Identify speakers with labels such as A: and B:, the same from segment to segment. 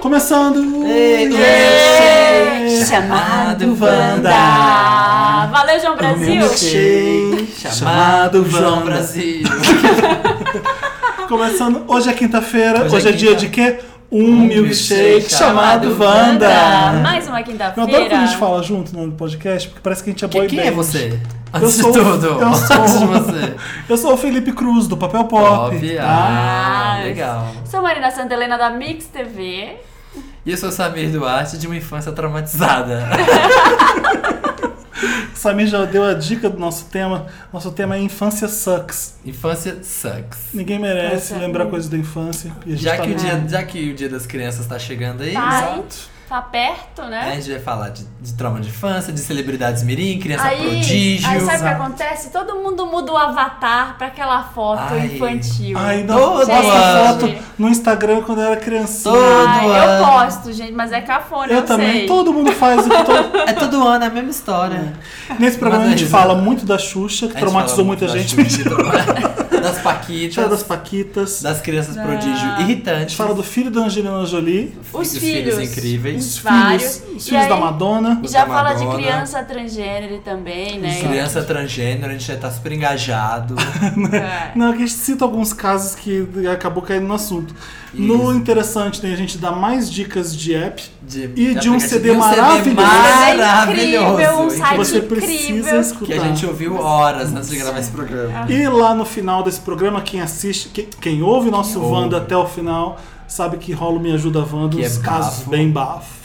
A: Começando!
B: Chamado
A: Wanda. é
B: Wanda. Valeu, João Brasil.
A: Chamado João
C: Brasil.
A: Começando, hoje é quinta-feira, hoje,
C: Hoje é
A: é dia
C: quinta.
A: de quê? Um milkshake
C: milkshake
A: chamado
C: chamado
A: Wanda!
B: Mais uma
A: Eu adoro quando a gente
B: quinta-feira.
A: fala junto no podcast, porque parece que a gente é boy
C: Que, quem é
A: band.
C: você?
A: Eu
C: Antes
A: sou,
C: de tudo.
A: eu
C: Antes de
A: sou,
C: você.
A: eu sou o Felipe Cruz, do Papel Pop.
C: Top,
A: tá?
C: Ah,
B: Nice.
C: legal.
B: Sou Marina Santelena da Mix TV.
C: E eu sou o Samir Duarte, de uma infância traumatizada.
A: Samir já deu a dica do nosso tema. Nosso tema é Infância Sucks.
C: infância sucks.
A: Ninguém merece
B: Nossa.
A: lembrar coisas da infância. E a gente
C: Já
A: tá
C: que, o
A: no-
C: dia, já que o dia das crianças tá chegando aí,
B: Tá, hein?
A: Exato.
B: Tá perto,
C: a
B: né?
C: gente vai falar de, de trauma de infância, de celebridades mirim, criança
B: Aí,
C: prodígio.
B: aí sabe o que
A: Exato.
B: acontece? Todo mundo muda o avatar pra aquela foto
C: Ai.
B: infantil.
A: Ai, não.
C: Todo
A: Posta foto
B: ano.
A: no Instagram quando eu era criancinha.
C: Todo
B: Ai, eu
C: ano.
B: posto, gente, mas é cafona, eu,
A: Eu também,
B: sei.
A: todo mundo faz o que todo...
C: É todo ano, é a mesma história.
A: Nesse programa a
C: Mas é
A: gente
C: isso.
A: fala muito da
C: A
A: Xuxa, que
C: gente
A: Hum. traumatizou
C: fala
A: muita
C: muito da
A: gente.
C: Xuxa, das
A: A gente fala das
C: paquitas,
A: Paquitas, a
C: das crianças prodígio
A: gente
C: irritantes.
A: fala do filho da Angelina Jolie,
B: Ah. Os
C: filhos
B: filhos.
C: incríveis.
A: os
B: Vários.
A: filhos, os
B: E
A: filhos
B: aí-
A: da Madonna.
B: E já
C: da
B: fala de
C: Madonna.
B: criança transgênero também, né?
C: Criança transgênero, a gente já tá super engajado.
B: É.
A: Não, que a gente cita alguns casos que acabou caindo no assunto. No interessante, né, a gente dá mais dicas de app.
C: De,
A: E de um
C: aplicativo.
A: CD
C: E
A: maravilhoso.
C: maravilhoso.
B: é Incrível, um site
A: você
B: incrível.
A: precisa escutar.
C: Que a gente ouviu horas antes de gravar esse
B: É.
C: programa.
A: E lá no final desse programa, quem assiste, que- quem ouve nosso
C: Quem
A: Wanda
C: ouve.
A: até o final, sabe que rola o Me Ajuda Wanda,
C: Que é
A: uns casos
C: bafo.
A: bem bafo.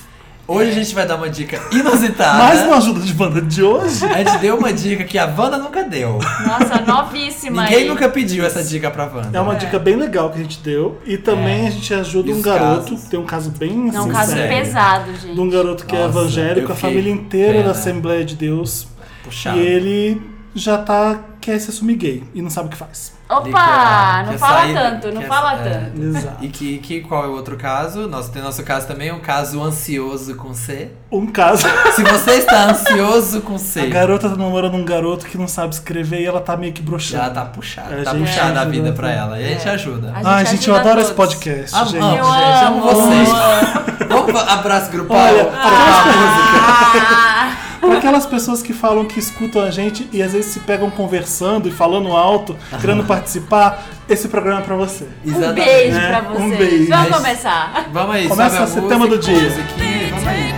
C: Hoje a gente vai dar uma dica inusitada.
A: Mas não ajuda de Wanda de hoje.
C: A gente deu uma dica que a Wanda nunca deu.
B: Nossa, novíssima
C: Ninguém
B: aí.
C: nunca pediu essa dica pra Wanda.
A: É uma dica bem legal que a gente deu. E também a gente
C: É.
A: ajuda
C: E
A: um
C: os
A: garoto,
C: casos?
A: tem um caso bem
B: É um
A: assim,
B: caso
A: sério,
C: Sincero.
B: pesado, gente.
A: De um garoto que é
C: Nossa,
A: evangélico,
C: eu
A: a família
C: fiquei
A: inteira da
C: pena.
A: Assembleia de Deus.
C: Puxada.
A: E ele já tá. quer se assumir gay e não sabe o que faz.
B: Opa!
C: Ligar,
B: Não
C: quer
B: fala
C: sair,
B: tanto, não
C: quer-
B: fala
C: é.
B: tanto.
A: Exato.
C: E que, que qual é o outro caso? Nosso, tem nosso caso também, um caso ansioso com C.
A: Um caso.
C: Se você está ansioso com C,
A: A garota tá namorando um garoto que não sabe escrever e ela tá meio que
C: já
A: broxada.
C: tá puxada.
A: A
C: Tá
A: gente
C: puxada a
A: ajuda,
C: vida pra
A: né?
C: ela. E a gente ajuda.
B: É. A
A: Ai,
B: gente
A: gente, eu
B: ajuda
A: adoro
B: todos.
A: esse podcast,
C: Ah,
A: gente.
C: amo, gente, amo vocês. Vamos fa- abraço grupal.
A: Olha,
B: Ah,
A: Pra aquelas pessoas que falam que escutam a gente e às vezes se pegam conversando e falando alto, querendo participar, esse programa é pra você.
B: um
C: Exatamente.
B: beijo
A: É,
B: pra
A: um
B: vocês.
A: beijo.
B: Vamos começar.
C: Vamos aí,
A: Começa
C: sobe a
A: setembro
C: música,
A: do dia.
C: musiquinha, vamos aí.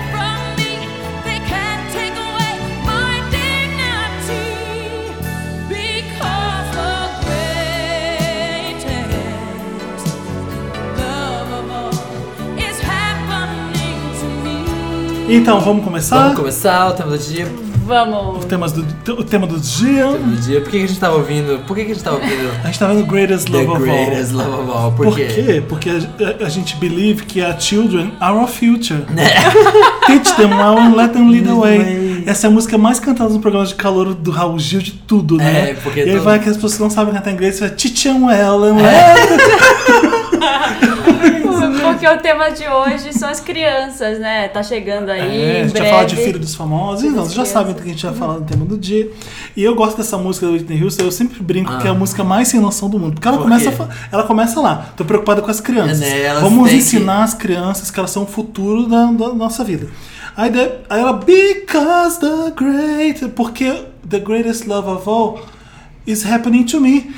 A: Então, vamos começar?
C: Vamos começar o tema do dia.
B: Vamos.
A: O tema do, o tema do dia.
C: O tema do dia. Por que que a gente tava ouvindo? Por que que a gente tava ouvindo
A: A gente tá vendo Greatest
C: The
A: Love of
C: Greatest
A: All.
C: Love of All? Por
A: Por
C: quê?
A: quê? Porque a, a- a gente believe que our children are our future. Teach them well and let them lead the way.
C: É. way.
A: Essa é a música mais cantada no programa de calor do Raul Gil de tudo, né?
C: É, porque
A: e aí
C: todo- É.
A: vai que as pessoas que não sabem cantar inglês, vai teach them well and let
B: Porque o tema de hoje são as crianças, né? Tá chegando aí.
A: É, a
B: em
A: gente
B: breve.
A: vai falar de Filho dos Famosos, então vocês já
B: crianças.
A: sabem do que a gente vai falar no tema do dia. E eu gosto dessa música da Whitney Houston, eu sempre brinco que é a música mais sem noção do mundo. Porque ela,
C: Ah. Por
A: começa,
C: quê?
A: fa- ela começa lá, tô preocupada com as crianças.
C: É, né, elas
A: Vamos
C: têm que-
A: ensinar as crianças que elas são o futuro da, da nossa vida. Aí, de- aí ela, because the great, porque the greatest love of all is happening to me.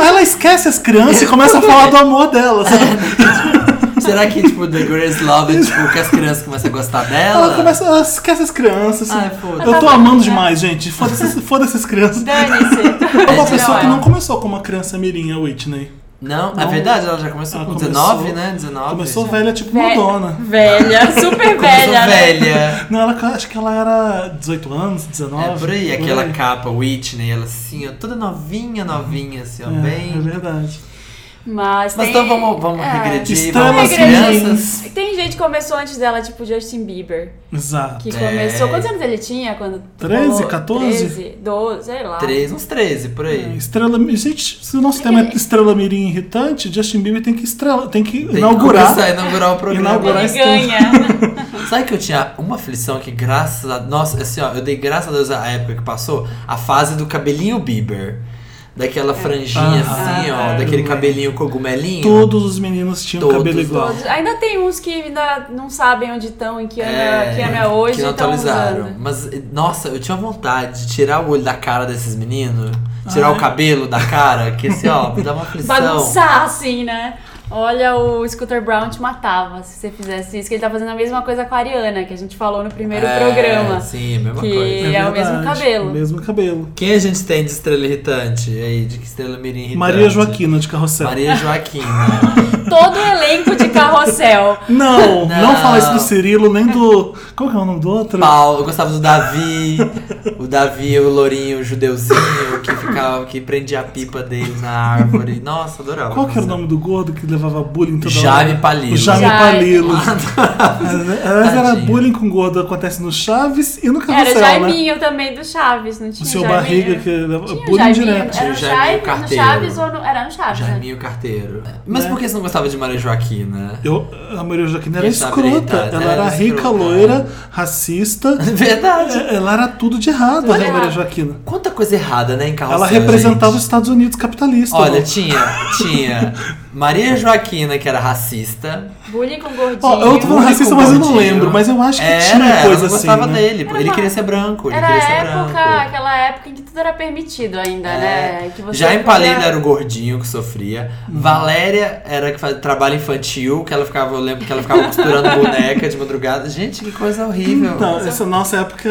A: Aí ela esquece as crianças e começa a falar do amor delas.
C: Será que, tipo, The Greatest Love é tipo que as crianças começam a gostar dela?
A: Ela começa, ela esquece as crianças. assim.
C: Ah.
B: tá
C: Ai, foda-se.
B: né?
A: eu tô amando demais, gente. Foda-se foda essas crianças.
B: Dane-se.
A: É uma
C: tipo
A: só que
B: é.
A: não começou com uma criança mirim, a Whitney.
C: Não, é
A: Não.
C: verdade, ela já começou
A: Ela
C: com
A: começou-
C: 19, né? 19.
A: Começou
C: já.
A: velha, tipo
B: Ve-
A: Madonna.
B: Velha, super
C: Começou
B: velha. né?
C: velha.
A: Não, ela, acho que ela era 18 anos, 19.
C: É por aí,
A: por
C: aquela
A: aí.
C: capa Whitney, ela assim, ó, toda novinha, novinha, assim, ó,
A: É, é
C: bem.
A: verdade.
B: Mas,
C: Mas
B: tem...
C: então vamos, vamos
B: é.
C: regredir,
A: Estamos assim.
C: vamos às
B: regredindo.
C: crianças.
B: Tem gente que começou antes dela, tipo Justin Bieber.
A: Exato.
B: Que
C: É.
B: começou. Quantos anos ele tinha quando.
A: 13,
B: rolou?
A: 14?
B: 13, 12, sei lá.
C: 13, uns 13, por aí.
A: É, Estrela, gente, se o nosso tema é estrela mirim irritante, Justin Bieber tem que estrela, tem que
C: Tem
A: inaugurar.
C: Que começar a inaugurar o programa.
A: Inaugurar
B: Ele
A: Parece
B: ganha.
C: Sabe que eu tinha uma aflição que, graças a. Nossa, assim, ó, eu dei graças a Deus a época que passou a fase do cabelinho Bieber. Daquela
B: É.
C: franjinha
A: Ah,
C: assim, ó,
A: ah,
C: daquele
A: é.
C: cabelinho cogumelinho.
A: Todos os meninos tinham
C: né? Todos.
A: cabelo igual.
B: Todos. Ainda tem uns que ainda não sabem onde estão, em que ano é, que ano é hoje.
C: que não
B: e tão
C: atualizaram.
B: usando.
C: Mas, nossa, eu tinha vontade de tirar o olho da cara desses meninos, tirar
A: Ah,
C: o
A: é?
C: cabelo da cara, que assim, ó, me dá uma aflição.
B: Bagunçar assim, né? Olha, o Scooter Brown te matava se você fizesse isso, que ele tá fazendo a mesma coisa com a Ariana, que a gente falou no primeiro
C: É,
B: programa.
C: Sim, a mesma
B: Que-
C: coisa.
B: É o mesmo
A: verdade,
B: cabelo.
A: o mesmo cabelo.
C: Quem a gente tem de estrela irritante aí? De que estrela mirim irritante?
A: Maria Joaquina de Carrossel.
C: Maria Joaquina.
B: Todo o elenco de carrossel.
A: Não, não,
C: Não.
A: fala isso do Cirilo, nem do. Qual que é o nome do outro?
C: Paulo, eu gostava do Davi. O Davi, o lourinho, o judeuzinho, que ficava, que prendia a pipa dele na árvore. Nossa, adorava.
A: Qual que era o nome do gordo que levava bullying toda
C: Jaime
A: hora?
C: Palilo.
A: O Jaime
B: Jaime.
A: Palilo. Aliás, era
C: Tadinho.
A: bullying com gordo, acontece no Chaves e no
B: Era
A: Carrossel,
B: o
A: né?
B: Jaiminho também do Chaves, não
A: O
B: tinha
A: seu
B: Jaiminho?
A: barriga que leva
B: Tinha o
A: bullying
B: Jaiminho, né?
A: direto.
B: Era no,
C: Tinha o Jaiminho
B: Chaves, no
C: Carteiro.
B: Chaves ou no... Era no Chaves, né?
C: Jaiminho Carteiro. Mas
A: Né?
C: por que você não gostava de Maria Joaquina?
A: Eu, a Maria Joaquina era
C: Quem sabe
A: escrota.
C: habilidade,
A: Ela
C: né?
A: era
C: Era
A: rica,
C: escrota.
A: loira, racista.
C: Verdade.
A: É, Ela era tudo de errado,
B: Tudo
A: a Maria
B: errado.
A: Joaquina.
C: Quanta coisa errada, né, em carrossel,
A: Ela representava os
C: gente.
A: Estados Unidos capitalista.
C: Olha,
A: ó.
C: tinha, tinha Maria Joaquina, que era racista.
B: Bullying com gordinho.
A: Ó, eu tô falando
C: Bullying
A: racista,
C: com
A: mas eu não
C: gordinho.
A: lembro. Mas eu acho que
C: Era,
A: tinha
C: ela
A: coisa
C: não
A: assim.
C: gostava
A: né?
C: dele.
B: Era
C: ele
B: uma-
C: queria ser branco, ele
B: Era
C: queria ser
A: é
B: a época,
C: branco.
B: aquela época em que tudo era permitido ainda, né? Que você
C: É. Já em
B: podia-
C: Palena era o gordinho que sofria. Valéria era que fazia trabalho infantil, que ela ficava, eu lembro que ela ficava costurando boneca de madrugada. Gente, que coisa horrível.
A: Então, essa nossa época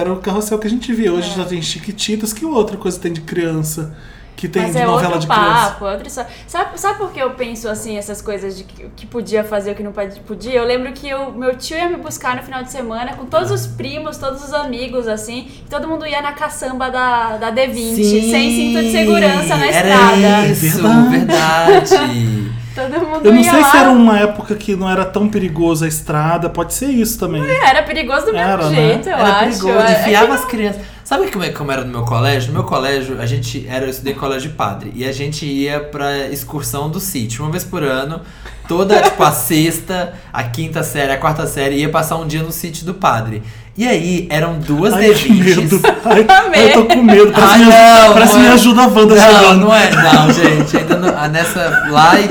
A: era o carrossel que a gente via. Hoje já tem Chiquititas. Que outra coisa tem de criança? Que tem
B: Mas
A: de
B: é
A: novela
B: outro
A: de criança?
B: papo, é outra história. Sabe, sabe por que eu penso assim, essas coisas de que, que podia fazer o que não pode- podia? Eu lembro que eu, meu tio ia me buscar no final de semana com todos os primos, todos os amigos, assim, e todo mundo ia na caçamba da, da D20,
C: Sim,
B: sem cinto de segurança na
C: era
B: estrada.
C: Isso,
A: Verdade.
C: verdade.
B: Todo mundo
A: Eu não
B: ia
A: sei
B: lá.
A: se era um uma época que não era tão perigosa a estrada. Pode ser isso também.
B: Era perigoso do mesmo
A: Era, né?
B: jeito, eu
C: era
B: acho.
C: perigoso,
B: É- é que
C: enfiava as crianças. Sabe como, é- como era no meu colégio? No meu colégio, a gente era, eu estudei em colégio de padre. E a gente ia pra excursão do sítio, uma vez por ano. Toda, tipo, a sexta, a quinta série, a quarta série, ia passar um dia no sítio do padre. E aí, eram duas
A: Ai, que medo.
C: D20s.
A: Ai, ai, eu tô com medo. Parece,
C: Ai,
A: minha,
C: não,
A: parece
C: não
A: minha
C: é.
A: ajuda a Wanda
C: Não,
A: chegando.
C: não é, não, gente. Ainda não, ah, nessa. Lá, em-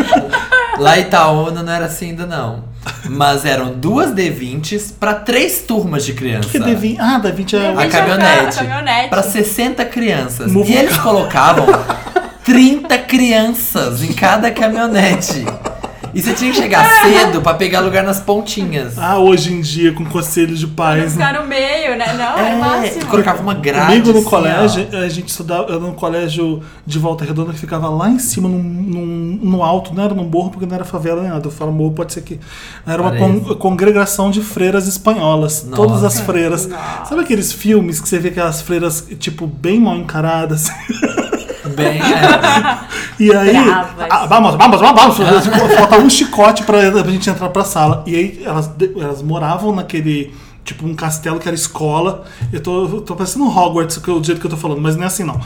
C: lá em Itaúna não era assim ainda, não. Mas eram duas D20s pra três turmas de criança.
A: Que devin... Ah, da 20 é...
B: eu vim
C: a
B: jogar
C: caminhonete.
B: A caminhonete.
C: Pra 60 crianças.
A: Muvu-
C: E eles colocavam 30 crianças em cada caminhonete. E você tinha que chegar cedo pra pegar lugar nas pontinhas.
A: Ah, hoje em dia, com conselhos de
B: Pra não
A: pais.
B: ficar no meio, né? Não, era o
C: É,
B: máximo.
C: colocava uma grade.
A: Comigo no
C: assim, ó.
A: colégio, a gente estudava, eu era num colégio de volta redonda que ficava lá em cima, num, num- no alto, não era num morro, porque não era favela nem nada. Eu falo morro, pode ser que. Era uma con-
C: Parece.
A: congregação de freiras espanholas.
C: Nossa.
A: Todas as freiras. Sabe aqueles filmes que você vê aquelas freiras, tipo, bem mal encaradas?
C: Bem, é.
A: E aí,
B: Bravas.
A: ah, vamos, vamos, vamos, vamos. Tipo, Faltava um chicote pra, pra gente entrar pra sala. E aí, elas, de- elas moravam naquele. Tipo, um castelo que era escola. Eu tô, eu tô parecendo um Hogwarts, que é o jeito que eu tô falando, mas não é assim não.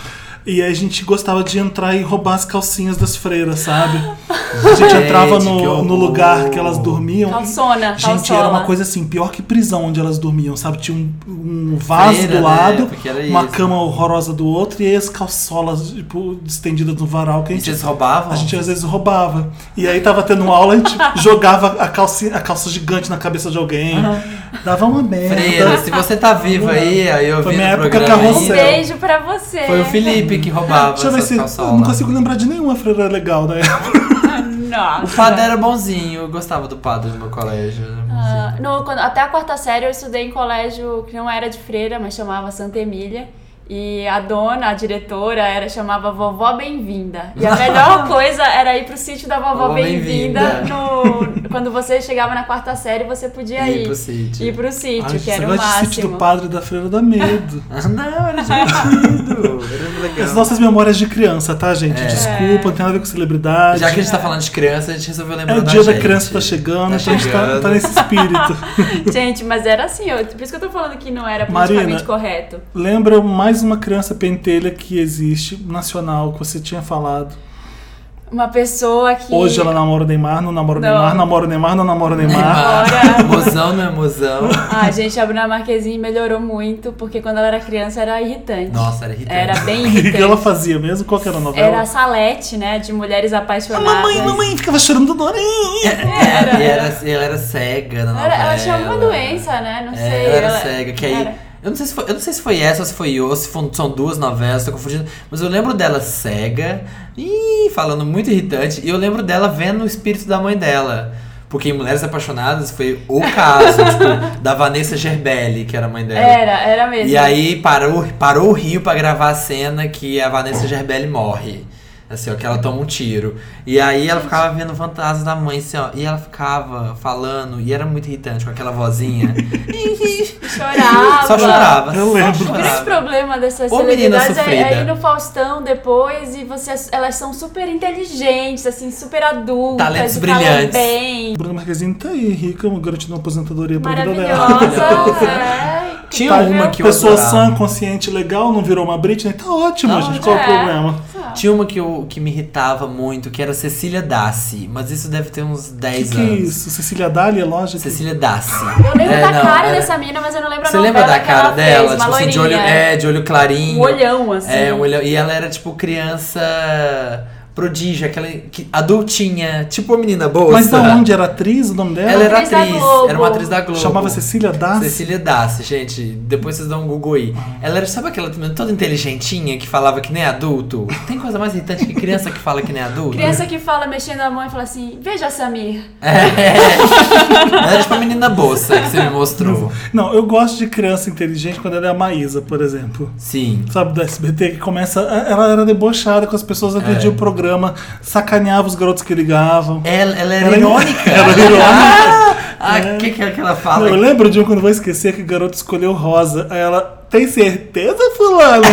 A: E aí a gente gostava de entrar e roubar as calcinhas das freiras, sabe? A gente
C: Gente,
A: entrava
C: que
A: no,
C: horror.
A: no lugar que elas dormiam. e-
B: Calçona,
A: Gente,
B: calçola.
A: era uma coisa assim, pior que prisão onde elas dormiam, sabe? Tinha um, um vaso
C: Freira, né?
A: do lado,
C: Porque era
A: uma
C: isso.
A: cama horrorosa do outro, e aí as calçolas, tipo, estendidas no varal que a
C: E
A: gente
C: vocês roubavam?
A: a gente às vezes roubava. E aí tava tendo aula, a gente jogava a, calcinha, a calça gigante na cabeça de alguém. Dava uma merda.
C: Freira, se você tá vivo aí, aí eu
A: Foi
C: vi
A: minha
C: no
A: época
C: programa.
B: Um
A: carrossel.
C: aí,
B: beijo pra você.
C: Foi o Felipe que roubava
A: Deixa eu ver
C: essas
A: se.
C: calçolas.
A: eu não consigo lembrar de nenhuma freira legal né? da época.
B: Nossa.
C: O padre era bonzinho, eu gostava do padre no meu colégio. era bonzinho.
B: Ah, no- quando- até a quarta série eu estudei em colégio que não era de freira, mas chamava Santa Emília. E a dona, a diretora, era chamava Vovó Bem-vinda. E a melhor coisa era ir pro sítio da Vovó
C: Vovó
B: Bem-vinda
C: Bem-vinda.
B: no- quando você chegava na quarta série, você podia
C: Ir
B: ir.
C: pro sítio.
B: Ir pro
A: Ah,
B: sítio,
A: esse
B: que era o
A: negócio de sítio
B: máximo.
A: do padre da freira dá medo.
C: Ah, não, era divertido. Era legal.
A: As nossas memórias de criança, tá, gente? Desculpa, não tem nada a ver com celebridade.
C: É. Já que a gente tá falando de criança, a gente resolveu lembrar
A: é o
C: da
A: dia da
C: gente.
A: criança tá chegando,
C: Tá
A: a gente tá,
C: chegando.
A: tá nesse espírito.
B: Gente, mas era assim, eu- por isso que eu tô falando que não era
A: Marina.
B: politicamente correto.
A: Lembra mais uma criança pentelha que existe, nacional, que você tinha falado.
B: Uma pessoa que.
A: Hoje ela namora o Neymar, não namora o
B: Não.
A: Neymar, namora o Neymar, não namora o Neymar.
B: Agora-
C: Mozão não é mozão.
B: Ah, gente, a Bruna Marquezine melhorou muito, porque quando ela era criança era irritante.
C: Nossa, era irritante.
B: Era bem
A: O que,
B: irritante.
A: que ela fazia mesmo? Qual que era a novela?
B: Era a Salete, né? De mulheres
A: A
B: apaixonadas.
A: mamãe, mamãe, ficava chorando toda hora.
C: Era, e era, ela era cega na
B: Era-
C: novela.
B: ela tinha alguma doença, né? Não
C: É,
B: sei.
C: Ela era
B: ela-
C: cega, que aí.
B: era.
C: Eu não, sei se foi, eu não sei se foi essa ou se foi ou se fon- são duas novelas, tô confundindo. Mas eu lembro dela cega, e falando muito irritante, e eu lembro dela vendo o espírito da mãe dela. Porque em Mulheres Apaixonadas foi o caso, tipo, da Vanessa Gerbelli, que era a mãe dela.
B: Era, era mesmo.
C: E aí parou, parou o Rio pra gravar a cena que a Vanessa Gerbelli morre. Assim, ó, que ela toma um tiro. E aí ela ficava vendo o fantasma da mãe, assim, ó. E ela ficava falando, e era muito irritante com aquela vozinha.
B: Chorava.
C: Só chorava.
A: Eu lembro.
C: Só
B: O grande
C: chorava.
B: problema dessas
C: Ô,
B: celebridades
C: menina
B: é, é ir
C: sofrida.
B: no Faustão depois e você, elas são super inteligentes, assim, super adultas.
C: Talentos
B: e falam
C: brilhantes.
B: bem.
A: Bruna Marquezine tá aí, rica, garantindo uma aposentadoria pra vida dela. Tá
B: Maravilhosa. é,
C: Tinha
B: incrível.
C: uma que eu
A: Pessoa
C: adorava.
A: sã, consciente, legal, não virou uma Britney, tá ótimo,
C: Tá
A: gente.
C: ótimo.
A: Qual é o
B: É.
A: problema?
C: Tinha uma que, eu, que me irritava muito, que era Cecília Dassi. Mas isso deve ter uns
A: O
C: 10
A: que, que é
C: anos.
A: isso? Cecília Dali, é lógica?
C: Cecília Dassi.
B: Eu lembro
C: É,
B: da
C: não,
B: cara
C: era-
B: dessa mina, mas eu não lembro
C: Você
B: a
C: lembra
B: novela
C: da
B: que
C: cara
B: ela
C: dela?
B: fez, uma
C: tipo assim, de olho,
B: loirinha.
C: é, de olho clarinho.
B: Um olhão, assim.
C: É, um olhão. E ela era tipo criança prodígio, aquela que, adultinha, tipo a menina boa.
A: Mas
C: sabe?
A: da onde era atriz o nome dela?
C: Ela era
B: Atriz da
C: atriz,
B: Globo.
C: era uma atriz da Globo.
A: Chamava Cecília Dassi.
C: Cecília Dassi, gente. Depois vocês dão um Google aí.
A: Ah.
C: Ela era, sabe aquela menina toda inteligentinha que falava que nem adulto? Tem coisa mais irritante que criança que fala que nem adulto?
B: Criança que fala mexendo a mão e fala assim, veja Samir.
C: É. Ela era tipo a menina bolsa que você me mostrou.
A: Não, eu gosto de criança inteligente quando ela é a Maísa, por exemplo.
C: Sim.
A: Sabe, do SBT, que começa. Ela era debochada com as pessoas, ela perdia o programa, sacaneava os garotos que ligavam.
C: Ela, ela É. era
A: Ela- é
C: irônica.
A: ela era irônica.
C: Ah, o que, que é que ela fala?
A: Eu lembro de um quando eu vou esquecer que o garoto escolheu rosa. Aí ela, tem certeza, fulano?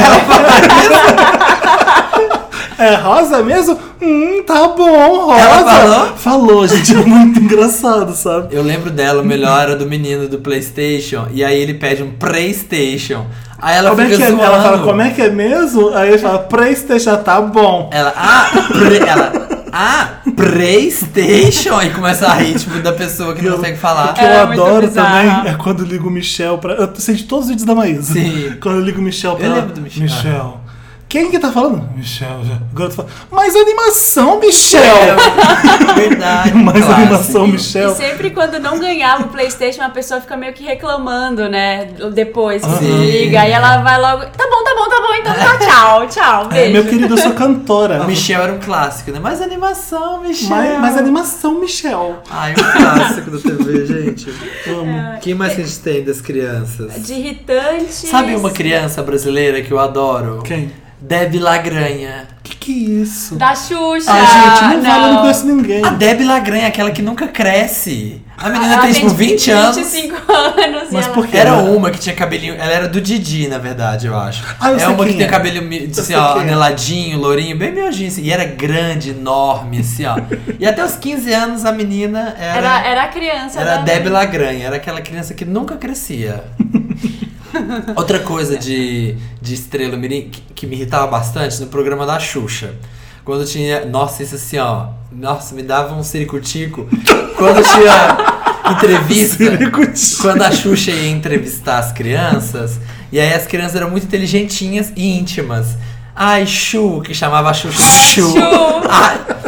A: É rosa mesmo? Hum, tá bom, rosa.
C: Ela falou?
A: Falou, gente, é muito engraçado, sabe?
C: Eu lembro dela, o melhor era do menino do Playstation. E aí ele pede um Playstation. Aí ela
A: Como é
C: fica
A: que é?
C: zoando.
A: Ela fala, como é que é mesmo? Aí ele fala, Playstation, tá bom.
C: Ela, ah, pre- ela, ah, Playstation. E começa a rir, tipo, da pessoa que não consegue
A: O
C: falar.
A: que eu
B: É, muito
A: adoro
B: bizarro.
A: também é quando eu ligo o Michel pra. Eu sei de todos os vídeos da Maísa.
C: Sim.
A: Quando eu ligo o Michel pra.
C: Eu
A: ela,
C: lembro do Michel.
A: Michel. Quem que tá falando? Michel. já. O garoto fala. Mas animação, Michel!
C: É, Verdade.
A: Mais
C: classe.
A: animação,
B: E
C: Então.
A: Michel.
B: sempre quando não ganhava o Playstation, a pessoa fica meio que reclamando, né? Depois que
C: Ah, Sim.
B: liga. E ela vai logo, tá bom, tá bom, tá bom, então tá, tchau, tchau,
A: É,
B: beijo.
A: meu querido, eu sou cantora.
C: Michel era um clássico, né? Mais animação, Michel.
A: Mas, mas animação, Michel.
C: Ai, um clássico da TV, gente. Amo. Quem mais que a gente tem das crianças?
B: De irritante.
C: Sabe uma criança brasileira que eu adoro?
A: Quem?
C: Debbie Lagranha.
A: Que que é isso?
B: Da Xuxa.
A: Ah, gente, não, vale, eu não conheço ninguém.
C: A Debbie Lagranha, aquela que nunca cresce. A menina
B: Ela
C: tem, tipo 20 anos.
B: 25 anos.
A: Mas
B: e
A: por
B: ela...
A: que
C: Era
A: ela-
C: uma que tinha cabelinho. Ela era do Didi, na verdade, eu acho.
A: Ah, eu
C: é
A: sei
C: uma que
A: quem
C: tem
A: é.
C: cabelo mi- de,
A: Eu
C: assim,
A: sei
C: ó,
A: quem é.
C: aneladinho, lourinho, bem miojinho. Assim, e era grande, enorme, assim, ó. e até os 15 anos a menina
B: Era,
C: era.
B: era a criança.
C: Era a
B: da-
C: Debbie Lagranha, era aquela criança que nunca crescia. Outra coisa de, de estrela mirim que, que me irritava bastante no programa da Xuxa. Quando tinha. Nossa, isso assim, ó. Nossa, me dava um ciricutico. Quando tinha entrevista.
A: Um Ciricutico.
C: Quando a Xuxa ia entrevistar as crianças. E aí as crianças eram muito inteligentinhas e íntimas. Ai, Xu, que chamava a Xuxa.
B: Ai, Xu.
C: Ai, Ah,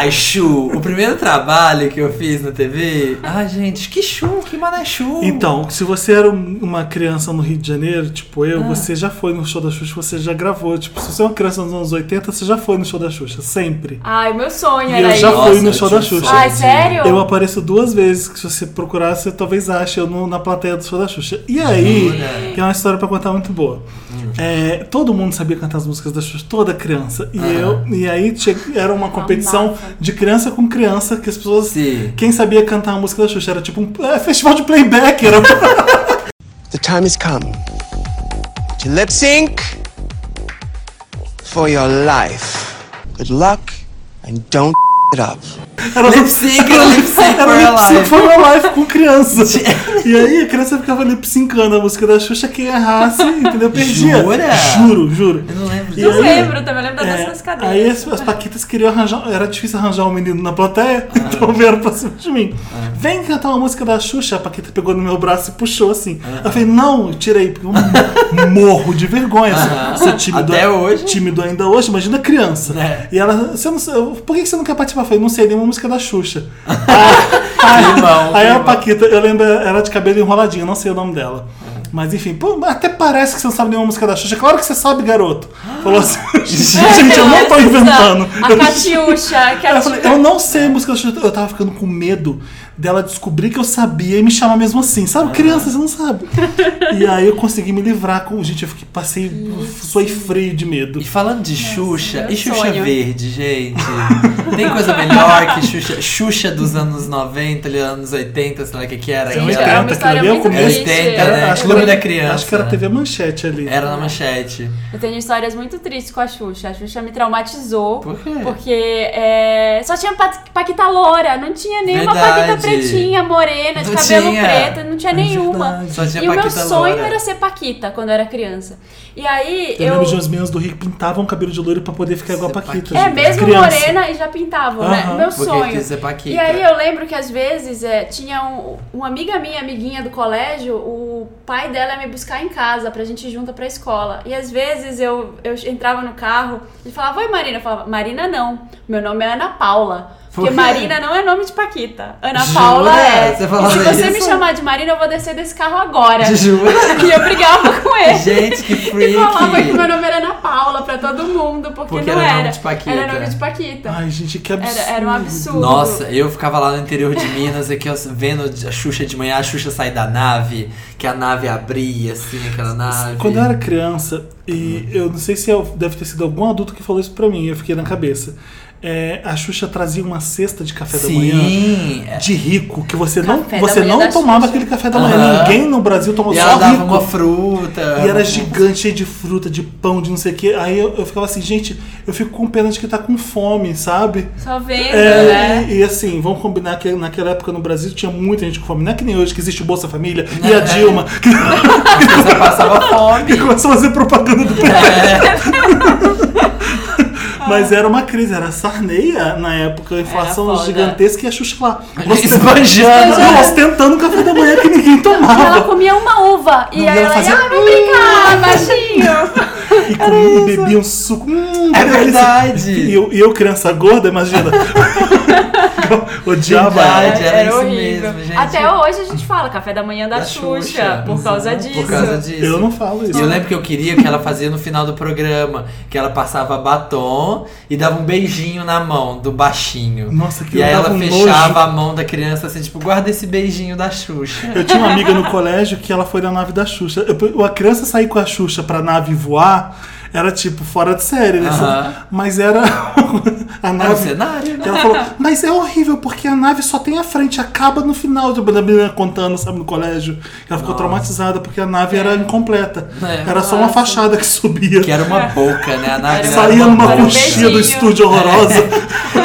C: Ai, Chu, o primeiro trabalho que eu fiz na TV. Ai, Ah, gente, que Chu, que mané Chu.
A: Então, se você era um- uma criança no Rio de Janeiro, tipo
B: Ah.
A: eu, você já foi no show da Xuxa, você já gravou. Tipo, se você é uma criança nos anos 80, você já foi no show da Xuxa, sempre.
B: Ai, meu sonho
A: E
B: era
A: eu
B: isso.
A: já
C: Nossa,
A: fui no
C: eu
A: show
C: tinha
A: da Xuxa.
B: Ai, sério?
A: Eu apareço duas vezes, que se você procurar, você talvez ache eu no- na plateia do show da Xuxa. E aí,
C: Olha. Hum.
A: tem uma história pra contar muito boa. É, todo mundo sabia cantar as músicas da Xuxa, toda criança. E eu, e aí tinha- era uma competição
B: Amava.
A: de criança com criança, que as pessoas.
C: Sim.
A: Quem sabia cantar a música da Xuxa? Era tipo um é, festival de playback, era
D: The time has come to lip sync for your life. Good luck and don't it up.
A: Era
C: Lip sync, era lip sync
A: Era
C: for
A: lip
C: a
A: sync
C: life.
A: for a life com criança. e aí a criança ficava lip syncando a música da Xuxa, quem errasse, entendeu? Perdia.
C: Jura?
A: Juro, juro.
C: Eu não lembro
A: E
B: Eu
A: aí-
B: lembro também, eu lembro da dança das né?
A: É,
B: cadeiras.
A: aí as, as paquitas queriam arranjar, era difícil arranjar um menino na plateia,
C: Ah.
A: então vieram pra cima de mim. Vem cantar uma música da Xuxa, a paquita pegou no meu braço e puxou assim.
C: Ah.
A: Eu falei, não, eu tirei, porque eu mo- morro de vergonha. assim. Sou- Sou tímido,
C: Até hoje?
A: tímido ainda hoje, imagina criança.
C: É.
A: E ela, você não, eu- por que você não quer participar? Eu falei, não sei nenhuma música da Xuxa.
C: Ah, Climão,
A: Aí a
C: climão.
A: Paquita, eu lembro, era de cabelo enroladinho, não sei o nome dela. Mas enfim, pô, até parece que você não sabe nenhuma música da Xuxa. Claro que você sabe, garoto. Falou assim, gente, eu não tô inventando.
B: Ah, A Catiuxa, a
A: Eu falei,
B: Catiuxa.
A: eu não sei a música da Xuxa. Eu tava ficando com medo dela descobrir que eu sabia e me chamar mesmo assim. Sabe, criança, você não sabe. E aí eu consegui me livrar com. Gente, eu fiquei, passei, suei frio de medo.
C: E falando de Xuxa,
B: meu
C: e Xuxa
B: sonho.
C: Verde, gente? Tem coisa melhor que Xuxa, Xuxa dos anos 90, ali, anos 80, sei lá o que que era.
A: Sim,
C: aquela-
B: É uma
A: 80,
B: história
A: aquilo ali é o
B: muito
A: começo.
B: triste.
C: Era- né?
A: acho, que
C: Clube
A: era,
C: da Criança.
A: acho que era TV Manchete ali.
C: Era na manchete.
B: Eu tenho histórias muito tristes com a Xuxa. A Xuxa me traumatizou.
C: Por quê?
B: Porque é, só tinha pa- Paquita Loura, não tinha nenhuma
C: Verdade.
B: Paquita pretinha, morena, de
C: Não
B: cabelo
C: tinha.
B: preto, não tinha nenhuma.
A: É Verdade.
C: Só tinha
B: E o meu
C: Paquita
B: sonho
C: Loura.
B: era ser Paquita quando eu era criança. E aí
A: Eu,
B: eu.
A: lembro de umas meninas do Rio que pintavam o cabelo de loiro pra poder ficar igual a
C: Ser
A: Paquita.
B: É,
A: gente.
B: mesmo
A: Criança.
B: morena e já pintavam, né?
A: Aham,
B: Meu
C: porque
B: sonho.
C: quis ser Paquita.
B: E aí eu lembro que às vezes é, tinha um- uma amiga minha, amiguinha do colégio, o pai dela ia me buscar em casa pra gente ir junto pra escola. E às vezes eu, eu entrava no carro e falava, oi Marina. Eu falava, Marina não, meu nome é Ana Paula. Porque
C: Por quê?
B: Marina não é nome de Paquita. Ana
C: Jura?
B: Paula é.
C: Você
B: e
C: falava
B: se você
C: isso?
B: me chamar de Marina, eu vou descer desse carro agora.
C: Jura?
B: e eu brigava com ele.
C: Gente, que
B: É. E falava que
C: freak.
B: meu nome era Ana Paula pra todo mundo, porque,
C: Porque
B: não
C: era
B: era.
C: nome de Paquita.
B: Era nome de Paquita.
A: Ai, gente, que absurdo.
B: Era, era um absurdo.
C: Nossa, eu ficava lá no interior de Minas, aqui, ó, vendo a Xuxa de manhã, a Xuxa sai da nave, que a nave abria, assim, aquela nave.
A: Quando eu era criança, e eu não sei se eu- deve ter sido algum adulto que falou isso pra mim, eu fiquei na cabeça. É, a Xuxa trazia uma cesta de café da manhã
C: Sim, é.
A: de rico, que você não,
B: Café da
A: você
B: manhã
A: não
B: da
A: tomava
B: Xuxa.
A: aquele café da manhã.
C: Aham.
A: Ninguém no Brasil tomou
C: e
A: só
C: ela dava
A: rico.
C: uma fruta.
A: E era
C: um-
A: gigante, cheio de fruta, de pão, de não sei o quê. Aí eu, eu ficava assim, gente, eu fico com pena de que tá com fome, sabe?
B: Só vendo,
A: É,
B: né?
A: e, e assim, vamos combinar que naquela época no Brasil tinha muita gente com fome. Não é que nem hoje que existe o Bolsa Família e a Dilma que,
C: Você passava fome.
A: que começou a fazer propaganda
C: É.
A: do PT. Mas era uma crise, era sarneia na época, a inflação
B: Era foda.
A: gigantesca e a Xuxa lá.
C: é Esbanjando.
A: Não, ostentando o café da manhã que ninguém
B: E ela
A: tomava.
B: comia uma uva. E
A: Não,
B: aí
A: ela
B: ela
A: fazia-
B: ia, ah, vou brincar, baixinho.
A: E comia e bebia um suco. Hum,
C: É
A: que delícia.
C: verdade.
A: E eu, e eu, criança gorda, imagina. Odiava ela.
C: Verdade, era isso mesmo, gente.
B: Até hoje a gente fala café da manhã da,
C: Da
B: Xuxa,
C: Xuxa.
B: por causa disso.
C: Por causa disso.
A: Eu não falo isso.
C: E eu lembro que eu queria que ela fazia no final do programa, que ela passava batom e dava um beijinho na mão do baixinho.
A: Nossa, que
C: E aí
A: eu
C: ela
A: dava um
C: fechava
A: nojo.
C: a mão da criança assim, tipo, guarda esse beijinho da Xuxa. um
A: Eu tinha uma amiga no colégio que ela foi na nave da Xuxa. Eu- a criança sair com a Xuxa pra nave voar era tipo fora de série, né?
C: Aham.
A: Mas era a
C: Era um
A: nave.
C: cenário, né?
A: ela falou, mas é horrível, porque a nave só tem a frente, acaba no final tipo, da menina contando, sabe, no colégio. Ela ficou traumatizada porque a nave era incompleta.
C: É.
A: era só uma fachada que subia.
C: Que era uma boca, né? A nave era
A: Saía
C: uma
A: numa
C: boca.
B: Era um
A: coxinha do
B: beijinho. É.
A: estúdio horrorosa,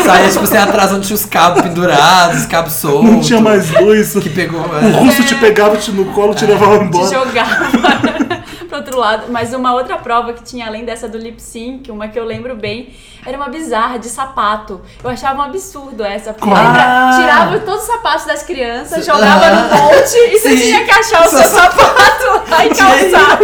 C: Saía, tipo, você atrás onde tinha os cabos pendurados, os cabos soltos.
A: não tinha mais um luz.
C: Que pegou. é.
B: É.
A: O russo te pegava te no colo e te levava
B: Te
A: embora.
B: jogava pra outro outro lado, mas uma outra prova que tinha além dessa do lip sync, uma que eu lembro bem, era uma bizarra de sapato. Eu achava um absurdo essa, porque
A: Qual?
B: aí pra-
C: Ah!
B: tirava todos os sapatos das crianças, jogava no monte e
C: Sim.
B: você tinha que achar o seu
C: Só-
B: sapato lá e calçar.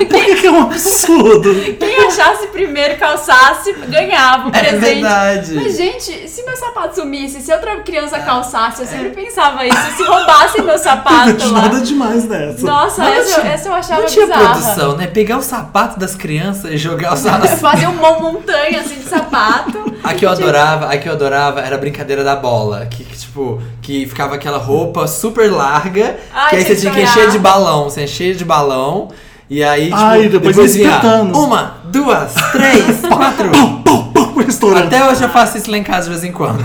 B: Quem,
A: Por que, que é um absurdo?
B: quem achasse primeiro e calçasse, ganhava o
C: É
B: presente.
C: verdade.
B: Mas, gente, se meu sapato sumisse, se outra criança calçasse, eu sempre pensava isso. Se roubassem meu
A: Não
B: sapato
A: tinha
B: lá.
A: nada demais nessa.
B: Nossa,
C: Não
B: essa, eu-
C: tinha-
B: essa eu achava
C: Não tinha
B: bizarra.
C: produção, né? Pegar o sapato das crianças e jogar o sapato.
B: Fazer uma montanha assim de sapato.
C: A que eu adorava, a que eu adorava era a brincadeira da bola. Que, que, tipo, que ficava aquela roupa super larga.
B: Ai,
C: que aí você
B: tinha que
C: tinha que
B: estourar.
C: encher de balão. Você enchia de balão. E aí, tipo,
A: Ai, depois ia
C: vinha
A: espetando.
C: Uma, duas, três, quatro.
A: Pum, pum, pum, restaurante.
C: Até hoje eu faço isso lá em casa de vez em quando.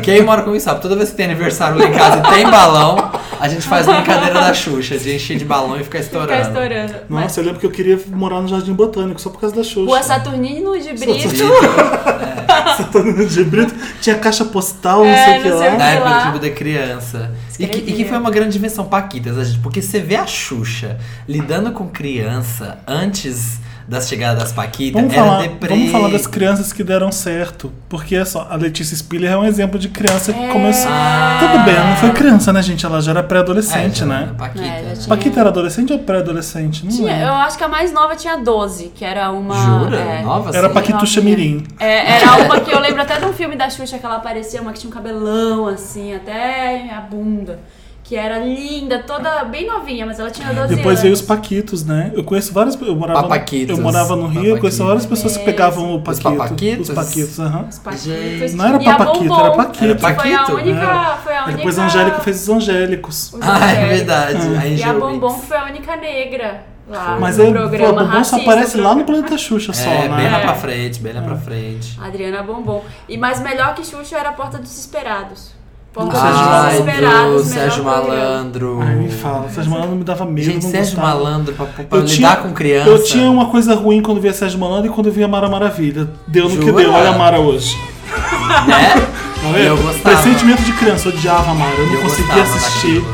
C: Que aí eu moro com isso, sabe? Toda vez que tem aniversário lá em casa e tem balão, a gente faz a brincadeira da Xuxa, de encher de balão e ficar
B: Ficar
C: estourando.
B: estourando. Mas-
A: Nossa, eu lembro que eu queria morar no Jardim Botânico só por causa da Xuxa.
B: Rua Saturnino de Brito.
A: Satana de Brito. Tinha caixa postal, não
B: É,
A: sei o que
B: não
A: lá.
B: sei o
C: Na
B: Sei
C: época
B: lá.
C: do Clube da Criança. E que, e que
B: Escrevia.
C: foi uma grande invenção Paquitas, né, gente? Porque você vê a Xuxa lidando com criança antes da chegada das Paquitas,
A: Vamos
C: era
A: falar,
C: deprê.
A: vamos falar das crianças que deram certo. Porque é só, a Letícia Spiller é um exemplo de criança que
B: É.
A: começou. Tudo bem, ela não foi criança, né, gente? Ela já era
C: Ah. É,
A: pré-adolescente,
C: já,
A: né?
C: Paquita.
B: É, já tinha.
A: Paquita era adolescente ou pré-adolescente? Não
B: Tinha-
A: lembro.
B: eu acho que a mais nova tinha 12, que era uma.
C: Jura?
B: é.
C: Nova?
A: Era
C: assim?
A: Paquituxa
B: novinha.
A: Mirim.
B: É, era uma que eu lembro até de um filme da Xuxa que ela aparecia, uma que tinha um cabelão assim, até a bunda. Que era linda, toda bem novinha, mas ela tinha 12
A: É, Depois veio
B: anos.
A: os Paquitos, né? Eu conheço várias. Eu morava,
C: Papaquitos.
A: eu morava no Rio, eu conheço
C: Papaquitos.
A: várias pessoas que pegavam o
C: Os
A: Paquito.
C: papaquitos?
A: Os Paquitos, aham.
B: Os Paquitos.
C: Gente.
A: Não era
B: E a
A: papaquito,
B: Bombom, é,
A: era paquito.
C: Era paquito.
B: Foi a única.
A: Era.
B: Foi a
A: Aí
B: única.
A: depois a Angélica fez os Angélicos.
B: os
C: Ah, é
B: Angélicos.
C: verdade. Aí
B: E
C: já
B: a
C: eu-
B: Bombom foi a única negra lá
A: Mas
B: no
A: aí, pô, a
B: programa.
A: Bombom só
B: racista, né?
A: aparece lá no
B: programa.
A: Planeta Xuxa só,
C: É, bem lá
A: né?
C: pra frente, bem lá pra frente.
B: Adriana Bombom. E mas melhor que Xuxa era a Porta dos Esperados. Porta
A: Sérgio
B: Ah, dos
C: Ai,
B: Desesperados,
C: do
B: melhor
C: Sérgio
B: programa.
C: Malandro.
A: Ai, me fala. Sérgio Malandro me dava medo,
C: Gente,
A: não
C: Sérgio
A: gostava.
C: Malandro, pra, pra
A: Eu
C: lidar
A: tinha-
C: com criança.
A: Eu tinha um uma coisa ruim quando via Sérgio Malandro e quando via Mara Maravilha. Deu no que
C: Jura?
A: deu, olha a Mara hoje.
C: Né?
A: Tá vendo?
C: Eu gostava.
A: Pressentimento de criança, eu odiava a Mara, eu não
C: Eu
A: conseguia
C: gostava
A: assistir.
C: daquilo.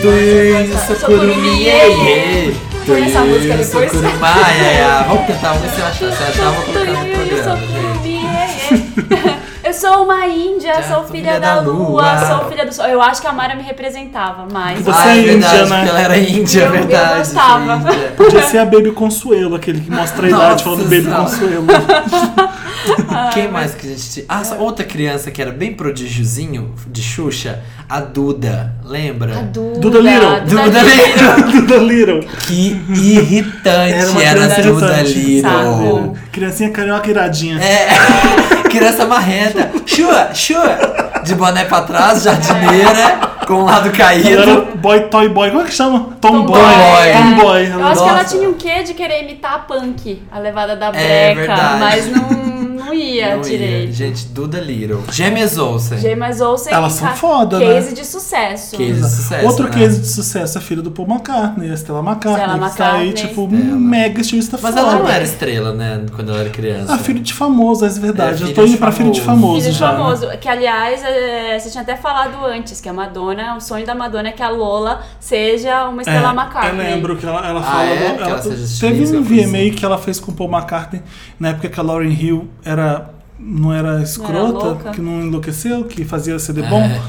B: Sou curumi, iê, Põe essa música
C: Sou
B: depois.
C: curumá, ai, ai, ai. é, Vamos tentar, vamos ver se eu achar. Se eu achar, eu vou colocar no
B: Eu sou
C: programa. gente. Ah,
B: curumi, iê, iê. é. Eu sou uma índia, sou filha da lua, sou filha do sol. Eu acho que a Mara me representava mais.
A: Você
C: Ah,
A: é índia,
C: verdade,
A: né?
C: porque ela era índia, é
B: Eu- eu
C: verdade. Ah,
B: gostava.
C: índia.
A: Podia ser a Baby Consuelo, aquele que mostra a idade
C: Nossa
A: falando Baby
C: Senhora.
A: Consuelo.
B: Ah,
C: Quem mais que a gente tinha? Ah, só outra criança que era bem prodígiozinho de Xuxa, a Duda, lembra?
B: A Duda.
A: Duda Little.
C: Duda Little.
A: Duda Little.
C: Que irritante era,
A: criança
C: a Duda
A: irritante.
C: Little.
B: Sabe?
A: Criancinha carioca iradinha.
C: É, criança marreta. Chua, chua. De boné pra trás, jardineira, com o lado
A: Ela era
C: caído.
A: boy, toy boy. Como é que chama? Tomboy.
C: Tomboy.
A: Tomboy.
B: É. Eu acho que ela
C: Nossa.
B: tinha um quê de querer imitar a punk, a levada da breca,
C: É verdade.
B: mas não, não ia
C: Não ia.
B: direito.
C: Gente, Duda Little. Gêmeas Olsen.
B: Gemas Olsen
A: Elas são foda, né?
B: case de sucesso.
C: Case. de sucesso,
A: Outro
C: né?
A: case de sucesso é a filha do Paul McCartney, a Stella McCartney,
B: Stella
A: que tá aí,
B: McCartney.
A: tipo, mega estilista
C: Mas
A: foda.
C: ela não era estrela, né? Quando ela era criança.
A: Ah, filho de famoso, é verdade.
C: É,
A: Eu tô
C: filho de
A: indo pra filho de
C: famoso.
A: famoso
B: Filho de
A: já. né?
B: famoso, que aliás, é, você tinha até falado antes, que a Madonna, o sonho da Madonna é que a Lola seja uma
A: É,
B: Stella McCartney.
A: Eu lembro que ela, ela
C: Ah,
A: fala.
C: é?
A: ela-
C: Que ela seja
A: teve
C: chinesa,
A: um
C: uma coisa
A: VMA
C: assim.
A: que ela fez com o Paul McCartney na época que a Lauren Hill era, não era escrota,
B: louca.
A: que não enlouqueceu, que fazia CD bom.
C: É.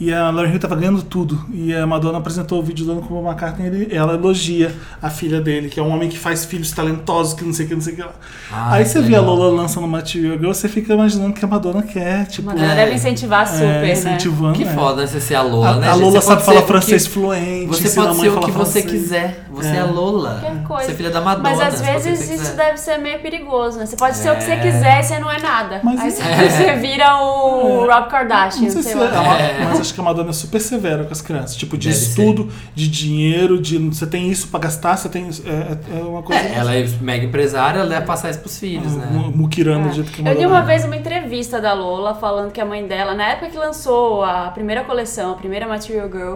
A: E a Lauren Hill tava ganhando tudo. E a Madonna apresentou o vídeo dando com o Paul McCartney e ele- ela elogia a filha dele, que é um homem que faz filhos talentosos, que não sei o que, não sei o que lá.
C: Ah,
A: Aí
C: que
A: você vê a
C: legal.
A: Lola lançando uma Material Girl, você fica imaginando que a Madonna quer,
B: A
A: tipo,
B: Madonna
C: É.
B: deve incentivar super,
A: é,
B: né?
A: incentivando.
C: Que
A: é.
C: foda né, você ser a
A: A,
C: Lola, né?
A: a
C: gente?
A: Lola
C: Você
A: sabe
C: pode
A: falar
C: ser o que-
A: francês fluente,
C: Você
A: ensina a
C: pode
A: mãe
C: ser
A: a
C: o
A: falar
C: que você
A: francês.
C: quiser. Você é,
A: É.
C: a Lola.
B: Qualquer
C: Você é
B: coisa.
C: filha da Madonna.
B: Mas às
C: se você
B: vezes
C: quiser.
B: isso deve ser meio perigoso, né? Você pode ser o que você
C: É.
B: quiser e você não é nada.
A: Mas
B: Aí
A: isso- É.
B: você, você vira o Rob Kardashian,
A: Não sei
B: sei
A: se
B: lá.
A: é uma-
C: É.
A: mas acho que a Madonna é super severa com as crianças. Tipo, de
C: Deve
A: estudo, de dinheiro, de você tem isso pra gastar, você tem isso. É, é uma coisa.
C: É, ela é mega empresária, ela deve passar isso pros filhos, né?
A: Mukirana, do jeito que a
B: Eu li
A: Madonna
B: uma
A: é.
B: vez uma entrevista da Lola falando que a mãe dela, na época que lançou a primeira coleção, a primeira Material Girl,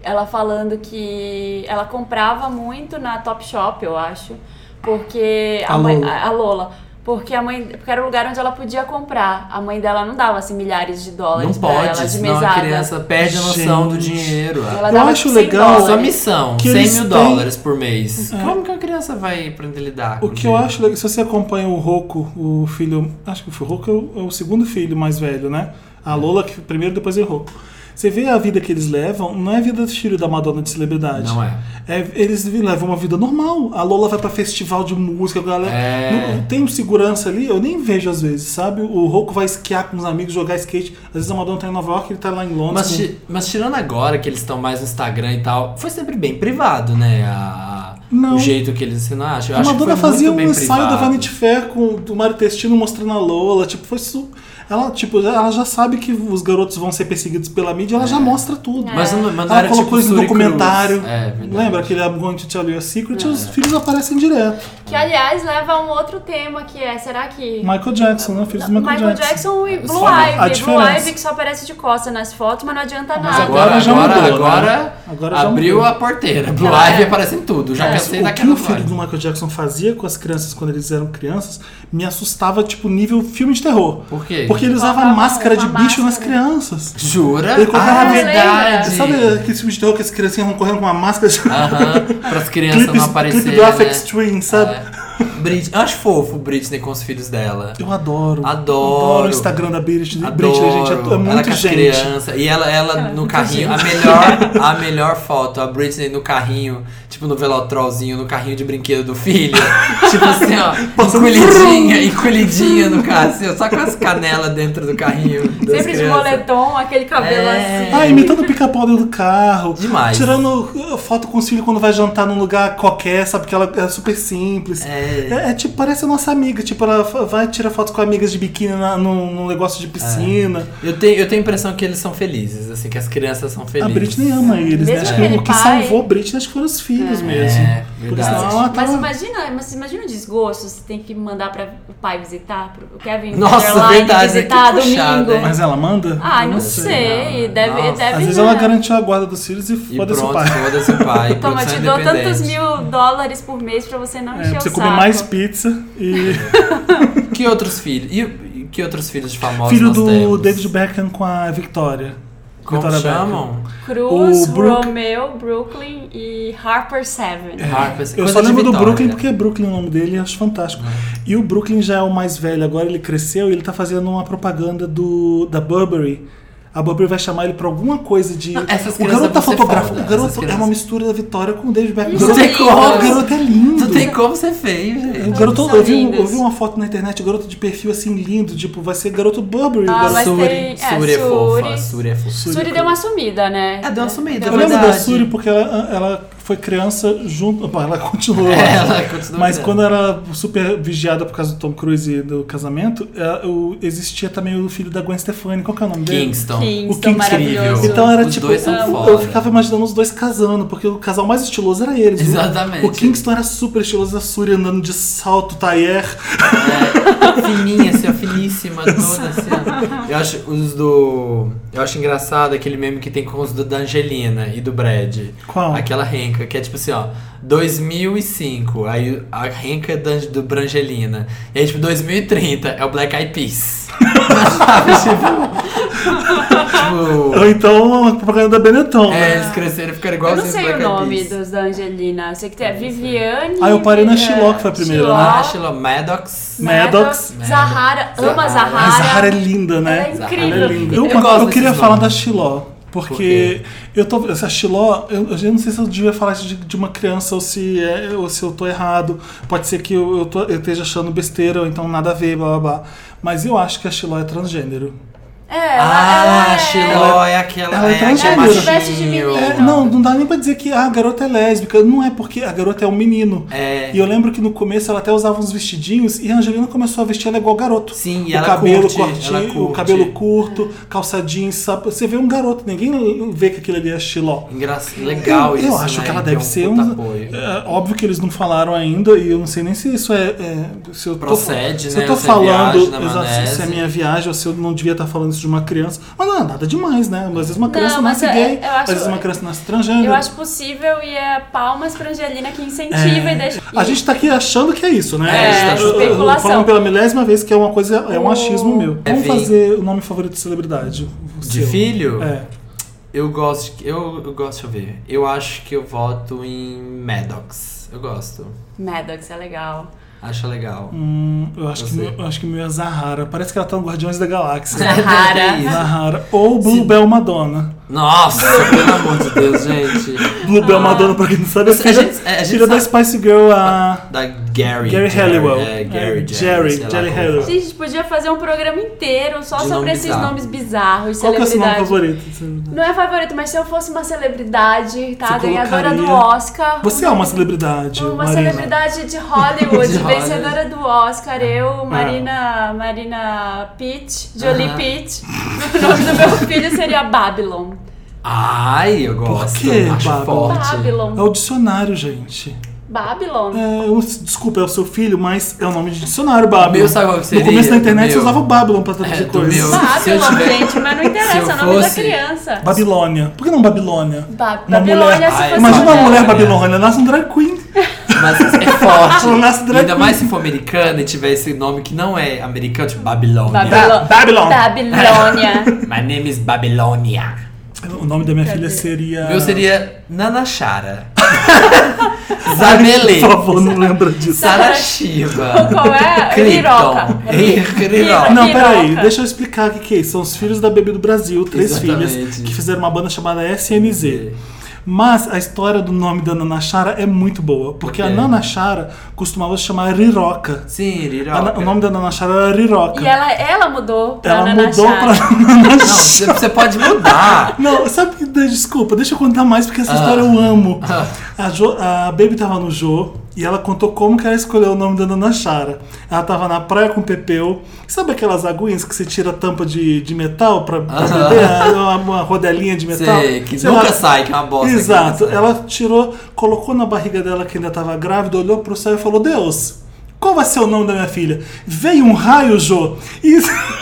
B: ela falando que ela comprava muito na Topshop, eu acho, porque a,
A: A
B: mãe-
A: Lola.
B: a- a Lola, Porque a mãe. Porque era o lugar onde ela podia comprar. A mãe dela não dava assim milhares de
C: Não
B: dólares pra ela
C: pode,
B: de
C: senão
B: mesada.
C: a criança perde a noção do
A: Gente.
C: dinheiro.
B: Ela é
A: Eu
B: dava
A: acho
B: 100
A: legal-
B: dólares.
C: Sua missão,
A: Que
C: 100
A: eles
C: mil
A: têm- É.
C: dólares por mês. Como que a criança vai aprender a lidar com
A: O que eu
C: dinheiro?
A: acho legal, se você acompanha o Roku, o filho. Acho que foi o Roku é o, é o segundo filho mais velho, né? A Lola, que primeiro, depois é o Roku. Você vê a vida que eles levam, não é a vida do estilo da Madonna de celebridade.
C: Não é.
A: É, eles vi- levam uma vida normal. A Lola vai pra festival de música, a galera.
C: É.
A: Não- tem um segurança ali, eu nem vejo às vezes, sabe? O Roku vai esquiar com os amigos, jogar skate. Às vezes a Madonna tá em Nova York, ele tá lá em Londres.
C: Mas,
A: com-
C: ti- mas tirando agora que eles estão mais no Instagram e tal, foi sempre bem privado, né? A- a-
A: Não.
C: O jeito que eles ensinaram. Eu
A: A
C: acho que foi
A: Madonna
C: muito
A: fazia um
C: bem
A: ensaio da
C: privado.
A: Vanity Fair com do Mário Testino mostrando a Lola, tipo, foi su... ela, tipo, já- ela já sabe que os garotos vão ser perseguidos pela mídia, ela já mostra tudo.
C: É. Mas não, mas não
A: Ela
C: era tipo
A: colocou isso no
C: Suri Cruz.
A: documentário.
C: É, verdade.
A: Lembra aquele I'm Going to Tell You a Secret? Os filhos aparecem direto.
B: Que aliás leva a um outro tema que é, será que.
A: Michael Jackson, né? Filhos do Michael,
B: Michael
A: Jackson.
B: Jackson e Blue
C: Só a
B: Ivy. Blue
A: É diferença.
B: Ivy que só aparece de costas nas fotos, mas não adianta
A: Mas
B: nada.
C: Agora,
A: Agora já
C: agora,
A: mudou, né?
C: agora,
A: Agora já
C: abriu
A: mudou.
C: a porteira. Blue
B: Não,
C: Ivy
B: é.
C: aparece em tudo. Já cansei
A: o que
C: daquela
A: o filho
C: Blue
A: do
C: Ivy.
A: Michael Jackson fazia com as crianças quando eles eram crianças me assustava, tipo, nível filme de terror.
C: Por quê?
A: Porque ele usava
B: Colocava
A: máscara de
B: uma
A: bicho nas
B: máscara.
A: crianças.
C: Jura?
A: Ele colocava
C: ah,
A: uma-
C: verdade.
A: Sabe aquele filme de terror que as criancinhas vão correndo com uma máscara?
C: Para as crianças
A: Clipe-
C: não aparecerem.
A: clipe Graphics
C: né?
A: Twin, sabe?
C: É. Brit- Eu acho fofo o Britney com os filhos dela.
A: Eu adoro.
C: Adoro.
A: Adoro o Instagram da Britney. Britney, gente, é, é
C: Adoro. ela
A: muito
C: com as
A: gente.
C: crianças. E ela, ela no carrinho. A melhor, a melhor foto, a Britney no carrinho, tipo no velotrolzinho, no carrinho de brinquedo do filho. tipo assim, ó.
A: Passando- um-
C: Encolhidinha, encolhidinha no carro, assim, ó, só com as canelas dentro do carrinho. das
B: Sempre de
C: crianças.
B: moletom, aquele cabelo
C: É.
B: assim.
A: Ah, imitando o pica-pau dentro do carro.
C: Demais.
A: Tirando uh, foto com os filhos quando vai jantar num lugar qualquer, sabe? Porque ela é super simples.
C: É.
A: É, é tipo, parece a nossa amiga. Tipo, ela fa- vai tirar foto com amigas de biquíni na, num, num negócio de piscina.
C: Eu tenho, eu tenho a impressão que eles são felizes, assim, que as crianças são
A: A
C: felizes.
A: Britney ama eles, né?
B: Mesmo
A: Acho que
B: aquele
A: o que
B: pai-
A: salvou Britney acho que foram os filhos mesmo.
C: É,
A: Porque
C: verdade.
A: senão ela
B: Mas
A: tava...
B: imagina, mas imagina o desgosto, você tem que mandar para o pai visitar, pro o Kevin
C: Nossa,
B: Federline
C: verdade, né?
B: visitar
C: que puxado,
B: domingo.
A: Mas ela manda?
B: Ah, não
C: sei,
B: sei,
C: não.
B: deve,
C: Nossa.
B: deve
A: Às vezes é
B: né?
A: ela garantiu a guarda dos filhos e
C: E
A: foda-se
C: pronto,
A: o pai.
C: foda-se o pai.
B: Toma,
C: produção
B: Então, te dou tantos
C: independente.
B: mil dólares por mês pra você não
A: É,
B: encher
A: pra você
B: o
A: comer
B: saco.
A: mais pizza e
C: Que outros filhos? E e que outros filhos de famosos
A: filho
C: nós
A: do
C: temos?
A: David Beckham com a Victoria.
C: Como
A: Victoria
C: chamam?
B: Cruz,
A: O Brook- É,
B: Romeo, Brooklyn e Harper Seven.
C: Harper,
A: Eu
C: coisa
A: só
C: de
A: lembro do
C: Vitória.
A: Brooklyn porque é Brooklyn o nome dele, eu acho fantástico. E o Brooklyn já é o mais velho, agora ele cresceu e ele tá fazendo uma propaganda do da Burberry. A Burberry vai chamar ele pra alguma coisa de.
C: Não, essas
A: o
C: crianças
A: garoto tá
C: vão ser
A: fotográfico.
C: foda,
A: O garoto
C: essas
A: é
C: crianças.
A: uma mistura da Vitória com o David Beckham. O
B: Isso
A: garoto,
B: é
A: o
B: igual.
A: garoto é lindo.
C: Não tem como ser feio, gente.
A: O garoto,
B: São
A: eu, vi, um-
B: lindos.
A: eu vi uma foto na internet, garoto de perfil assim lindo, tipo, vai ser garoto Burberry.
B: Ah,
A: garoto-
B: mas
C: Suri,
B: tem- é,
C: Suri é
B: Suri.
C: fofa, Suri é fofa.
B: Suri deu uma sumida, né?
C: É, deu uma sumida,
B: Deu
A: Eu
B: uma-
A: lembro da
C: Verdade.
A: Suri porque ela, ela foi criança junto. Bom, ela continuou.
C: É, ela continua
A: mas
C: criança.
A: quando era super vigiada por causa do Tom Cruise e do casamento, é, o- existia também o filho da Gwen Stefani. Qual que é o nome dele?
C: Kingston.
B: Kingston,
A: O Kingston.
B: maravilhoso.
A: Então era
C: Os
A: tipo,
C: dois são
A: eu,
C: foda.
A: eu ficava imaginando os dois casando, porque o casal mais estiloso era eles. O-
C: Exatamente.
A: O Kingston era super estiloso, a Suri andando de salto, taier.
C: É, fininha, assim, ó, finíssima, toda assim. ó. Eu acho os do. Eu acho engraçado aquele meme que tem com os do, da Angelina e do Brad.
A: Qual?
C: Aquela renca, que é tipo assim, ó. 2005, aí a renca da, do Brangelina. E aí, tipo, 2030 é o Black Eyed Peas. Sabe, tipo. tipo
A: Ou então a propaganda da Benetton.
C: é,
A: né?
C: eles cresceram e ficaram
B: Eu
C: igualzinho
B: não sei o
C: Black Eyed
B: nome
C: Peas.
B: dos da Angelina. Eu sei que tem a Viviane.
A: Ah, eu parei na
B: é,
A: Shiloh, que foi a primeira, né?
B: Shiloh,
C: Ah, Shiloh Maddox.
A: Maddox.
B: Zahara. Ama
C: Zahara.
A: A
B: Zahara.
A: Zahara é linda, né?
B: Ela é incrível.
C: Ela é linda.
A: Eu,
C: Eu
A: mas
C: gosto
A: eu queria
C: desses
A: falar
C: nomes.
A: da Shiló.
C: Por quê?
A: Porque eu tô. Essa Shiló, eu, eu já não sei se eu devia falar isso de, de uma criança ou se, é- ou se eu tô errado. Pode ser que eu, eu, tô- eu esteja achando besteira ou então nada a ver, blá blá blá. Mas eu acho que a Shiló é transgênero.
B: É, ela,
C: Ah,
B: ela é...
C: Shiloh é aquela.
A: ela é
C: é, aquele
A: transgênero.
C: machinho.
B: Ela se veste de menino.
A: É, não, não dá nem pra dizer que ah, a garota é lésbica. Não é porque a garota é um menino.
C: É.
A: E eu lembro que no começo ela até usava uns vestidinhos e a Angelina começou a vestir ela igual garoto.
C: Sim, e
A: o
C: ela
A: cabelo
C: curte,
A: curtinho,
C: ela
A: o
C: curte.
A: cabelo curto, calça jeans, sabe? Você vê um garoto, ninguém vê que aquilo ali é Shiló.
C: Engraçado, legal
A: eu,
C: isso.
A: Eu acho
C: né?
A: que ela
C: Tem
A: deve
C: um
A: ser
C: puta
A: um.
C: apoio.
A: é, óbvio que eles não falaram ainda, e eu não sei nem se isso é. é, se eu tô,
C: Procede,
A: se
C: né,
A: eu tô
C: se é viagem
A: falando
C: da
A: exato, se- se é
C: maionese.
A: minha viagem ou se eu não devia estar falando isso de uma criança. Mas não, nada demais, né? Às vezes uma criança
B: mas
A: nasce
B: eu-
A: gay,
B: eu acho-
A: às vezes uma criança nasce transgênero.
B: Eu acho possível e é palmas pra Angelina que incentiva e deixa.
A: A gente tá aqui achando que é isso, né?
B: É,
A: A gente tá- eu- eu-
B: especulação.
A: Falando pela milésima vez que é uma coisa, é um achismo meu.
C: É,
A: Vamos
C: vem.
A: fazer o nome favorito de celebridade. o
C: De
A: seu.
C: filho?
A: É.
C: Eu gosto. de- Eu, eu gosto, deixa eu ver. Eu acho que eu voto em Maddox. Eu gosto.
B: Maddox é legal.
C: Acho legal.
A: Hum, eu acho que
C: Você.
A: eu acho que o meu é Zahara. Parece que ela tá no Guardiões da Galáxia.
B: Zahara.
A: Zahara. Ou Bluebell Madonna.
C: Nossa, pelo amor de Deus, gente.
A: Bluebell Madonna, pra quem não sabe, é
C: Ah. A
A: filha,
C: gente- a gente
A: filha da Spice Girl, a
C: Da Gary.
A: Gary Halliwell.
C: É, Gary
A: É,
C: Jerry.
A: Jerry,
C: sei lá
A: Jerry
C: como
A: Halliwell.
C: fala.
B: Gente, a gente podia fazer um programa inteiro só
C: De
B: sobre
C: nome
B: esses
C: bizarro.
B: nomes bizarros,
A: Qual que é o seu nome
B: celebridades.
A: favorito? de celebridade?
B: Não é favorito, mas se eu fosse uma celebridade, tá?
A: Você
B: Ganhadora
A: colocaria-
B: do Oscar.
A: Você é uma celebridade,
B: Uma
A: Marina.
B: celebridade de Hollywood,
C: De Hollywood.
B: vencedora do Oscar,
A: Ah,
B: eu, Marina, Marina Pitt, Jolie
C: Aham.
B: Pitt. O nome do meu filho seria Babylon.
C: Ai, eu gosto.
A: quê,
C: Acho
A: Pablo?
C: forte.
B: Ah,
A: É
B: Babylon.
A: o dicionário, gente.
B: Babylon.
A: É, eu- desculpa, é o seu filho, mas é o nome de dicionário, Babylon.
C: O meu sabe qual que seria?
A: No começo da internet
C: O
A: você
C: meu.
A: usava Babylon pra traduzir
C: É, do
A: coisas.
C: meu. se eu
B: Babylon,
C: tiver-
B: gente, mas não interessa,
C: se
B: é
C: eu
B: o nome da
C: fosse-
B: criança.
A: Babilônia. Por que não Babilônia?
B: Ba-
A: Uma
B: Babilônia,
A: mulher.
B: se
C: Ai,
B: fosse
A: Imagina uma
C: Babilônia.
A: mulher babilônia, nasce um drag queen.
C: Mas é forte.
A: Ela nasce drag
C: Ainda
A: queen.
C: mais se for americana e tiver esse nome que não é americano, tipo Babilônia.
B: Babylon-
A: Babylon.
B: Babilônia.
C: My name is Babilônia.
A: O nome da minha filha seria.
C: O meu seria Nanachara. Zabelê.
A: Por favor, não lembra disso.
C: Sara Shiva.
B: Qual é?
C: Krypton.
B: Riroca.
C: Riroca.
A: Não,
B: Piroca.
A: peraí, deixa eu explicar o que, que é isso. São os filhos da Bebê do Brasil, três
C: Exatamente.
A: filhas, que fizeram uma banda chamada SNZ. Mas a história do nome da Nana Chara é muito boa, porque a
C: Ok.
A: Nana Chara costumava se chamar Riroca.
C: Sim,
A: A na-
C: Riroca.
A: Ah, o nome da Nana Chara era Riroca.
B: E ela, ela mudou pra
A: Ela
B: Nana
A: mudou
B: Chara.
A: pra Nana
C: Não,
A: Chara.
C: você você pode mudar.
A: Não, sabe, que- desculpa, deixa eu contar mais porque essa
C: Ah.
A: história eu amo. A, jo, a Baby tava no Jô e ela contou como que ela escolheu o nome da Nana Chara. Ela tava na praia com o Pepeu. Sabe aquelas aguinhas que você tira a tampa de, de metal pra, pra
C: Aham.
A: beber? Ah, Uma, uma rodelinha de metal?
C: Sei, que
A: Tá. Sei
C: nunca
A: lá.
C: sai, que é uma bosta. que
A: Exato.
C: nunca sai.
A: Ela tirou, colocou na barriga dela que ainda tava grávida, olhou pro céu e falou: Deus, qual vai ser o nome da minha filha? Veio um raio, Jô. E...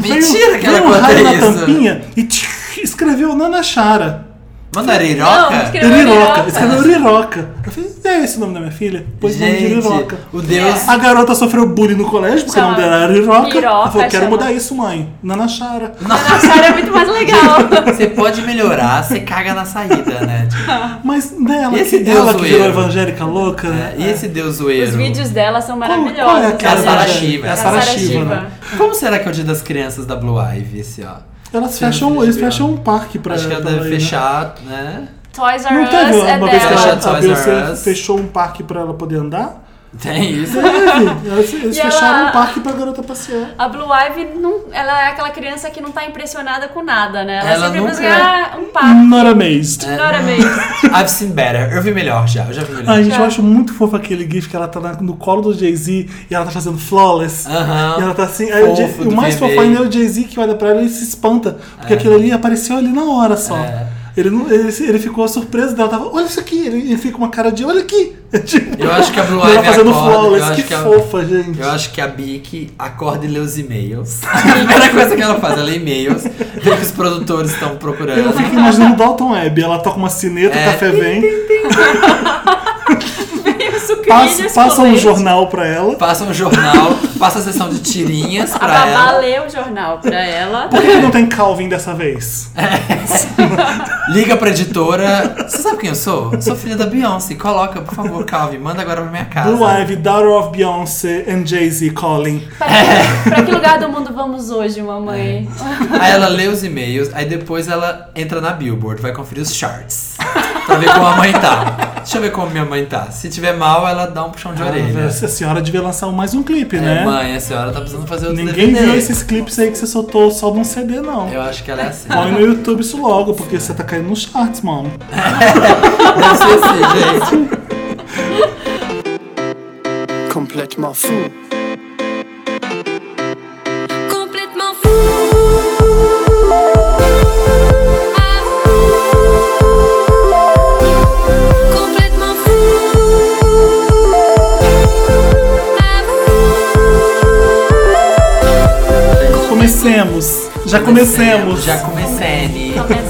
C: Mentira
A: veio,
C: que ela
A: veio um
C: conta
A: raio na
C: isso.
A: tampinha e tch, escreveu Nana Chara.
C: Manda
B: Não,
C: Riroca?
B: escreveu
A: Riroca.
B: Riroca.
A: Escreveu Riroca. Eu falei, é esse o nome da minha filha? Pois nome de
C: Gente,
A: Riroca.
C: o Deus.
A: A garota sofreu bullying no colégio porque o
B: Chama
A: nome dela era Riroca.
B: Riroca,
A: Ela falou, quero
B: chama-
A: mudar isso, mãe. Nana Chara.
B: Nana Chara é muito mais legal.
C: Você pode melhorar, você caga na saída, né? Tipo,
A: Mas né, ela,
C: E esse
A: que,
C: Deus
A: ela que virou
C: zoeiro?
A: evangélica louca. né?
C: é, e esse Deus
B: Os
C: zoeiro?
B: vídeos dela são
A: Qual-
B: maravilhosos.
A: Qual é aquela?
C: É a Sara
B: né?
C: Shiva.
A: É a
C: É a
A: Sara
B: Sara
A: Shiva,
B: Shiva.
A: né?
C: Como será que é o dia das crianças da Blue Ivy esse ó?
A: Elas
C: Sim,
A: fecham,
C: sim,
A: eles
C: sim.
A: fecham um parque pra
C: Acho que ela
A: pra
C: deve
A: ir, né?
C: fechar, né?
B: Toys R
A: Não
B: Us
A: teve
B: é
A: uma vez que
C: Ela
B: dela.
C: já
A: ela, a
C: Toys R
A: Beyoncé
C: Us.
A: fechou um parque pra ela poder andar?
C: Tem isso.
A: Teve. Elas- Eles
B: E
A: fecharam
B: ela-
A: um parque pra garota passear.
B: A Blue Ivy, não, ela é aquela criança que não tá impressionada com nada, né? Ela,
C: Ela
B: sempre
C: nunca- é.
B: busca ah, um par.
A: Not amazed.
B: Nora mesmo.
C: I've seen better. Eu vi melhor já. Eu já vi melhor.
A: Ai, gente, eu
B: Já.
A: acho muito fofo aquele gif que ela tá na- no colo do Jay-Z e ela tá fazendo flawless.
C: Aham.
A: E ela tá assim. aí o, Jay-
C: Fofo do
A: o mais
C: bebê.
A: fofo ainda é o Jay-Z que olha pra ela e se espanta. Porque aquilo ali apareceu ali na hora só.
C: É.
A: Ele, não- ele, ele ficou surpreso dela, tava, olha isso aqui, ele, ele fica com uma cara de, olha aqui! Tipo,
C: Eu acho que a Blue
A: ela
C: Ivy
A: fazendo
C: acorda, eu
A: flawless,
C: acho
A: que,
C: que a-
A: fofa, gente.
C: Eu acho que a Bic acorda e lê os e-mails. A primeira coisa que ela faz, ela lê e-mails, vê que os produtores estão
A: Eu
C: procurando.
A: fico imaginando Dalton Web. Ela toca uma sineta,
C: um É.
A: o café vem, passa,
B: Sucrilhos,
A: passa um
B: coletes.
A: jornal pra ela.
C: Passa um jornal, passa a sessão de tirinhas
B: A
C: pra
B: babá
C: ela.
B: lê o jornal pra ela.
A: Por que que não tem Calvin dessa vez?
C: É. Liga pra editora. Você sabe quem eu sou? Eu Sou filha da Beyoncé. Coloca, por favor, Calvin, manda agora pra minha casa.
A: Blue Ivy, Daughter of Beyoncé and Jay-Z calling.
B: Pra que, pra que lugar do mundo vamos hoje, mamãe?
C: Aí ela lê os e-mails, aí depois ela entra na Billboard, vai conferir os charts. Pra ver como a mãe tá. Deixa eu ver como minha mãe tá. Se tiver mal, ela dá um
A: Ah,
C: puxão de orelha.
A: A senhora devia lançar mais um clipe,
C: É,
A: é assim, né?
C: mãe, a senhora tá precisando fazer outro
A: Ninguém
C: DVD.
A: viu esses clipes aí que você soltou só num CD, não.
C: Eu acho que ela é assim.
A: Põe no YouTube isso logo, porque você tá caindo nos charts, mano.
C: Deve ser assim, gente.
D: Complètement fou.
E: Complètement fou. Ah, ouh. Complètement fou. Ah, ouh.
A: comecemos. Já comecemos.
C: Já comecei.
B: Começando,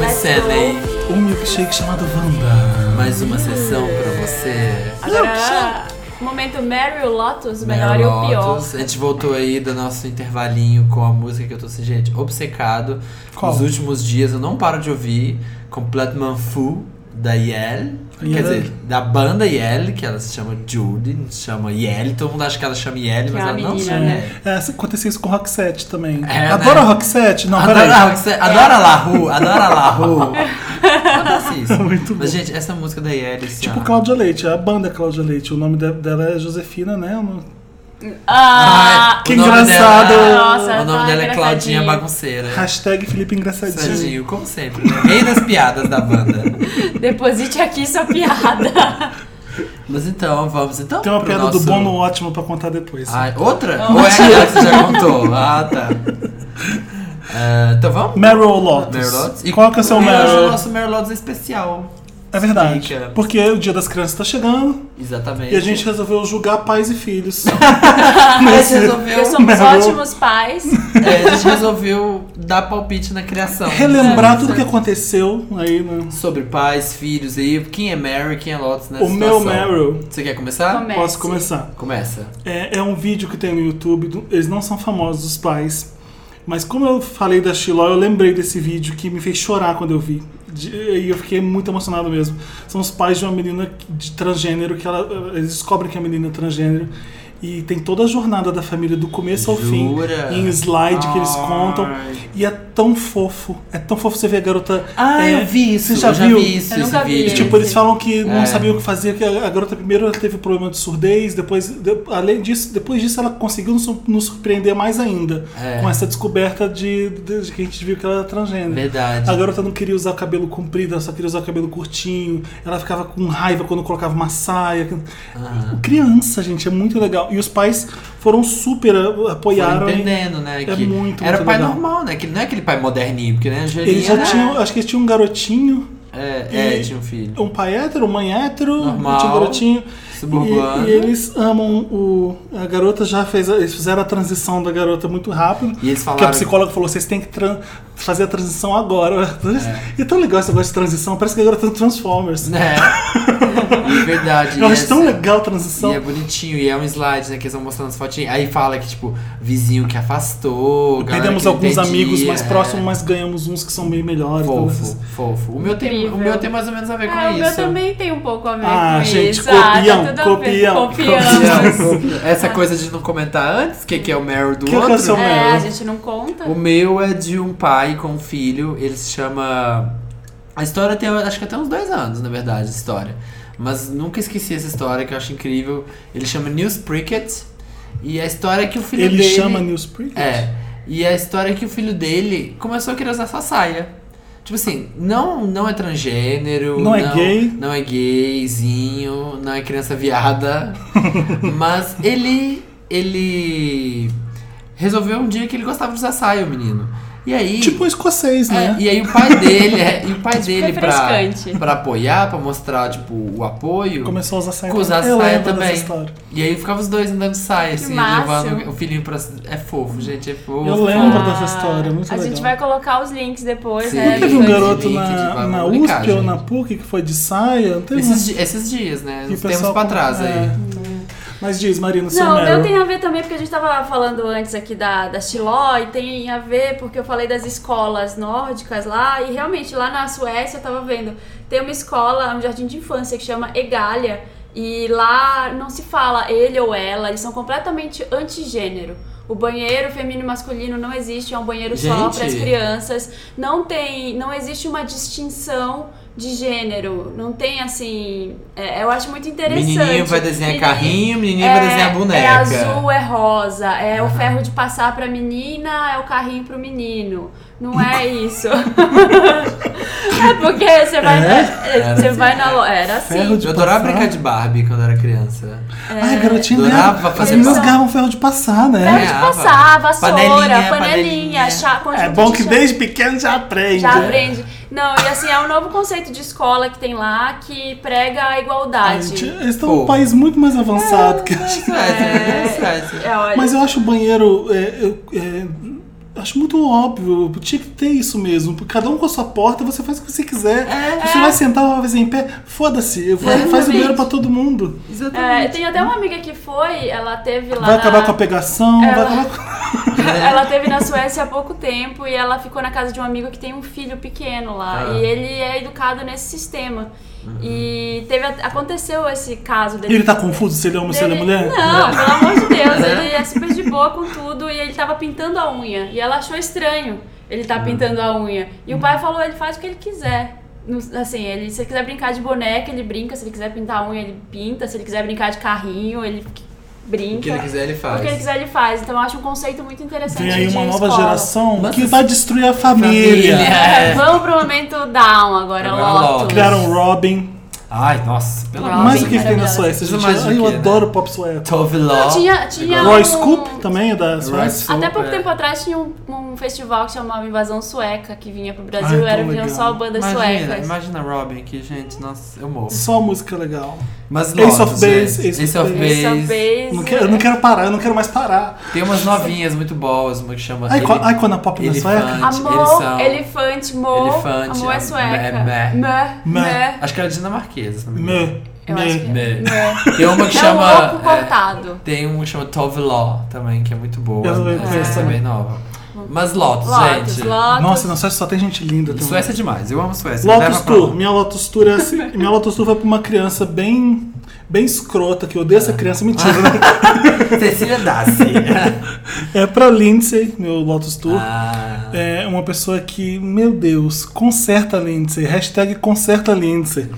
B: let's
C: É. Começando, hein?
B: go.
A: Um milkshake chamado Wanda.
C: Mais uma sessão pra você.
B: Agora, momento Mary ou Lotus, melhor
C: Mel
B: e o pior.
C: É, Lotus. A gente voltou aí do nosso intervalinho com a música que eu tô assim, gente, obcecado.
A: Qual?
C: Nos últimos dias eu não paro de ouvir Complètement Fou, da Yel. Quer
A: Yel.
C: dizer, da banda Yel, que ela se chama Judy, se chama Yel. Todo mundo acha que ela chama Yel,
B: Que
C: mas
B: é uma
C: ela não
B: menina,
C: chama
B: né?
C: Yel.
A: É, aconteceu isso com Roxette também.
C: É,
A: adora
C: né?
A: Roxette? Não, peraí.
C: Adora, ah, você- adora La Rue, adora La Rue. Acontece isso.
A: Muito
C: Mas, gente, essa música da Yel, assim,
A: Tipo
C: ó.
A: Cláudia Leite, a banda Cláudia Leite. O nome de- dela é Josefina, né? Eu não-
B: Ah,
C: Ai,
A: que
C: o nome
A: engraçado.
C: dela-
B: Nossa,
C: o nome
B: tá
C: dela é Claudinha
B: engraçadinho.
C: Bagunceira.
A: Hashtag Felipe Engraçadinho.
C: Sadinho, como sempre, né? Rei das piadas da banda.
B: deposite aqui sua piada.
C: Mas então, vamos então.
A: Tem uma
C: pro
A: piada
C: nosso...
A: do Bono ótimo pra contar depois.
C: Ai, outra? Ou é aquela que você já contou? Ah, tá. Ah, então vamos?
A: Meryl Lotus.
C: Meryl Lotus? E
A: Qual que é o seu
C: hoje
A: Meryl?
C: O nosso Meryl Lotus é especial.
A: É verdade.
C: Explica.
A: Porque o Dia das Crianças tá chegando
C: Exatamente.
A: e a gente resolveu julgar pais e filhos.
C: a gente
B: Porque
C: resolveu,
B: somos
A: Meryl.
B: ótimos pais.
C: é, a gente resolveu dar palpite na criação.
A: Relembrar tudo que aconteceu aí, né?
C: Sobre pais, filhos aí. Quem é Mary, quem é Lotus nessa
A: O meu
C: situação.
A: Meryl.
C: Você quer começar?
B: Come-
A: Posso
B: Comece.
A: começar?
C: Começa.
A: É, é um vídeo que tem no YouTube, do- eles não são famosos, os pais. Mas como eu falei da Shiló, eu lembrei desse vídeo que me fez chorar quando eu vi. De- E eu fiquei muito emocionado mesmo. São os pais de uma menina de transgênero, que ela- eles descobrem que a menina é transgênero. E tem toda a jornada da família, do começo ao fim.
C: Jura?
A: Em slide que eles contam.
C: Ai.
A: E é tão fofo. É tão fofo você ver a garota.
C: Ah,
A: é,
C: eu vi isso.
A: Você já
C: eu
A: viu?
C: já vi isso,
B: Eu
C: esse
B: nunca vi
C: vídeo.
B: esse.
A: Tipo, eles falam que não
C: É.
A: sabiam o que fazer, que a a garota primeiro ela teve problema de surdez, depois, de- além disso, depois disso ela conseguiu nos, sur- nos surpreender mais ainda
C: É.
A: com essa descoberta de, de- de que a gente viu que ela era transgênero.
C: Verdade.
A: A garota não queria usar cabelo comprido, ela só queria usar cabelo curtinho. Ela ficava com raiva quando colocava uma saia.
C: Ah.
A: Criança, gente, é muito legal. E os pais foram super a- apoiaram.
C: Foram
A: hein?
C: entendendo, né?
A: É
C: que
A: muito,
C: era
A: muito
C: pai
A: legal.
C: normal, né? Que não é aquele pai moderninho, porque né, Angelina
A: Eles já
C: era-
A: tinham, acho que eles tinham um garotinho,
C: É, é,
A: E-
C: tinha um filho.
A: um pai hétero, mãe hétero,
C: Normal.
A: tinha um garotinho.
C: Suburbano.
A: E, e eles amam o. A garota já fez. a- Eles fizeram a transição da garota muito rápido.
C: E eles
A: Porque a
C: falaram-
A: psicóloga falou: vocês têm que tran- fazer a transição agora. E é tão legal esse negócio de transição, parece que a garota é um Transformers.
C: Né? É verdade.
A: Eu
C: e
A: acho tão
C: essa-
A: legal a
C: E
A: transição.
C: é bonitinho, e é um slide, né? Que eles vão mostrando as fotinhas. Aí fala que, tipo, vizinho que afastou. galera
A: Perdemos
C: que não
A: alguns
C: entendia,
A: amigos mais
C: é.
A: próximos, mas ganhamos uns que são bem melhores.
C: Fofo, fofo. O meu, tem, o
B: Incrível.
C: meu tem mais ou menos a ver com
B: Ah, o
C: isso.
B: meu também tem um pouco a ver
A: Ah,
B: com
A: gente,
B: isso. Ah,
A: copiam,
B: tá tudo a ver.
A: copiam,
B: Copiamos.
C: Essa coisa de não comentar antes, o que, que é o Meryl do
A: Que que é o
C: outro.
A: seu
B: É,
A: Meryl?
B: a gente não conta.
C: O meu é de um pai com um filho, ele se chama. A história tem, acho que até uns dois anos, na verdade, a história. Mas nunca esqueci essa história que eu acho incrível. Ele chama News Prickett. E a história é que o filho
A: Ele
C: dele.
A: chama Newsprint.
C: É. E a história é que o filho dele começou a querer usar sua saia. Tipo assim, não, não é transgênero.
A: Não é gay.
C: Não é gayzinho, não é criança viada. mas ele. Ele. Resolveu um dia que ele gostava de usar saia, o menino. E aí.
A: Tipo um escocês,
C: É,
A: né?
C: e aí o pai dele, é, e o pai dele pra,
B: Tipo refrescante.
C: pra apoiar, pra mostrar, tipo, o apoio.
A: Começou a usar saia.
C: Usar
A: também. Eu
C: saia
A: lembro
C: também.
A: dessa história.
C: E aí ficava os dois andando de saia,
B: Que
C: assim,
B: máximo.
C: levando o filhinho pra. É fofo, gente, é fofo.
A: Eu lembro
B: Ah,
A: dessa história, é muito
B: A
A: legal.
B: gente vai colocar os links depois,
C: Sim.
B: né?
A: Teve um
C: Foi
A: garoto
C: link de
A: na,
C: vai
A: na
C: publicar,
A: USP ou
C: gente.
A: na PUC que foi de saia, não teve
C: Esses, di- esses dias, né? Uns
A: E o
C: tempos
A: pessoal
C: pra
A: com-
C: trás
A: é.
C: aí.
A: Mas diz, Marina, seu
B: Não, o
A: Meryl.
B: meu tem a ver também, porque a gente tava falando antes aqui da, da Chiló, e tem a ver porque eu falei das escolas nórdicas lá, e realmente lá na Suécia eu tava vendo, tem uma escola, um jardim de infância que chama Egalha, e lá não se fala ele ou ela, eles são completamente antigênero. O banheiro feminino e masculino não existe, é um banheiro só
C: Gente.
B: para as crianças. Não tem, não existe uma distinção de gênero. Não tem assim, é, eu acho muito interessante.
C: Menininho vai desenhar
B: Menininho-
C: carrinho, menininho vai desenhar boneca.
B: é azul, é rosa, é o ferro de passar pra menina, é o carrinho pro menino. Não é isso. é porque você vai,
C: Era
B: você
C: assim.
B: vai na loja. Era
A: Ferro
B: assim.
A: de
C: Eu adorava
A: passar.
C: brincar de Barbie quando era criança.
A: Ai,
B: é,
A: garotinho,
C: Adorava
A: né?
C: fazer
A: Eles
C: passar.
A: garram ferro de passar,
B: Ferro
A: né?
B: de
C: ganhava.
B: passar, vassoura,
C: Panelinha,
B: panelinha,
C: panelinha.
B: chá,
A: É,
B: conjunto
A: bom
B: de
A: que né?
B: chá.
A: desde pequeno já aprende.
B: Já aprende. Não, e assim, é um novo conceito de escola que tem lá que prega
A: Ah,
B: a
A: A
B: igualdade.
A: gente- Eles estão
C: Pô.
A: num país muito mais avançado que a gente.
C: É,
B: É, olha,
A: Mas eu acho o banheiro. é, eu- é, acho muito óbvio. Tinha que ter isso mesmo. Cada um com a sua porta, você faz o que você quiser.
B: É,
A: você vai sentar uma vez em pé, foda-se. eu vou- Faz o banheiro pra todo mundo.
B: é, tem até uma amiga que foi, ela teve lá. É.
A: Vai acabar
B: na-
A: com a pegação,
B: Ela-
A: vai acabar com.
B: Ela teve na Suécia há pouco tempo e ela ficou na casa de um amigo que tem um filho pequeno lá.
C: Ah.
B: E ele é educado nesse sistema. E teve, aconteceu esse caso dele.
A: Ele tá confuso se ele é homem ou se ele é
B: Ele-
A: mulher?
B: Não, pelo amor de Deus, ele é super de boa com tudo e ele tava pintando a unha. E ela achou estranho ele tá pintando a unha. E o pai falou: ele faz o que ele quiser. No- Assim, ele, se ele quiser brincar de boneca, ele brinca. Se ele quiser pintar a unha, ele pinta. Se ele quiser brincar de carrinho, ele brinca.
C: O que ele quiser, ele faz.
B: O que ele quiser, ele faz. Então eu acho um conceito muito interessante.
A: Tem aí
B: de
A: uma nova
B: escola.
A: geração
C: Mas
A: que
C: isso-
A: vai destruir a família.
C: Família.
B: É, Vamos pro momento down
C: Agora,
B: agora,
C: é
B: Lotus.
C: Lotus.
A: Criaram o Robin.
C: Ai, nossa, pelo
B: Robin.
C: amor
A: Mas o que, que tem na
B: maravilhosa.
A: Suécia?
C: Precisa
A: Gente,
C: mais do
A: eu
C: que, né?
A: adoro pop sueco.
C: Tove
B: Não,
C: Law.
B: tinha, tinha um...
A: Royce Coop também é da Suécia.
C: Royce
B: Até pouco
C: é.
B: tempo atrás tinha um, um festival que chamava Invasão Sueca, que vinha pro Brasil,
A: Ai,
B: era
A: tão
B: vinham
A: legal.
B: só bandas
C: Imagina,
B: suecas.
C: imagina Robin aqui, gente. Nossa, eu morro.
A: Só música legal.
C: Mas
A: Ace
C: Lotus,
A: of Base,
C: gente.
A: Ace of
B: Ace of Base.
A: Não quero- é? eu não quero parar, eu não quero mais parar.
C: Tem umas novinhas muito boas, uma que chama.
A: Ai,
C: Ele-
A: co- ai, quando a pop na
C: Ele
A: Suéca.
C: fala- Eles são-
B: Amor, elefante, mo,
C: Elefante,
B: amor é
C: é-
B: sueca.
C: mé, mé.
A: Mé.
B: mé.
C: Acho que era dinamarquesa. se não me engano.
A: Me,
B: Eu acho que
A: me.
B: é.
C: Mé.
B: mé.
C: Tem uma que
B: É um
C: chama.
B: ovo
C: é,
B: cortado.
C: tem uma que chama Tove Law também, que é muito boa.
A: Eu também
C: Essa
A: conheço né?
C: é bem nova. Mas Lotus,
B: Lotus,
C: É. gente.
B: Lotus.
A: Nossa, na Suécia só tem gente linda. Também.
C: Suécia é demais, eu amo Suécia. me
A: Lotus
C: leva pra
A: Tour.
C: lá.
A: Minha Lotus Tour é assim. Minha Lotus Tour vai pra uma criança bem. Bem escrota, que eu odeio
C: Ah.
A: essa criança, mentira, né?
C: Cecília Dassi.
A: É pra Lindsay, meu Lotus Tour.
C: ah,
A: É uma pessoa que, meu Deus, conserta a Lindsay. Hashtag conserta a Lindsay.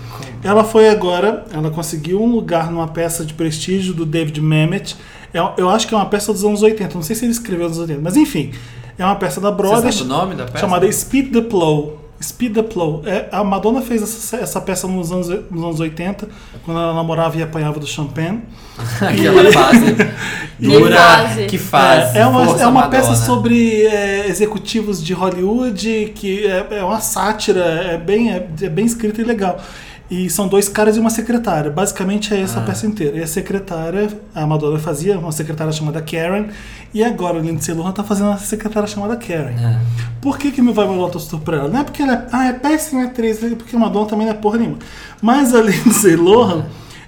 A: Ela foi agora, ela conseguiu um lugar numa peça de prestígio do David Mamet. Eu, eu acho que é uma peça dos anos 80, não sei se ele escreveu nos anos 80, mas enfim. É uma peça da
C: você
A: Broadway
C: sabe o nome da peça?
A: chamada Speed the Plow. Speed the Plow. É, a Madonna fez essa, essa peça nos anos, nos anos 80, quando ela namorava e apanhava do champanhe.
C: Aquela é fase. Dura,
B: fase.
C: que fase.
A: É, é uma,
C: força
A: é uma
C: Madonna.
A: peça sobre é, executivos de Hollywood, que é, é uma sátira, é bem, é, é bem escrita e legal. E são dois caras e uma secretária. Basicamente é essa
C: Ah.
A: a peça inteira. E a secretária, a Madonna fazia, uma secretária chamada Karen. E agora o Lindsay Lohan tá fazendo uma secretária chamada Karen.
C: É.
A: Por que, que me vai rolar Lotus Tour pra ela? Não é porque ela é, ah, é péssima atriz, porque a Madonna também não é porra nenhuma. Mas a Lindsay Lohan,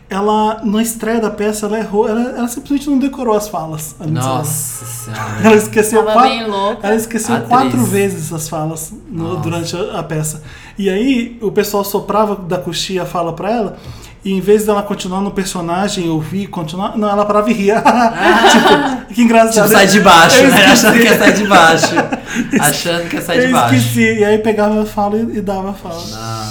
A: ela, na estreia da peça, ela errou, ela, ela simplesmente não decorou as falas. A Lindsay Lohan.
C: Nossa senhora.
A: Ela esqueceu,
B: Tava
A: quatro,
B: bem louca.
A: ela esqueceu
C: Atriz.
A: quatro vezes as falas no-
C: Nossa.
A: durante a, a peça. E aí o pessoal soprava da coxia a fala pra ela, e em vez dela continuar no personagem, ouvir, continuar. Não, ela parava e ria. tipo, que engraçado.
C: Tipo, sai de baixo,
A: Eu
C: né?
A: esqueci.
C: Achando que é sair de baixo. Achando que é sair de
A: Eu
C: baixo.
A: esqueci. E aí pegava a fala e, e dava a fala.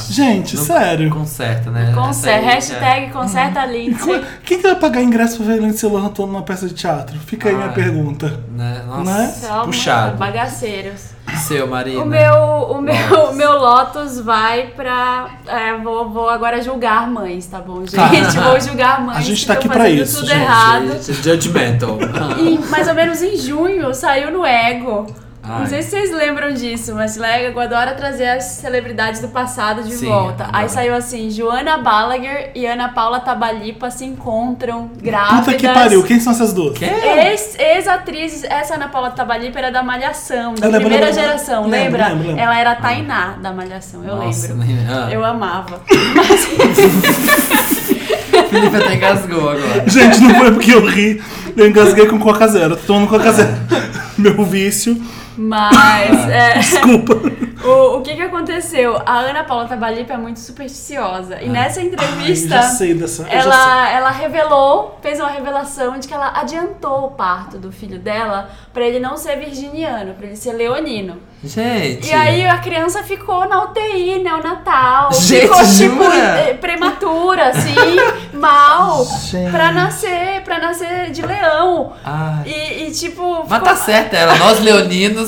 A: Gente,
C: Não
A: sério.
C: Conserta, né?
B: Conser,
C: Essa aí,
B: hashtag conserta a Lindsay.
A: Quem que vai pagar ingresso pra ver Lindsay Lohan atuando numa peça de teatro? Fica aí
C: Ah,
A: minha
C: é.
A: pergunta.
C: é, Né?
A: Né?
B: Calma,
C: Nossa, puxado.
B: Bagaceiros.
C: Seu, Marina.
B: O meu, o meu, o meu Lotus vai pra. é, vou, vou agora julgar mães, tá bom, gente?
A: Tá.
B: Vou julgar mães.
A: A gente
B: que
A: tá
B: tão
A: aqui pra
B: fazendo
A: isso,
B: tudo
A: gente.
B: errado.
C: Gente, Judgmental.
B: E mais ou menos em junho saiu no Ego. Não
C: Ai.
B: sei se vocês lembram disso, mas o Ego adora trazer as celebridades do passado de
C: Sim,
B: volta. Aí
C: adoro.
B: saiu assim: Joana Balaguer e Ana Paula Tabalipa se encontram grávidas.
A: Puta que pariu, quem são essas duas?
C: Quê?
B: Ex- Ex-atrizes, essa Ana Paula Tabalipa era da Malhação, da
A: Eu lembro, lembro,
B: primeira
A: lembro.
B: geração,
A: Lembro,
B: lembra?
A: lembro, Ah. lembro.
B: Ela era a Tainá da Malhação, eu
C: Nossa,
B: lembro.
C: nem-
A: né?
C: ah.
B: Eu amava.
C: Felipe até engasgou agora.
A: Gente, não foi porque eu ri, eu engasguei com Coca Zero. Tô tomando Coca Zero. Meu vício.
B: Mas. é,
A: Ah, Desculpa.
B: o, o que que aconteceu? A Ana Paula Tabalipa é muito supersticiosa. E nessa entrevista.
A: Ah. Ai, já sei dessa. eu já sei.
B: Ela, ela revelou, fez uma revelação de que ela adiantou o parto do filho dela pra ele não ser virginiano, pra ele ser leonino.
C: Gente.
B: E aí a criança ficou na UTI, neonatal.
C: Gente,
B: ficou, tipo,
C: jura?
B: eh, prematura, assim, mal.
A: Gente.
B: Pra nascer, pra nascer de leão.
C: Ai.
B: E, e, tipo.
C: Ah, Mas tá
B: ficou-
C: certa ela. Nós leoninos.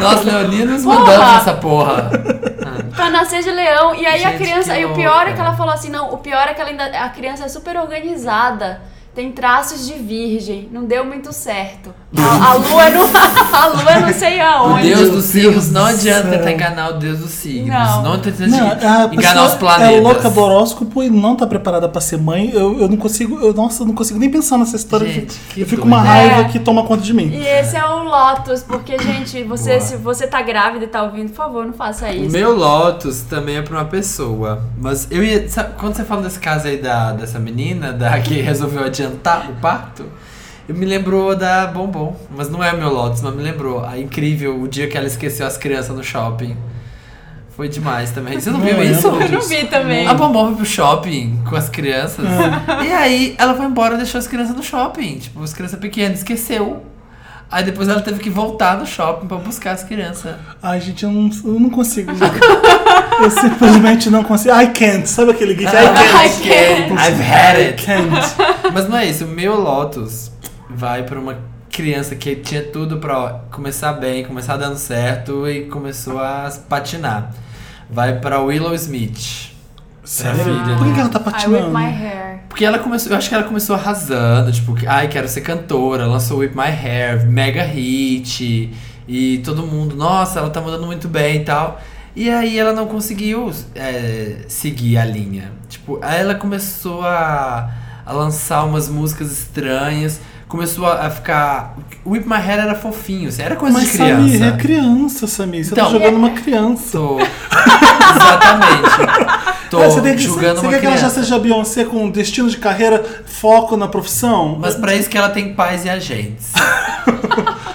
C: Nós leoninos
B: Porra.
C: mudamos essa porra.
B: Pra nascer de leão. E aí a
C: Gente,
B: criança.
C: que
B: E o pior é que
C: louca.
B: ela falou assim: não, o pior é que ela ainda, a criança é super organizada. Tem traços de virgem. Não deu muito certo. A, a lua é no. A lua é não sei
C: O
B: aonde.
C: Deus
A: Meu
C: dos
A: Deus
C: signos não
A: do
C: adianta
A: céu.
C: tentar enganar o Deus dos signos.
B: Não.
C: Não, tenta
A: Não, a
C: enganar os
A: pessoa
C: planetas.
A: é louca do horóscopo e não tá preparada pra ser mãe. Eu, eu não consigo, eu, nossa, eu não consigo nem pensar nessa história.
C: Gente,
A: eu
C: que
A: fico
C: doido.
A: com uma raiva
B: É.
A: que toma conta de
B: E
A: mim.
B: esse é o Lotus, porque, gente, você,
C: Boa.
B: se você tá grávida e tá ouvindo, por favor, não faça
C: O
B: isso.
C: meu Lotus também é pra uma pessoa. Mas eu ia. sabe, quando você fala desse caso aí da, dessa menina, da que resolveu adiantar o parto, eu me lembrou da Bombom. Mas não é meu Lotus, mas me lembrou. A incrível, o dia que ela esqueceu as crianças no shopping. Foi demais também. Você não,
A: Não
C: viu
A: lembro
C: isso?
B: Eu não vi também.
C: A Bombom foi pro shopping com as crianças. E aí ela foi embora e deixou as crianças no shopping. Tipo, as crianças pequenas, esqueceu. Aí depois ela teve que voltar no shopping pra buscar as crianças.
A: Ai, gente, eu não, eu não consigo. eu simplesmente não consigo. I can't. Sabe aquele gif? I can't.
B: Ai, que-
C: é I've had
A: I
C: it.
A: can't.
C: Mas não é isso. O meu Lotus vai pra uma criança que tinha tudo pra começar bem, começar dando certo e começou a patinar. Vai pra Willow Smith.
A: Sério?
C: filha,
A: Por que
C: né?
A: que ela tá
B: I whip
A: patinando?
B: my hair.
C: Porque ela começou, eu acho que ela começou arrasando, tipo, que, ai, quero ser cantora, lançou Whip My Hair, mega hit, e todo mundo, nossa, ela tá mandando muito bem e tal. E aí ela não conseguiu é, seguir a linha. Tipo, aí ela começou a, a lançar umas músicas estranhas, começou a, a ficar. Whip My Hair era fofinho, assim, era coisa de
A: Mas
C: criança.
A: Samir, é criança, Samir. Você
C: Então,
A: tá jogando uma criança.
C: Tô. Exatamente. Tô
A: Ah, você tem que-
C: julgando
A: você
C: uma
A: quer que ela já
C: criança.
A: seja Beyoncé com destino de carreira, foco na profissão?
C: Mas pra isso que ela tem pais e agentes.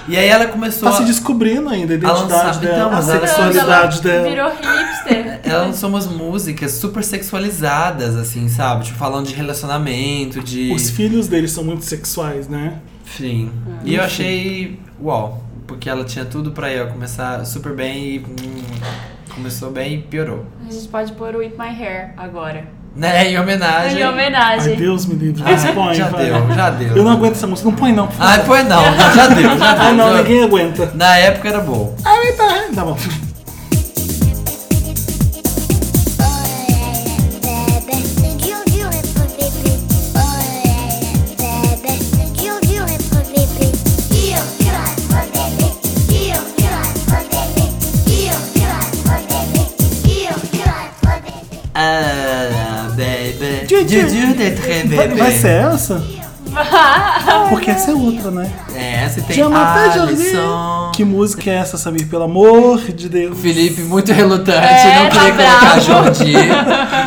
C: e aí ela começou.
A: Tá se
C: a-
A: descobrindo ainda a
C: lançar-
A: identidade dela,
C: Então,
A: a
C: mas ela-
A: sexualidade
B: Ela
A: dela.
B: Virou hipster.
C: Ela lançou umas músicas super sexualizadas, assim, sabe? Tipo, falando de relacionamento, de.
A: Os filhos deles são muito sexuais, né?
C: Enfim. E eu achei. Uau. Porque ela tinha tudo pra eu começar super bem e. hum, começou bem e piorou.
B: A gente pode pôr o Whip My Hair agora.
C: Né? Em homenagem.
B: Em
A: Ai,
B: homenagem.
A: Deus me livre.
C: Ah,
A: Mas põe,
C: já
A: vai.
C: deu, já deu.
A: Eu não aguento essa música. Não põe, não. por favor.
C: Ai, foi não. Já deu, já deu.
A: Ah, não,
C: Já-
A: ninguém aguenta.
C: Na época era bom.
A: Ah, tá. Tá bom.
F: Oh la la, bébé, c'est dur dur être bébé. Oh la la, bébé, c'est dur dur être bébé. Dur dur être bébé, dur dur être bébé, dur dur être bébé, dur dur être bébé.
C: Ah, baby.
A: Tchê, tchê.
C: Juju de Tré,
A: Vai,
C: baby.
A: vai ser essa? Porque essa é outra, né?
C: É, você tem
A: Diamante Jolie.
C: Alisson.
A: Que música é essa, Samir? Pelo amor de Deus.
C: Felipe, muito relutante,
B: É,
C: não queria
B: tá
C: colocar
B: bravo.
C: Jordi.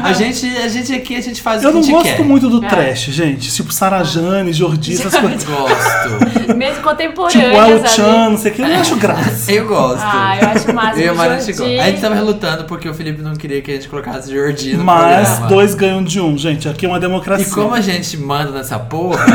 C: A gente, a gente aqui, a gente faz
A: Eu
C: o que
A: não
C: a gente
A: gosto
C: quer.
A: muito do trash, gente. Tipo Sarajane, Jordi, essas coisas.
C: Gosto.
B: Mesmo
A: Tipo
B: contemporâneas
A: El
B: ali.
A: Chan, não sei o que. Eu não acho graça.
C: Eu gosto.
B: Ah, eu acho massa.
C: Eu e a
B: do
C: Mari, a gente
B: Jordi.
C: gosta. A gente tava relutando porque o Felipe não queria que a gente colocasse Jordi no
A: Mas
C: programa.
A: dois ganham de um, gente. Aqui é uma
C: E
A: democracia.
C: como a gente manda nessa porra,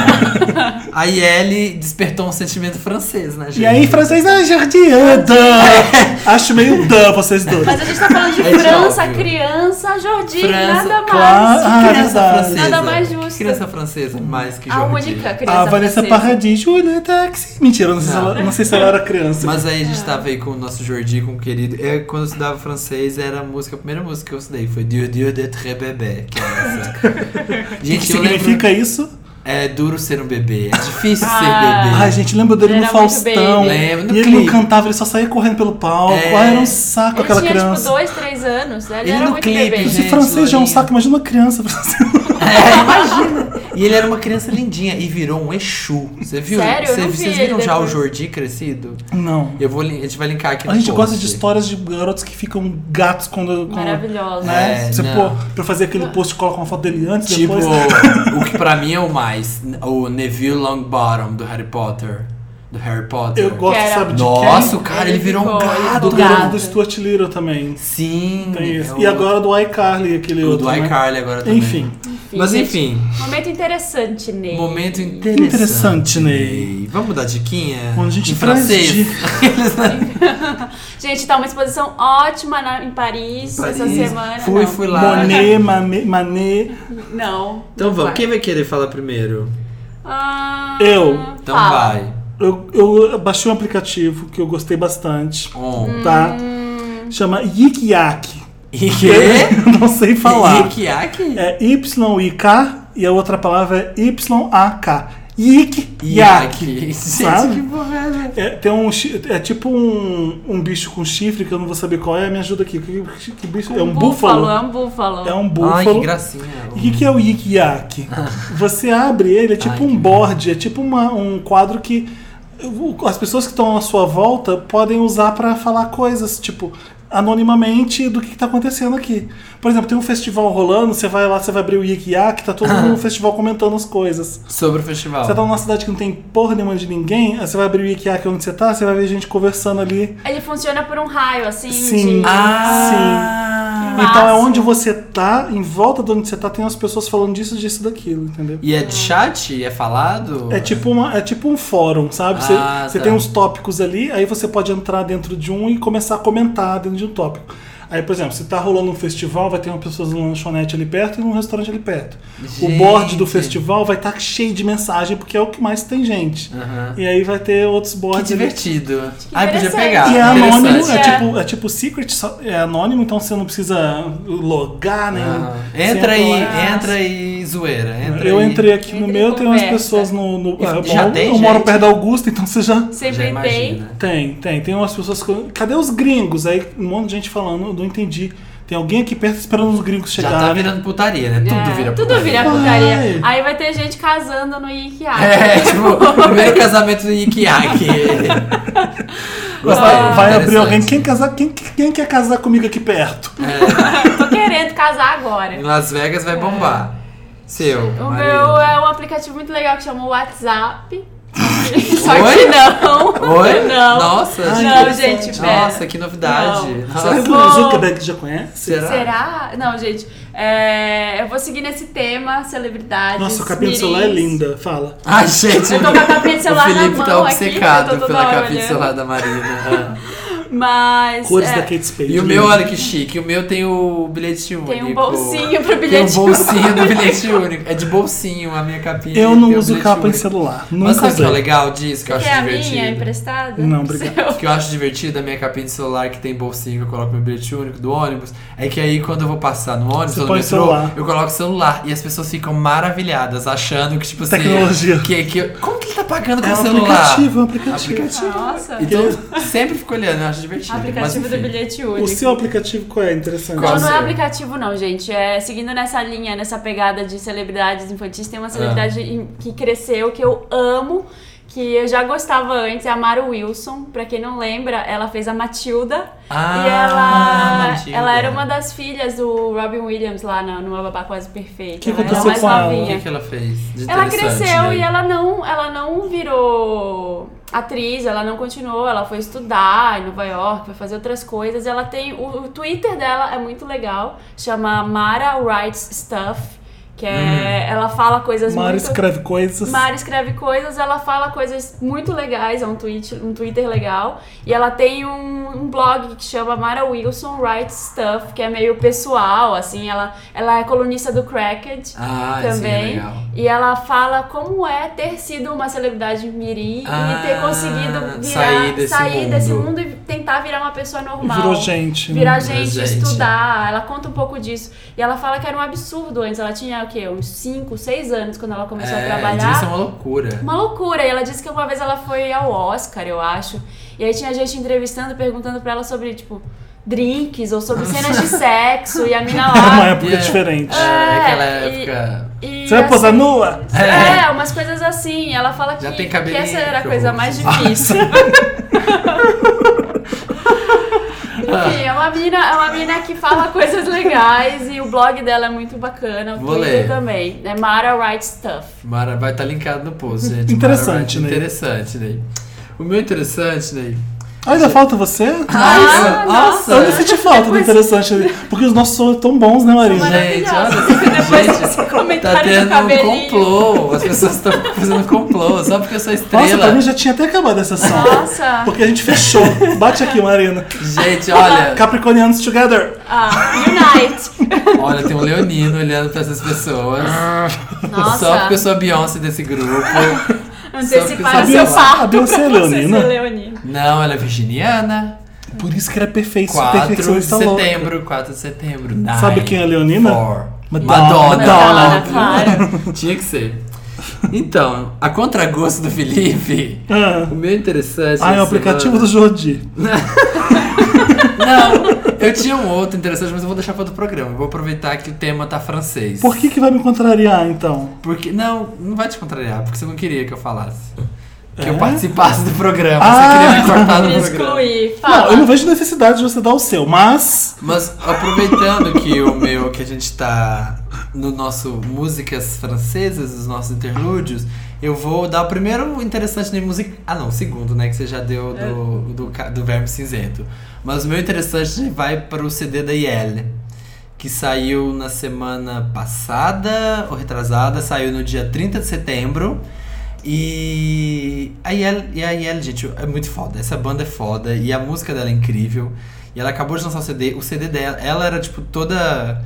C: a Yeli despertou um sentimento francês na gente.
A: E aí, em francês, ah, jardim,
C: É.
A: ah, dan. Acho meio dan vocês dois.
B: Mas a gente tá falando de
C: É
B: França,
C: óbvio.
A: criança,
B: criança, Jordi,
C: França,
B: nada mais.
A: claro. Ah,
C: criança
A: verdade.
C: francesa.
B: Nada mais justo.
C: Criança francesa, mais que
B: A
C: Jordi.
B: única criança
A: A Ah, Vanessa
B: francesa.
A: Paradis, Julia Taxi. Mentira, eu não sei, se
C: Não.
A: ela, não sei se ela era criança.
C: Mas aí a gente tava aí com o nosso Jordi, com o querido. Eu, quando eu estudava francês, era a música, a primeira música que eu estudei foi Dieu Dieu de Très Bébé, que é essa.
A: o que
C: gente, eu
A: significa
C: lembro.
A: isso?
C: É duro ser um bebê, é difícil ser
B: Ah.
C: bebê.
A: Ai, gente, lembra dele
B: Ele
A: no
B: era muito
A: Faustão.
B: baby.
C: Lembro, no
A: e ele não
C: clipe.
A: cantava, ele só saía correndo pelo palco.
C: É.
A: Ai, era um saco
B: Ele
A: aquela
B: tinha,
A: criança.
B: tipo, dois, três anos. Ele,
C: Ele
B: era
C: no
B: muito
C: clipe,
B: bebê.
C: gente.
A: Se francês já é um
C: Lourinha.
A: saco, imagina uma criança. francesa.
C: É, imagina. E ele era uma criança lindinha e virou um Exu. Você viu?
B: Sério? Eu não vi
C: Vocês
B: ele
C: viram já o
B: depois.
C: Jordi crescido?
A: Não.
C: Eu vou, lin- a gente vai linkar aqui no
A: A gente
C: post.
A: gosta de histórias de garotos que ficam gatos quando. quando
B: Maravilhosa.
A: né?
C: É,
A: Você
C: não.
A: pô, pra fazer aquele post, coloca uma foto dele antes,
C: Tipo,
A: depois. né?
C: o que pra mim é o mais, o Neville Longbottom do Harry Potter. Do Harry Potter.
A: Eu gosto,
B: Que era-
A: sabe, de
C: Nossa,
A: quem?
C: o cara, ele
B: Ele
C: virou um
B: ficou- ele
A: Ah,
C: gato.
A: do,
B: Do
A: garoto
B: gato.
A: do Stuart Little também.
C: Sim.
A: Tem esse.
C: é
A: E
C: o-
A: agora do iCarly, aquele
C: O
A: outro.
C: do
A: né?
C: iCarly agora também.
A: Enfim.
C: Mas
B: gente.
C: enfim,
B: Momento interessante, Ney.
C: momento interessante.
A: Interessante, Ney.
C: Vamos dar diquinha?
A: Quando a gente
C: Em
A: faz
C: francês.
B: Gente, tá uma exposição ótima na- em Paris, essa
C: Paris.
B: semana.
C: Fui,
B: não.
C: fui lá.
A: Monet, Manet, Manet.
B: Não.
C: Então
B: não
C: vamos,
B: vai.
C: quem vai querer falar primeiro?
B: Ah,
A: Eu.
C: Então
B: fala.
C: vai.
A: Eu, eu baixei um aplicativo que eu gostei bastante,
C: On.
B: Hum.
A: tá? Chama Yik Yak.
C: E
A: Eu não sei falar.
C: Yik-yak?
A: É Y-I-K e a outra palavra é Y-A-K. Yik Yak.
C: Gente,
A: Sabe?
C: que porra é essa?
A: É, tem um, chi- é tipo um, um bicho com chifre que eu não vou saber qual é. Me ajuda aqui. Que, que- que bicho? É um
B: É
A: búfalo?
B: um búfalo.
A: É um
C: Ai, que
A: búfalo.
C: gracinha.
A: E o que, que é o Yik Yak? Você abre ele, é tipo
C: Ai, que
A: um board, é tipo uma- um quadro que o- as pessoas que estão à sua volta podem usar pra falar coisas, tipo, anonimamente do que, que tá acontecendo aqui. Por exemplo, tem um festival rolando, você vai lá, você vai abrir o Yik Yak, tá todo mundo no festival comentando as coisas.
C: Sobre o festival.
A: Você tá numa cidade que não tem porra nenhuma de ninguém, aí você vai abrir o Yik Yak onde você tá, você vai ver gente conversando ali.
B: Ele funciona por um raio, assim.
A: Sim.
B: de-
C: Ah!
B: Sim.
A: Então é
B: Massa.
A: onde você tá, em volta de onde você tá, tem as pessoas falando disso, disso, daquilo, entendeu?
C: E é de chat? É falado?
A: É tipo, uma, é tipo um fórum, sabe? Você,
C: Ah,
A: você
C: tá.
A: tem uns tópicos ali, aí você pode entrar dentro de um e começar a comentar dentro de um tópico. Aí, por exemplo, se tá rolando um festival, vai ter uma pessoa numa lanchonete ali perto e num restaurante ali perto.
C: Gente.
A: O board do festival vai estar cheio de mensagem, porque é o que mais tem gente.
C: Aham.
A: E aí vai ter outros
C: Que
A: boards ali.
C: divertido. Ai, podia
B: interessante.
C: pegar.
A: E é
C: Interessante.
A: anônimo, é
B: É.
A: tipo, é tipo secret, só- é anônimo, então você não precisa logar, nem.
C: Ah,
A: você
C: Entra aí,
A: lá.
C: entra aí, zoeira. Entra
A: Eu
C: aí.
A: entrei aqui no
B: Entra e
A: meu, tem umas
B: conversa.
A: pessoas no. no-
C: E
A: ah,
C: já
A: bom,
C: tem
A: eu moro
C: gente?
A: perto da Augusta, então você já.
C: Já
B: Sempre tem.
C: imagina.
A: Tem, tem. Tem umas pessoas. que- Cadê os gringos? Aí um monte de gente falando, eu não entendi. Tem alguém aqui perto esperando os gringos
C: Já
A: chegarem.
C: tá virando putaria, né? Tudo
B: É,
C: vira
B: tudo
C: putaria.
B: vira putaria.
A: Ai.
B: Aí vai ter gente casando no Ikea.
C: É, tipo, o primeiro casamento do Ikiaki.
A: Vai, vai abrir alguém. Quem, casar, quem, quem quer casar comigo aqui perto?
B: Tô querendo casar agora.
C: Em Las Vegas vai bombar. Seu.
B: O
C: Maria.
B: meu é um aplicativo muito legal que chama WhatsApp. Só
C: Oi?
B: que não.
C: Oi?
B: Não.
C: Nossa,
A: Ai,
B: Não,
A: interessante.
B: gente, pera.
C: Nossa, que novidade.
B: Não.
A: Será
C: Nossa,
A: que
B: Vou-
A: o Zuckerberg já conhece?
C: Ah, será?
B: Será? Não, gente. é, eu vou seguir nesse tema, celebridades.
A: Nossa, o capinha do celular é
B: mirins.
A: linda. Fala.
C: Ai, gente.
B: Eu tô com a capinha de celular
C: o Felipe
B: na
C: tá
B: mão
C: obcecado
B: aqui, eu tô toda
C: pela
B: hora
C: capinha de
B: olhando.
C: celular da Marina. Ah.
B: Mas.
A: Cores
B: é,
A: da Kate Spade.
C: E o
A: linda.
C: meu, olha que chique. O meu tem o bilhete único.
B: Tem um bolsinho pro
C: Tem
B: bilhete.
C: um bolsinho do bilhete único. É de bolsinho a minha capinha.
A: Eu não
C: tem o
A: uso
C: bilhete
A: capa em
C: único.
A: celular.
C: Mas
A: Nunca
C: sabe o que
A: usei.
C: é legal disso, que eu acho
B: Que é a
C: divertido?
B: minha emprestada?
A: Não, obrigado.
B: Seu.
C: O que eu acho divertido da minha capinha de celular que tem bolsinho que eu coloco meu bilhete único do ônibus é que aí quando eu vou passar no ônibus
A: Você
C: ou no
A: põe o
C: metrô,
A: celular.
C: eu coloco o celular e as pessoas ficam maravilhadas, achando que, tipo assim.
A: Tecnologia.
C: Que, que, como que ele tá pagando com
A: É
C: o
A: um
C: celular?
A: aplicativo, é um aplicativo.
B: Nossa.
C: Então, sempre fico olhando, eu acho divertido. mas,
B: Aplicativo
C: enfim.
B: do bilhete único.
A: O seu aplicativo qual é? Interessante.
C: Qual?
B: Não, não é
C: Fazer.
B: aplicativo não, gente. É, seguindo nessa linha, nessa pegada de celebridades infantis, tem uma celebridade em- que cresceu, que eu amo, que eu já gostava antes, é a Mara Wilson. Pra quem não lembra, ela fez a Matilda.
C: Ah,
B: e ela,
C: Matilda.
B: ela era uma das filhas do Robin Williams lá na, numa babá quase perfeita. né?
A: Que
B: ela era
A: aconteceu
B: mais
A: com ela?
C: Ah, O que,
B: novinha.
C: que ela fez? de
B: Ela
C: interessante,
B: cresceu
C: né?
B: e ela não, ela não virou atriz, ela não continuou, ela foi estudar em Nova York, foi fazer outras coisas. Ela tem o, o Twitter dela é muito legal, chama Mara Writes Stuff, que é ela fala coisas
A: Hum. Mara
B: muito
A: escreve coisas.
B: Mara escreve coisas, ela fala coisas muito legais, é um, tweet, um Twitter legal. E ela tem um, um blog que chama Mara Wilson Writes Stuff, que é meio pessoal, assim, ela, ela é colunista do Cracked
C: Ah, sim, é
B: também.
C: legal.
B: e ela fala como é ter sido uma celebridade mirim
C: Ah,
B: e ter conseguido
C: sair
B: virar,
C: desse mundo.
B: desse mundo e tentar virar uma pessoa
C: é
B: normal.
A: Virou gente. né?
B: Virar
C: Virou
B: gente,
C: gente.
B: estudar, ela conta um pouco disso. E ela fala que era um absurdo antes. Ela tinha o quê? Uns 5, 6 anos quando ela começou
C: é,
B: a
C: devia ser
B: trabalhar.
C: uma loucura.
B: Uma loucura. E ela disse que uma vez ela foi ao Oscar, eu acho. E aí tinha gente entrevistando, perguntando pra ela sobre, tipo, drinks ou sobre cenas de sexo. E a mina
A: Era É uma
B: lá.
A: época
C: Yeah.
A: diferente.
C: É,
B: É,
C: aquela
B: e-
C: época.
B: e
A: Você vai
B: assim-
A: posar nua?
B: é, umas coisas assim. Ela fala
C: Já
B: que,
C: tem
B: que
C: cabelinho, assim.
B: essa era a
C: que
B: coisa
C: horror.
B: mais difícil. Enfim, é uma, mina, é uma mina que fala coisas legais e o blog dela é muito bacana, o
C: Vou
B: Twitter
C: ler.
B: também. É Mara Write Stuff.
C: Mara vai estar linkado no post, gente.
A: Interessante, né?
C: Mara,
A: Ney.
C: Interessante, Ney. O meu é interessante, Ney.
A: Ainda falta você?
B: Ah,
C: Nossa, é.
A: Eu não senti falta do interessante. Porque os nossos são tão bons, né, Marina?
C: Gente, olha,
B: Depois
C: gente,
B: desse
C: tá
B: comentário do
C: tendo um
B: cabelinho.
C: complô. As pessoas estão fazendo complô só porque eu sou
A: Nossa, pra
C: estrela.
A: mim já tinha até acabado essa sessão.
B: Nossa.
A: Porque a gente fechou. Bate aqui, Marina.
C: Gente, olha,
A: Capricornianos together.
B: Ah, Unite.
C: olha, tem um leonino olhando pra essas pessoas.
B: Nossa.
C: Só porque eu sou a Beyoncé desse grupo.
B: Antecipar
C: A
B: o
A: Beyoncé-
B: seu parto
A: a Beyoncé é
B: pra você ser
A: leonina.
B: leonina.
C: Não, ela é virginiana.
A: Por isso que era perfeito.
C: 4 de
A: Perfeccionista louco.
C: setembro, 4 de setembro. Nine,
A: Sabe quem é a leonina?
C: four.
A: Madonna.
C: Madonna.
B: Madonna, claro.
C: Tinha que ser. Então, a contragosto do Felipe,
A: Ah,
C: o meu interessante.
A: ah é o
C: essa
A: aplicativo do
C: semana-
A: Jordi.
C: Não, eu tinha um outro interessante, mas eu vou deixar para outro programa. Eu Vou aproveitar que o tema tá francês.
A: Por que, que vai me contrariar, então?
C: Porque. Não, não vai te contrariar, porque você não queria que eu falasse. Que
A: É?
C: eu participasse do programa.
A: Ah!
C: Você queria me cortar do
B: Me
C: programa.
B: excluir.
A: Não,
B: Fala.
A: eu não vejo necessidade de você dar o seu, mas.
C: Mas aproveitando que o meu, que a gente tá no nosso músicas francesas, os nossos interlúdios, eu vou dar o primeiro interessante de música. Ah não, o segundo, né? Que você já deu do, do, ca- do Verme Cinzento. Mas o meu interessante vai para o CD da né? IL, que saiu na semana passada ou retrasada, saiu no dia 30 de setembro. E a Yel, e a Yel, gente, é muito foda. Essa banda é foda e a música dela é incrível. E ela acabou de lançar o CD. O CD dela, ela era tipo toda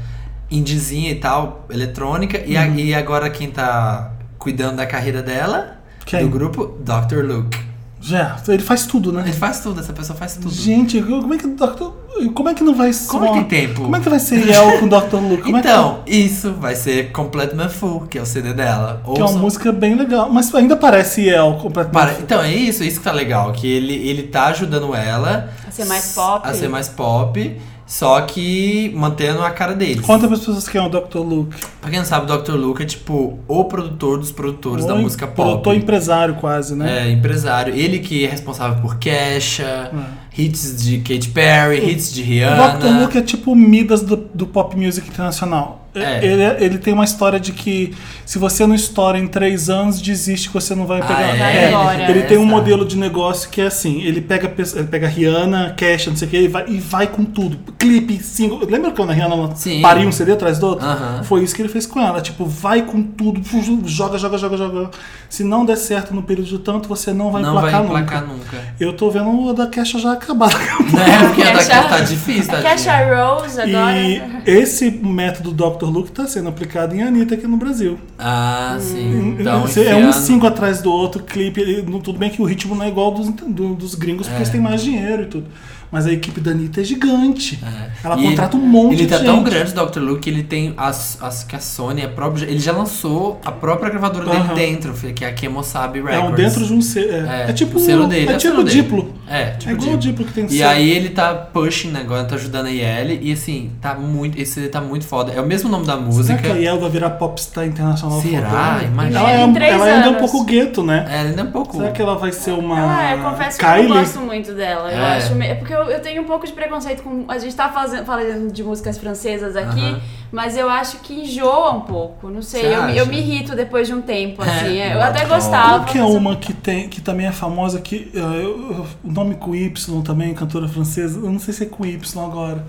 C: indizinha e tal, eletrônica. E, a-
A: Uhum.
C: e agora quem tá cuidando da carreira dela,
A: Quem?
C: do grupo, Dr. Luke.
A: Já, ele faz tudo, né?
C: Ele faz tudo, essa pessoa faz tudo.
A: Gente, como é que o Dr. Como é que não vai ser.
C: Como é que tem tempo?
A: Como é que vai ser El com o Dr. Luke? Como é
C: então, isso vai ser Complete Full, que é o CD dela.
A: que, que é uma música bem legal, mas ainda parece El
C: Para-
A: completamente.
C: então, é isso, é isso que tá legal, que ele, ele tá ajudando ela
B: A ser mais pop.
C: A ser mais pop, só que mantendo a cara dele.
A: Conta para as pessoas quem é o Dr. Luke.
C: Pra quem não sabe, o Dr. Luke é tipo o produtor dos produtores da
A: Ou em-
C: música pop.
A: Produtor empresário quase, né?
C: É, empresário. Ele que é responsável por Kesha, hits de Katy Perry, hits de
A: É. o Dr.
C: Rihanna.
A: Luke é tipo o Midas do, do pop music internacional.
C: É.
A: Ele, ele tem uma história de que se você não estoura em três anos, desiste que você não vai
C: Ah,
A: pegar.
C: é?
B: Vai embora.
A: Ele tem um
C: Essa.
A: modelo de negócio que é assim: ele pega, pe- ele pega Rihanna, Cash, não sei o que, e vai, e vai com tudo. Clipe, single. Lembra quando a Rihanna
C: Sim.
A: pariu um CD atrás do outro?
C: Aham.
A: Foi isso que ele fez com ela. Tipo, vai com tudo, joga, joga, joga, joga. Se não der certo no período de tanto, você não vai
C: não vai
A: placar
C: emplacar
A: nunca.
C: nunca.
A: Eu tô vendo o da Cash já acabar.
C: né? Porque a
B: Kesha-
C: daqui tá difícil,
B: A
C: tá
B: Kesha Rose agora.
A: E esse método Dr. Luke tá sendo aplicado em Anitta aqui no Brasil.
C: Ah, sim. Então,
A: Você-
C: esse
A: é um
C: ano-
A: cinco atrás do outro, clipe. ele- não- Tudo bem que o ritmo não é igual dos, do- dos gringos, porque
C: É.
A: eles têm mais dinheiro e tudo. Mas a equipe da Anitta é gigante. Ela
C: É. E
A: contrata
C: ele-
A: um monte
C: Ele
A: de
C: tá
A: gente.
C: tão grande, o Dr. Luke, que ele tem as, as, que a Sony, a própria, ele já lançou a própria gravadora
A: Aham.
C: dele dentro, fi- que é a Kemosabe
A: É
C: Records.
A: um dentro de um selo. É, é tipo
C: o selo dele.
A: É,
C: o
A: tipo
C: selo dele.
A: diplo.
C: É, tipo
A: é igual o
C: diplo.
A: diplo que tem
C: E
A: selo.
C: aí ele tá pushing agora, tá ajudando a IL. E assim, tá muito. Esse CD tá muito foda. É o mesmo nome da
A: Será
C: música.
A: que a Yel vai virar popstar internacional?
C: Será?
A: futura?
C: Imagina.
A: Ela, é,
B: Em três
A: ela ainda é um
B: anos.
A: pouco gueto, né?
C: É, ainda é um pouco.
A: Será que ela vai ser uma.
B: Ah, eu confesso que eu
A: Kylie?
B: não gosto muito dela. Eu
C: É.
B: acho me- é porque eu, eu tenho um pouco de preconceito com. A gente tá fazendo, falando de músicas francesas aqui,
C: Aham.
B: mas eu acho que enjoa um pouco. Não sei,
C: Você
B: eu, me- eu
C: acha?
B: me irrito depois de um tempo, assim.
C: É,
B: eu até
C: não.
B: gostava.
A: Qual que é
B: mas eu-
A: uma que, tem, que também é famosa, que ah, eu- eu- o nome com Y também, cantora francesa, eu não sei se é com Y agora,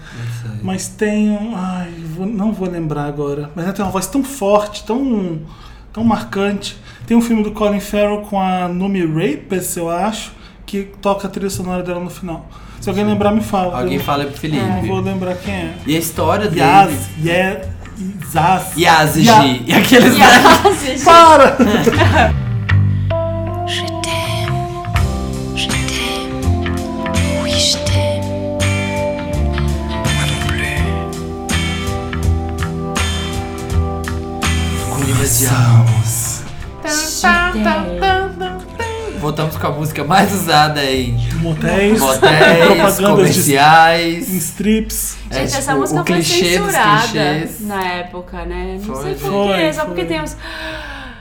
C: Não sei.
A: mas tem um. Ai, vou- não vou lembrar agora. Mas ela tem uma voz tão forte, tão, tão marcante. Tem um filme do Colin Farrell com a Numi Rapes, eu acho, que toca a trilha sonora dela no final. Se alguém lembrar, me fala.
C: Alguém
A: eu
C: fala pro Felipe.
A: não vou lembrar quem é.
C: E a história dele.
A: Yaz, Ye- Zaz.
C: Yas, G.
A: Ya-
C: E aqueles.
B: E a- gente,
A: Para!
E: Je t'aime, je t'aime, oui je t'aime.
C: Curvas de almas.
B: tá,
C: Voltamos com a música mais usada em
A: Motéis,
C: motéis,
A: propagandas de em
C: comerciais.
A: strips.
C: É,
B: essa
C: tipo,
B: música
C: o
B: foi
C: clichê dos
B: censurada
C: clichês.
B: na época, né? Não
C: Foi,
B: sei por
A: foi,
B: quê, só
A: foi.
B: porque tem uns.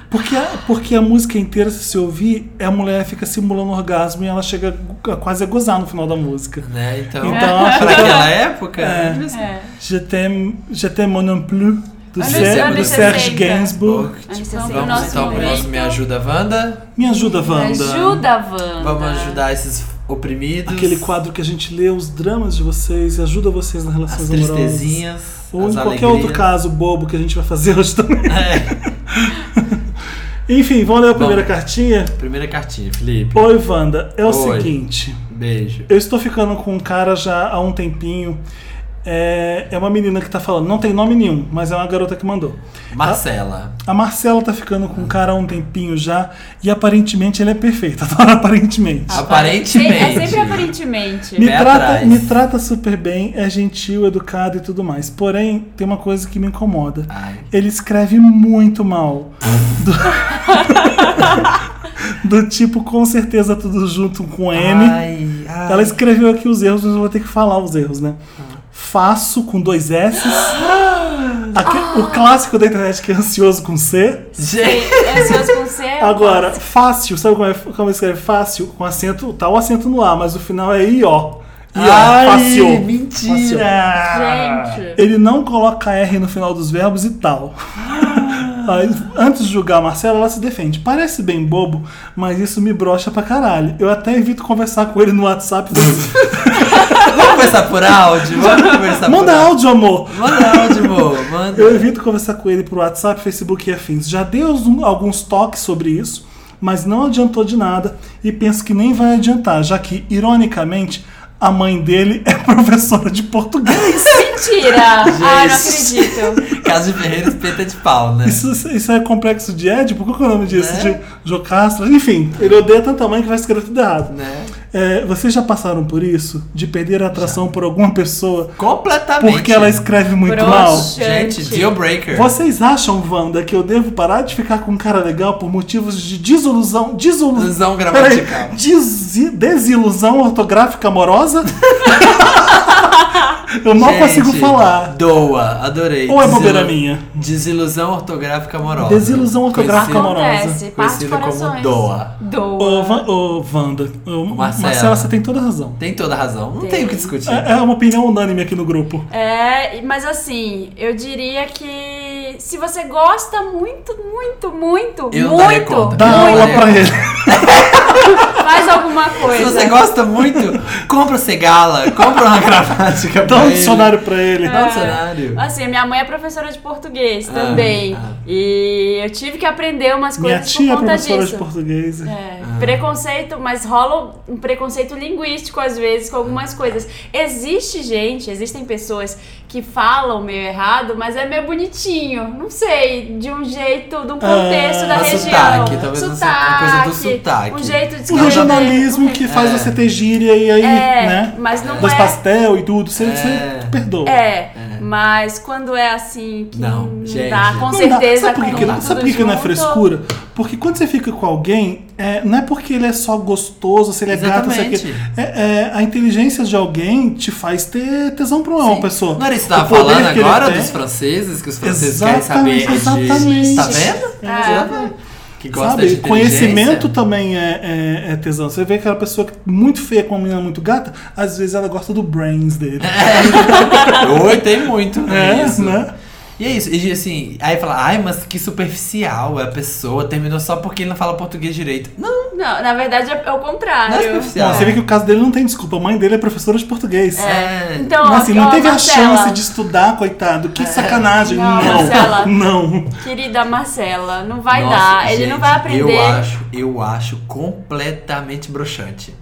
A: Porque a, porque a música inteira, se você ouvir, a mulher fica simulando orgasmo e ela chega a quase a gozar no final da música.
C: Né? Então,
A: Então,
C: pra aquela época, né? Tipo assim,
B: É.
A: Je t'aime, je t'aime mon non plus, do,
B: Anos-
A: Ser-
C: anos
A: do Serge
B: 60.
A: Gainsbourg.
B: Acho que
C: tipo,
B: esse é o
C: vamos
B: nosso
C: então pro
B: momento.
C: nosso Me Ajuda Wanda.
A: Me ajuda, Wanda.
B: Ajuda, Wanda.
C: Vamos ajudar esses oprimidos.
A: Aquele quadro que a gente lê os dramas de vocês e ajuda vocês nas
C: As
A: relações amorosas.
C: tristezinhas.
A: Ou
C: as
A: em qualquer
C: alegrias.
A: outro caso bobo que a gente vai fazer hoje também.
C: É.
A: Enfim, vamos ler a primeira
C: Vamos.
A: cartinha?
C: Primeira cartinha, Felipe.
A: Oi, Wanda. É o
C: Oi.
A: seguinte.
C: Beijo.
A: Eu estou ficando com um cara já há um tempinho. É, é uma menina que tá falando, não tem nome nenhum, mas é uma garota que mandou.
C: Marcela.
A: A Marcela tá ficando com o cara há um tempinho já e aparentemente ele é perfeito. Adoro aparentemente.
C: Aparentemente.
B: É sempre aparentemente.
A: Me
C: pé
A: trata,
C: Ah, atrás.
A: me trata super bem, é gentil, educado e tudo mais. Porém, tem uma coisa que me incomoda.
C: Ai.
A: Ele escreve muito mal. do, do tipo, com certeza, tudo junto com M.
C: Ai, ai.
A: Ela escreveu aqui os erros, mas eu vou ter que falar os erros, né? Faço com dois S. O clássico da internet que é ansioso com C.
C: Gente,
B: É ansioso com você. é um
A: Agora, fácil, sabe como, é, como escreve fácil? Com acento, tá o acento no A, mas o final é I-O. I-O,
C: Ai,
A: fácil.
C: mentira.
B: clássico. Gente.
A: Ele não coloca R no final dos verbos e tal.
C: Ah.
A: Aí, Antes de julgar a Marcela, ela se defende. Parece bem bobo, mas isso me brocha pra caralho. Eu até evito conversar com ele no WhatsApp.
C: Vamos conversar por áudio? Vamos conversar por
A: Manda áudio, amor!
C: Manda áudio, amor. Manda.
A: Eu evito conversar com ele por WhatsApp, Facebook e afins. Já dei os- alguns toques sobre isso, mas não adiantou de nada e penso que nem vai adiantar, já que, ironicamente, a mãe dele é professora de português.
B: Mentira! Ai, não acredito.
C: Caso de Ferreira, espeta de pau, né?
A: Isso, isso é complexo de Édipo? Qual que é o nome disso?
C: Né?
A: De Jocastro? Enfim, ele odeia tanto a mãe que vai escrever tudo errado.
C: Né?
A: É, vocês já passaram por isso? De perder a atração por alguma pessoa
C: Completamente.
A: porque ela escreve muito
B: Broxa.
A: mal?
C: Gente, deal breaker.
A: Vocês acham, Wanda, que eu devo parar de ficar com um cara legal por motivos de desilusão. Desilusão.
C: Ilusão gramatical.
A: desilusão ortográfica amorosa? eu mal
C: Gente,
A: consigo falar.
C: Doa, adorei.
A: Ou é
C: Desilu-
A: bobeira minha?
C: Desilusão ortográfica amorosa.
A: Desilusão ortográfica
C: Conhecido-
A: amorosa.
B: Acontece, parte de
C: Conhecido como
B: corações.
C: doa.
A: Ô,
B: Doa.
A: Van- ô, Wanda, ô,
C: Marcela.
A: Marcela, você tem toda a razão.
C: Tem toda a razão. Não tem o que discutir.
A: É, é uma opinião unânime aqui no grupo.
B: É, mas assim, eu diria que se você gosta muito, muito, muito,
C: Eu não daria
B: muito,
C: conta.
A: Dá
C: Não,
A: aula
C: né?
A: pra ele.
B: faz alguma
A: é.
C: Se
B: coisa.
C: você gosta muito, compra o Segala, compra uma gramática.
A: Dá
C: pra
A: um
C: ele.
A: dicionário pra ele.
C: Dá um dicionário.
B: Assim, a minha mãe é professora de português também.
C: ah.
B: E eu tive que aprender umas
A: Minha
B: coisas
A: tia
B: por
A: é
B: conta
A: professora
B: disso.
A: de português.
B: É,
A: Ah.
B: preconceito, mas rola um preconceito linguístico às vezes com algumas coisas. Existe gente, existem pessoas que falam meio errado, mas é meio bonitinho. Não sei, de um jeito,
A: Ah,
B: de um contexto da
C: mas
B: região.
C: sotaque, talvez não seja- é coisa do sotaque.
B: Um jeito de
A: O
B: escrever,
A: regionalismo
B: um-
A: que faz você ter gíria e aí,
B: É,
A: né?
B: mas não
A: Dos
B: é-
A: pastel e tudo, você,
C: É.
A: você perdoa.
B: É, mas quando é assim que
C: Não,
B: não,
C: gente.
B: dá, com
C: Não
A: Não dá.
B: certeza.
A: Sabe por que,
B: com
A: que,
B: tudo
A: sabe por que que não é
B: junto,
A: frescura? Porque quando você fica com alguém, é, não é porque ele é só gostoso, se ele é gato, se
C: Exatamente.
A: aqui. É, é, a inteligência de alguém te faz ter tesão pra uma pessoa.
C: Não era isso que
A: O
C: tava
A: poder
C: falando
A: que ele
C: agora
A: tem-
C: dos franceses? Que os franceses
A: Exatamente,
C: querem saber de...
A: exatamente.
C: Tá vendo?
B: É.
C: Tá vendo? Que gosta
A: Sabe,
C: de inteligência.
A: conhecimento também é, é- é tesão. Você vê aquela pessoa que é muito feia com uma menina muito gata, às vezes ela gosta do brains dele.
C: É Oi, tem muito, né?
A: tá- É,
C: isso.
A: né?
C: E é isso, e assim, aí fala, ai, mas que superficial é a pessoa, terminou só porque ele não fala português direito. Não,
B: Não, na verdade é, é o contrário.
C: não é superficial.
A: Não, você vê que o caso dele não tem desculpa. A mãe dele é professora de português.
C: É.
B: Então,
A: Mas, assim, não
B: ó,
A: teve
B: Marcela, É.
A: a chance de estudar, coitado. Que sacanagem.
B: Não,
A: Não,
B: Marcela.
A: não.
B: Querida Marcela, não vai
C: Nossa,
B: dar. Ele
C: gente,
B: não vai aprender.
C: Eu acho, eu acho completamente broxante.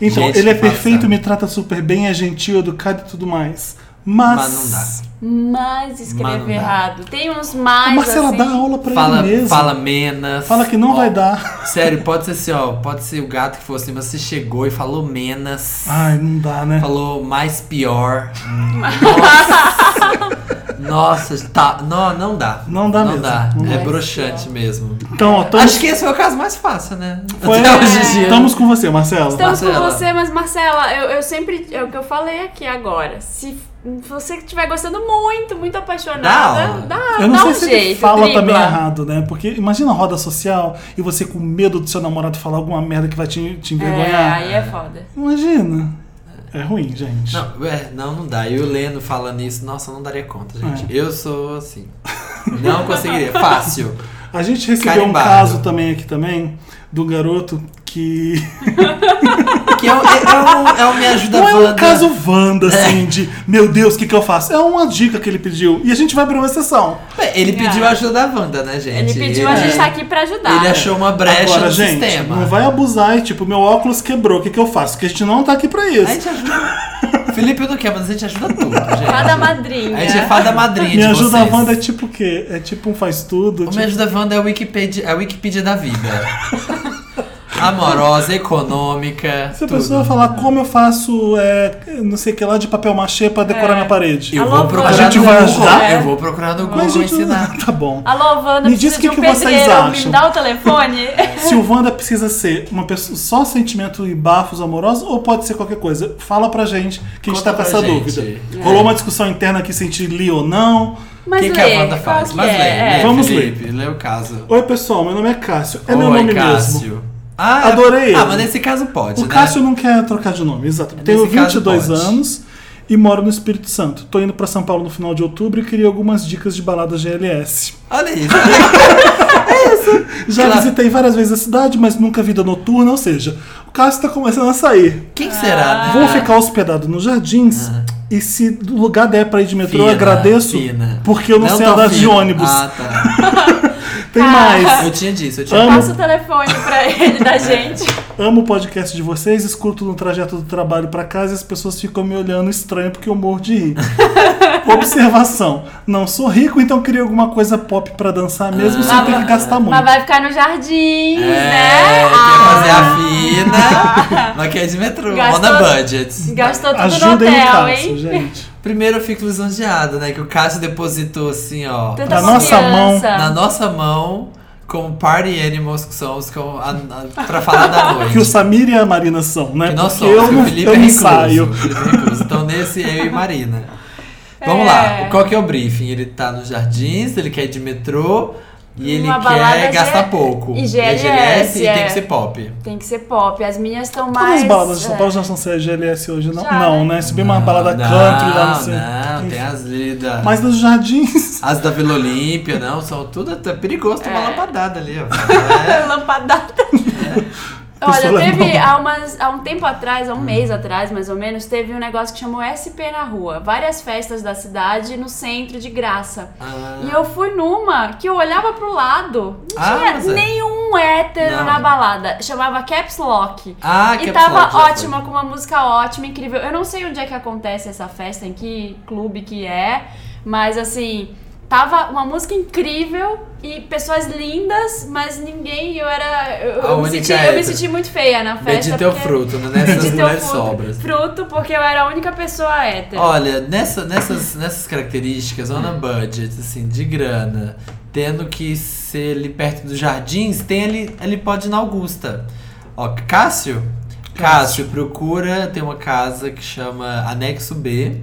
A: Então,
C: Gente,
A: ele é
C: que passa.
A: perfeito, me trata super bem, é gentil, educado e tudo mais.
C: Mas não dá.
A: Mas.
B: Mas escreve
C: Mas não dá.
B: errado. Tem uns mais.
A: a Marcela
B: assim,
A: dá um. aula pra
C: Fala,
A: ele mesmo.
C: fala menos.
A: Fala que não
C: Ó,
A: vai dar.
C: Sério, pode ser assim, ó. Pode ser o gato que fosse, assim, mas você chegou e falou menos.
A: Ai, não dá, né?
C: Falou mais pior. Nossa. Nossa, tá. Não, não dá.
A: Não dá mesmo.
C: Dá.
A: Não
C: é
B: dá.
C: broxante mesmo.
A: Então, ó, tamo-
C: Acho que esse foi o caso mais fácil, né?
A: foi- é,
C: Até hoje em dia.
A: estamos com você, Marcela.
B: Estamos
C: Marcela.
B: com você, mas Marcela, eu, eu sempre. É o que eu falei aqui agora. Se você estiver gostando muito, muito
C: Dá aula.
B: apaixonada, dá,
A: Eu não
B: dá
A: sei
B: um
A: se
B: jeito.
A: ele fala
B: dribla.
A: também errado, né? Porque imagina a roda social e você com medo do seu namorado falar alguma merda que vai te, te
B: É,
A: envergonhar.
B: aí é foda.
A: Imagina. É ruim, gente.
C: Não, é, não, não dá. E o Leno falando isso, nossa, eu não daria conta, gente.
A: É.
C: Eu sou assim. Não conseguiria. Fácil.
A: A gente recebeu um
C: Carimbado.
A: caso também aqui também, do garoto que.
C: Que é, o- é, é, o, é o Me Ajuda
A: Não é um
C: Wanda.
A: caso Wanda, assim, de meu Deus, o que, que eu faço? É uma dica que ele pediu. E a gente vai pra uma exceção.
C: Ele pediu a ajuda da Wanda, né, gente?
B: É. Ele pediu, a gente tá aqui pra ajudar.
C: Ele achou uma brecha
A: Agora,
C: no
A: gente,
C: sistema.
A: não vai abusar e tipo, meu óculos quebrou, o que, que eu faço? Porque a gente não tá aqui pra
C: A
A: isso.
C: gente ajuda. Felipe não quer, mas a gente ajuda tudo, gente.
B: Fada Tá madrinha.
C: A gente é fada madrinha
A: Me
C: de
A: ajuda
C: vocês.
A: a Wanda é tipo o quê? É tipo um faz tudo.
C: O Me
A: Tipo...
C: Ajuda Wanda é a Wikipedia, a Wikipedia da vida. Amorosa, econômica.
A: Se a
C: tudo. né?
A: pessoa falar como eu faço é, não sei o que lá de papel machê pra decorar
B: É.
A: minha parede.
C: Eu
B: Alô,
C: vou procurar
A: A gente
C: no
A: vai
C: Google. É,
A: ajudar?
C: Eu vou procurar no Google
A: Mas, gente,
C: ensinar.
A: tá bom.
B: Alô, Wanda,
A: Me diz o
B: precisa
A: que
B: de um
A: que vocês
B: pedreiro,
A: acham.
B: Me dá o telefone.
A: Se o Wanda precisa ser uma pessoa só sentimento e bafos amorosos ou pode ser qualquer coisa, fala pra gente que a
C: Conta
A: gente tá com
C: pra
A: essa
C: gente. É.
A: dúvida. Rolou uma discussão interna aqui se a gente lia ou não.
C: O
B: Mas
C: que,
B: lê,
C: que a Wanda
B: qual
C: faz?
B: que
C: Mas
B: é?
C: lê,
B: É.
C: lê,
A: Vamos
C: Felipe, ler. Lê o caso.
A: Oi, pessoal, meu nome é Cássio. É meu
C: Oi,
A: nome
C: Cássio.
A: mesmo.
C: Ah,
A: Adorei
C: Ah,
A: ele.
C: mas nesse caso pode,
A: O
C: né? É
A: Cássio não quer trocar de nome, exato. Tenho
C: Nesse caso,
A: 22
C: pode.
A: anos e moro no Espírito Santo. Tô indo pra São Paulo no final de outubro e queria algumas dicas de balada GLS.
C: Olha isso. olha aí.
A: Já
C: Claro.
A: visitei várias vezes a cidade, mas nunca vida noturna, ou seja, o Cássio tá começando a sair.
C: Quem será, né?
A: Vou ficar hospedado nos jardins e se o lugar der pra ir de metrô, eu
C: Ah. Fina,
A: agradeço,
C: fina.
A: porque eu não, sei
C: tão
A: andar de
C: fina.
A: ônibus.
C: Ah, tá.
B: Ah.
A: Tem mais.
C: Eu tinha disso, eu tinha
A: Amo.
B: Passa o telefone pra ele, da gente.
A: Amo o podcast de vocês, escuto no trajeto do trabalho pra casa e as pessoas ficam me olhando estranho porque eu morro de rir. Observação: não sou rico, então queria alguma coisa pop pra dançar mesmo
C: Ah.
A: sem ter que gastar
B: Mas
A: muito.
B: vai ficar no jardim,
C: É,
B: né?
C: quer fazer a fina, mas quer de metrô,
B: Gastou-
C: on a budget.
B: Gastou tudo no
A: Ajudem o
B: hotel,
A: Cássio,
B: hein?
A: gente.
C: Primeiro eu fico lisonjeado, né, que o Cássio depositou assim, ó,
B: Tanta
A: Na nossa
B: confiança.
C: na nossa mão, como party animals que somos, como a, a- pra falar da noite.
A: Que o Samir e a Marina são, né?
C: Que nós
A: Porque
C: somos,
A: eu
C: que o
A: não,
C: Felipe
A: eu
C: é
A: não
C: recluso.
A: saio.
C: o Felipe é recluso. Então nesse eu e Marina. Vamos
B: É.
C: lá, qual que é o briefing? Ele tá nos jardins, ele quer ir de metrô e ele
B: Uma balada
C: quer gastar
B: G-
C: pouco.
B: e
C: E
B: GLS,
C: GLS, e tem
B: é.
C: que ser pop.
B: Tem que ser pop. As minhas estão
A: Todas
B: mais.
A: as baladas de
B: é.
A: São Paulo já são CGLS hoje, não?
B: Já,
A: não,
B: né?
A: né? Subir uma balada
C: não,
A: country lá no
C: Não,
A: centro.
C: tem as lidas.
A: Mas nos jardins.
C: As da Vila Olímpia, não, são tudo até perigoso, tem uma lampadada ali, ó.
B: É, Lampadada. Olha,
A: Pessoa
B: teve
A: alemã.
B: há, umas, há um tempo atrás, há um mês atrás mais ou menos, teve um negócio que chamou SP na rua. Várias festas da cidade no centro de
C: Ah,
B: graça. E eu fui numa que eu olhava pro lado, não
C: Ah,
B: tinha
C: mas é.
B: nenhum hétero
C: Não.
B: na balada. Chamava Caps Lock.
C: Ah,
B: e
C: Caps
B: tava
C: Lock, já foi.
B: ótima, com uma música ótima, incrível. Eu não sei onde é que acontece essa festa, em que clube que é, mas assim, tava uma música incrível e pessoas lindas, mas ninguém, eu era. Eu,
C: A
B: eu me,
C: única
B: senti, eu me
C: hétero.
B: senti muito feia na festa.
C: Medita o
B: porque-
C: fruto, né? Nessas
B: Mediteu
C: mulheres
B: fruto,
C: sobras.
B: Fruto, porque eu era a única pessoa hétero. Hum.
C: Olha, nessa- nessas, nessas características, on a budget, assim, de grana, tendo que ser ali perto dos jardins, tem ali, ele pode ir na Augusta. Ó, Cássio? Cássio, procura, tem uma casa que chama Anexo B.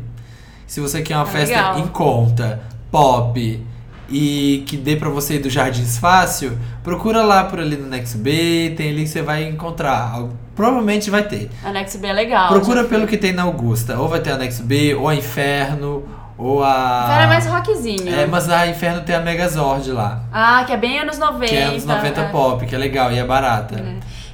C: Se você quer uma
B: Tá
C: festa
B: legal.
C: em conta, pop e que dê pra você ir dos jardins fácil, procura lá por ali no Anexo B, tem ali que você vai encontrar. Al- Provavelmente vai ter.
B: Anexo B é legal.
C: Procura
B: já
C: pelo
B: fui.
C: que tem na Augusta. Ou vai ter Anexo B, ou a Inferno, ou a.
B: Era mais um rockzinho.
C: É, mas a Inferno tem a Megazord lá.
B: Ah, que é bem anos 90.
C: Que é anos 90
B: é.
C: pop, que é legal e é barata.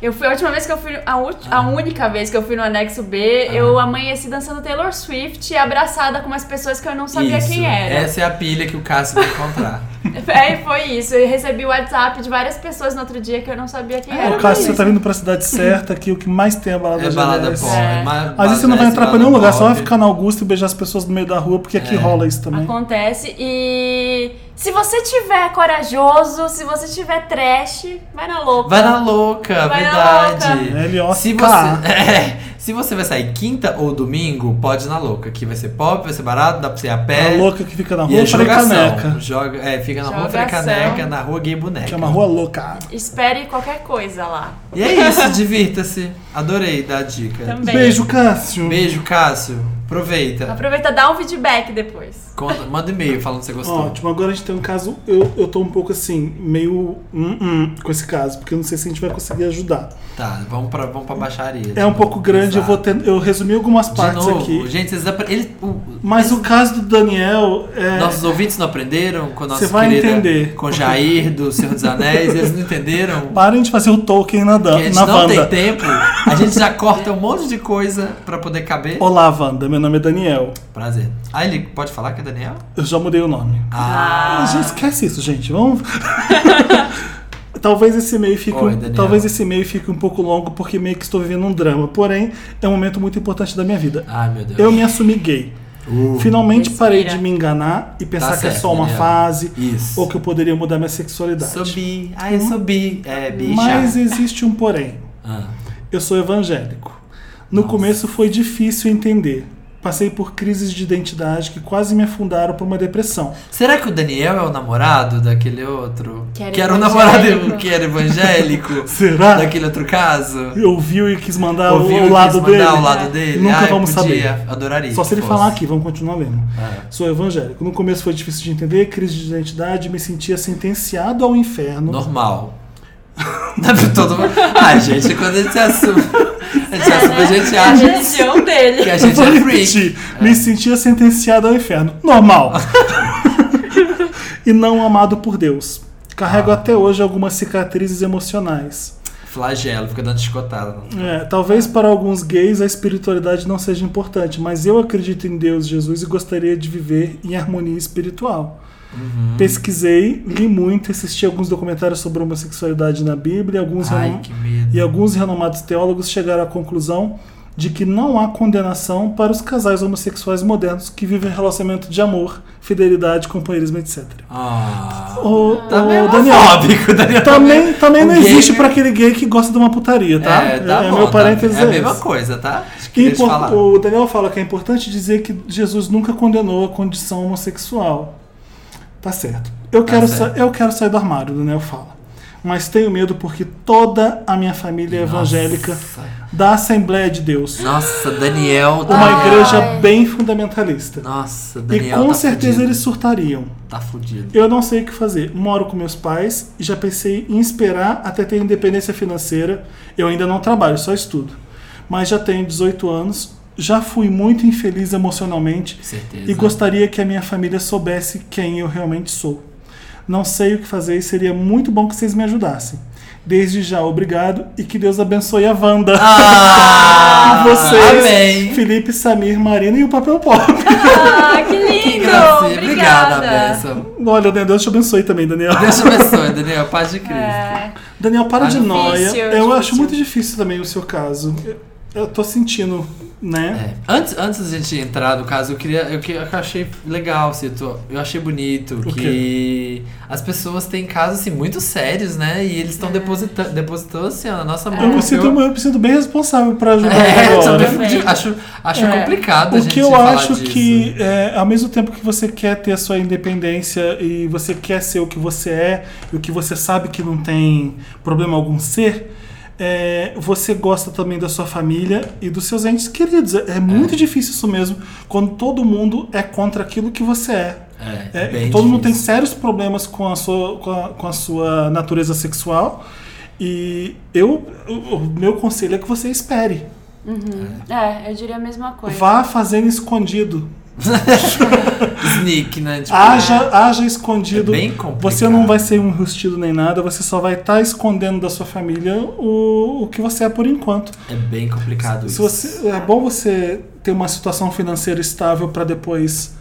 B: Eu fui a última vez que eu fui, a, ulti- a única vez que eu fui no anexo B, eu
C: Ah.
B: amanheci dançando Taylor Swift e abraçada com umas pessoas que eu não sabia
C: Isso.
B: quem era.
C: Essa é a pilha que o Cássio vai encontrar.
B: É, foi isso. Eu recebi WhatsApp de várias pessoas no outro dia que eu não sabia quem É, era.
A: Ô, Cássio, você tá vindo pra cidade certa aqui, o que mais tem é a balada
C: é
A: GLS.
C: balada pop.
B: É.
C: É. ma-
A: Às vezes você não vai
C: balada-
A: entrar pra nenhum lugar, só vai
C: pop. É.
A: ficar na Augusta e beijar as pessoas no meio da rua, porque aqui rola isso também.
B: Acontece. E se você tiver corajoso, se você tiver trash, vai na louca.
C: Vai na louca,
B: Vai na
C: verdade.
A: louca. L.O.C.K..
C: Se você, É, se você vai sair quinta ou domingo, pode ir na louca. Que vai ser pop, vai ser barato, dá pra você ir a pé.
A: A louca que fica na
C: E
A: rua,
C: é
A: eu falei
C: jogação.
A: caneca.
C: Joga, é, fica na rua, falei
B: Jogação.
C: caneca, na rua gay boneca.
A: Que é uma rua louca.
B: Espere qualquer coisa lá.
C: E é isso, divirta-se. Adorei dar a dica.
B: Também.
A: Beijo, Cássio.
C: Beijo, Cássio. Aproveita.
B: Aproveita, dá um feedback depois.
C: Conta- manda e-mail falando que você gostou.
A: Ótimo, agora a gente tem um caso. Eu, eu tô um pouco assim, meio hum, hum, com esse caso, porque eu não sei se a gente vai conseguir ajudar.
C: Tá, vamos pra, vamos pra baixaria.
A: É um pouco grande, eu vou
C: ter
A: ter, eu resumi algumas
C: De
A: partes
C: novo,
A: aqui.
C: gente, vocês apre- ele, o-
A: Mas o caso do Daniel é.
C: Nossos ouvintes não aprenderam com a nossa
A: Você vai
C: querida
A: entender.
C: com Jair do Senhor dos Anéis, eles não entenderam.
A: Parem de fazer o Tolkien na,
C: Que
A: dan-
C: a gente
A: na
C: não tem
A: Wanda.
C: tempo, a gente já corta um monte de coisa pra poder caber.
A: Olá, Wanda. Meu nome é Daniel.
C: Prazer. Ah, ele pode falar que é Daniel?
A: Eu já mudei o nome.
C: Ah,
A: Ah, gente, esquece isso, gente. Vamos. Talvez esse e-mail fique,
C: Oi,
A: um-
C: Daniel.
A: talvez esse e-mail fique um pouco longo porque meio que estou vivendo um drama. Porém, é um momento muito importante da minha vida.
C: Ai, Ah, meu Deus. Uh.
A: Eu me assumi gay. Finalmente
B: Respira.
A: parei de me enganar e pensar
C: Tá
A: que é
C: certo,
A: só uma
C: Daniel.
A: fase
C: Isso.
A: ou que eu poderia mudar minha sexualidade.
C: Sou bi. Ah, eu sou bi. É, bicha.
A: tipo, Mas existe um porém.
C: Ah.
A: Eu sou evangélico. No começo foi difícil entender. Passei por crises de identidade que quase me afundaram para uma depressão.
C: Será que o Daniel é o namorado daquele outro?
B: Que era
C: o
B: evangélico.
C: namorado que era evangélico?
A: Será?
C: Daquele outro caso?
A: Ouviu e quis mandar o-
C: Ouviu
A: o,
C: que quis
A: lado
C: mandar
A: dele.
C: o lado dele?
A: Nunca
C: Ai,
A: vamos
C: podia.
A: saber.
C: Adoraria.
A: Só
C: que
A: se ele
C: fosse.
A: falar aqui, vamos continuar lendo.
C: É.
A: Sou evangélico. No começo foi difícil de entender, crise de identidade, me sentia sentenciado ao inferno.
C: Normal. Todo mundo... Ah, gente, quando a gente se assume. A gente se assume, a gente
B: Né? a
C: acha
B: religião dele.
C: que a
A: Eu
C: gente
A: vou
C: é freak.
A: repetir. Me sentia sentenciado ao inferno. Normal. e não amado por Deus. Carrego até hoje algumas cicatrizes emocionais.
C: Flagelo, fica dando chicotada.
A: É, talvez para alguns gays a espiritualidade não seja importante, mas eu acredito em Deus, Jesus e gostaria de viver em harmonia espiritual. Uhum. Pesquisei, li muito, assisti alguns documentários sobre homossexualidade na Bíblia, alguns
C: Ai,
A: renom-
C: que medo.
A: e alguns renomados teólogos chegaram à conclusão de que não há condenação para os casais homossexuais modernos que vivem relacionamento de amor, fidelidade, companheirismo, etc.
C: Ah.
A: Ô,
C: Tá
A: ô,
C: meio
A: Daniel, Tá,
C: homofóbico, Daniel.
A: também, também
C: O
A: não
C: gay
A: existe
C: me-
A: pra aquele gay que gosta de uma putaria, tá?
C: É, tá bom,
A: meu
C: tá-
A: parênteses
C: é a
A: é
C: mesma
A: esse.
C: coisa, tá? Acho
A: Que
C: que deixa eu
A: impor-
C: falar.
A: o Daniel fala que é importante dizer que Jesus nunca condenou a condição homossexual. Tá certo. Eu
C: Tá
A: quero,
C: certo.
A: sa- eu quero sair do armário, o Daniel fala. Mas tenho medo porque toda a minha família é evangélica da Assembleia de Deus.
C: Nossa, Daniel. Tá...
A: Uma igreja bem fundamentalista.
C: Nossa,
A: E
C: Daniel.
A: com
C: tá
A: certeza
C: fudido.
A: eles surtariam.
C: Tá fudido.
A: Eu não sei o que fazer. Moro com meus pais e já pensei em esperar até ter independência financeira. Eu ainda não trabalho, só estudo. Mas já tenho 18 anos, já fui muito infeliz emocionalmente
C: Certeza.
A: e gostaria que a minha família soubesse quem eu realmente sou. Não sei o que fazer e seria muito bom que vocês me ajudassem. Desde já, obrigado e que Deus abençoe a Wanda.
C: Ah,
A: Vocês,
C: amém.
A: Felipe, Samir, Marina e o Papel Pop.
B: Ah, que lindo!
C: Obrigada,
B: Obrigada.
C: obrigada benção.
A: Olha, Deus te abençoe também, Daniel.
C: Deus te abençoe, Daniel. Paz de Cristo.
B: É.
A: Daniel, para
C: Ah,
A: de
C: difícil,
A: noia. Eu
B: difícil.
A: acho muito difícil também o seu caso. Eu, eu tô sentindo, né?
C: É. Antes, antes da gente entrar no caso, eu queria. Eu, que- eu achei legal, Cito. Eu achei bonito
A: O
C: que as pessoas têm casos assim, muito sérios, né? E eles estão depositando, depositando assim, ó, na nossa mão.
A: Eu, me sinto, eu me sinto bem responsável pra ajudar
C: É, eu
A: agora.
C: também
B: Também.
C: acho, acho
A: É.
C: complicado a
A: né? O
C: gente
A: que eu
C: falar
A: acho
C: disso.
A: que, é, ao mesmo tempo que você quer ter a sua independência e você quer ser o que você é, e o que você sabe que não tem problema algum ser, é, você gosta também da sua família e dos seus entes queridos. É, é muito difícil isso mesmo, quando todo mundo é contra aquilo que você é.
C: É,
A: É,
C: bem
A: todo mundo tem
C: difícil.
A: sérios problemas com a sua, com a, com a sua natureza sexual. E eu, o o meu conselho é que você espere.
B: É, eu diria a mesma coisa.
A: Vá fazendo escondido.
C: Sneak, né? Tipo,
A: Haja, haja escondido.
C: É bem complicado.
A: você não vai ser um rustido nem nada, você só vai estar escondendo da sua família o, o que você é por enquanto.
C: É bem complicado
A: Se
C: isso.
A: você, é bom você ter uma situação financeira estável para depois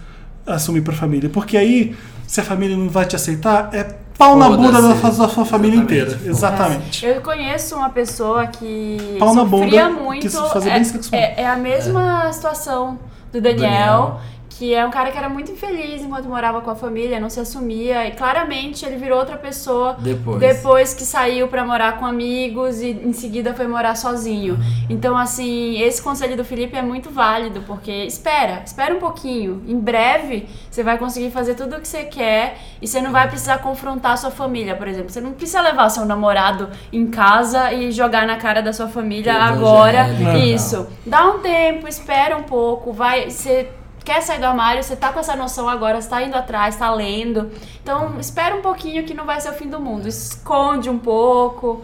A: assumir para a família. Porque aí, se a família não vai te aceitar, é pau na bunda da,
C: Foda-se.
A: fa- da sua família
C: Exatamente.
A: inteira. Exatamente.
B: Eu conheço uma pessoa que
A: Pau na
B: sofria
A: bunda,
B: muito.
A: que se fazia
B: é,
A: bem sexual.
B: é- é a mesma situação do Daniel,
C: Daniel.
B: que é um cara que era muito infeliz enquanto morava com a família, não se assumia. E claramente ele virou outra pessoa
C: Depois.
B: depois que saiu pra morar com amigos e em seguida foi morar sozinho. Então, assim, esse conselho do Felipe é muito válido, porque espera, espera um pouquinho. Em breve você vai conseguir fazer tudo o que você quer e você não vai precisar confrontar a sua família, por exemplo. Você não precisa levar seu namorado em casa e jogar na cara da sua família
C: Evangélico,
B: agora.
A: é
C: tal.
B: Isso. Dá um tempo, espera um pouco, vai. Você quer sair do armário, você tá com essa noção agora, você tá indo atrás, tá lendo. Então, espera um pouquinho que não vai ser o fim do mundo. Esconde um pouco.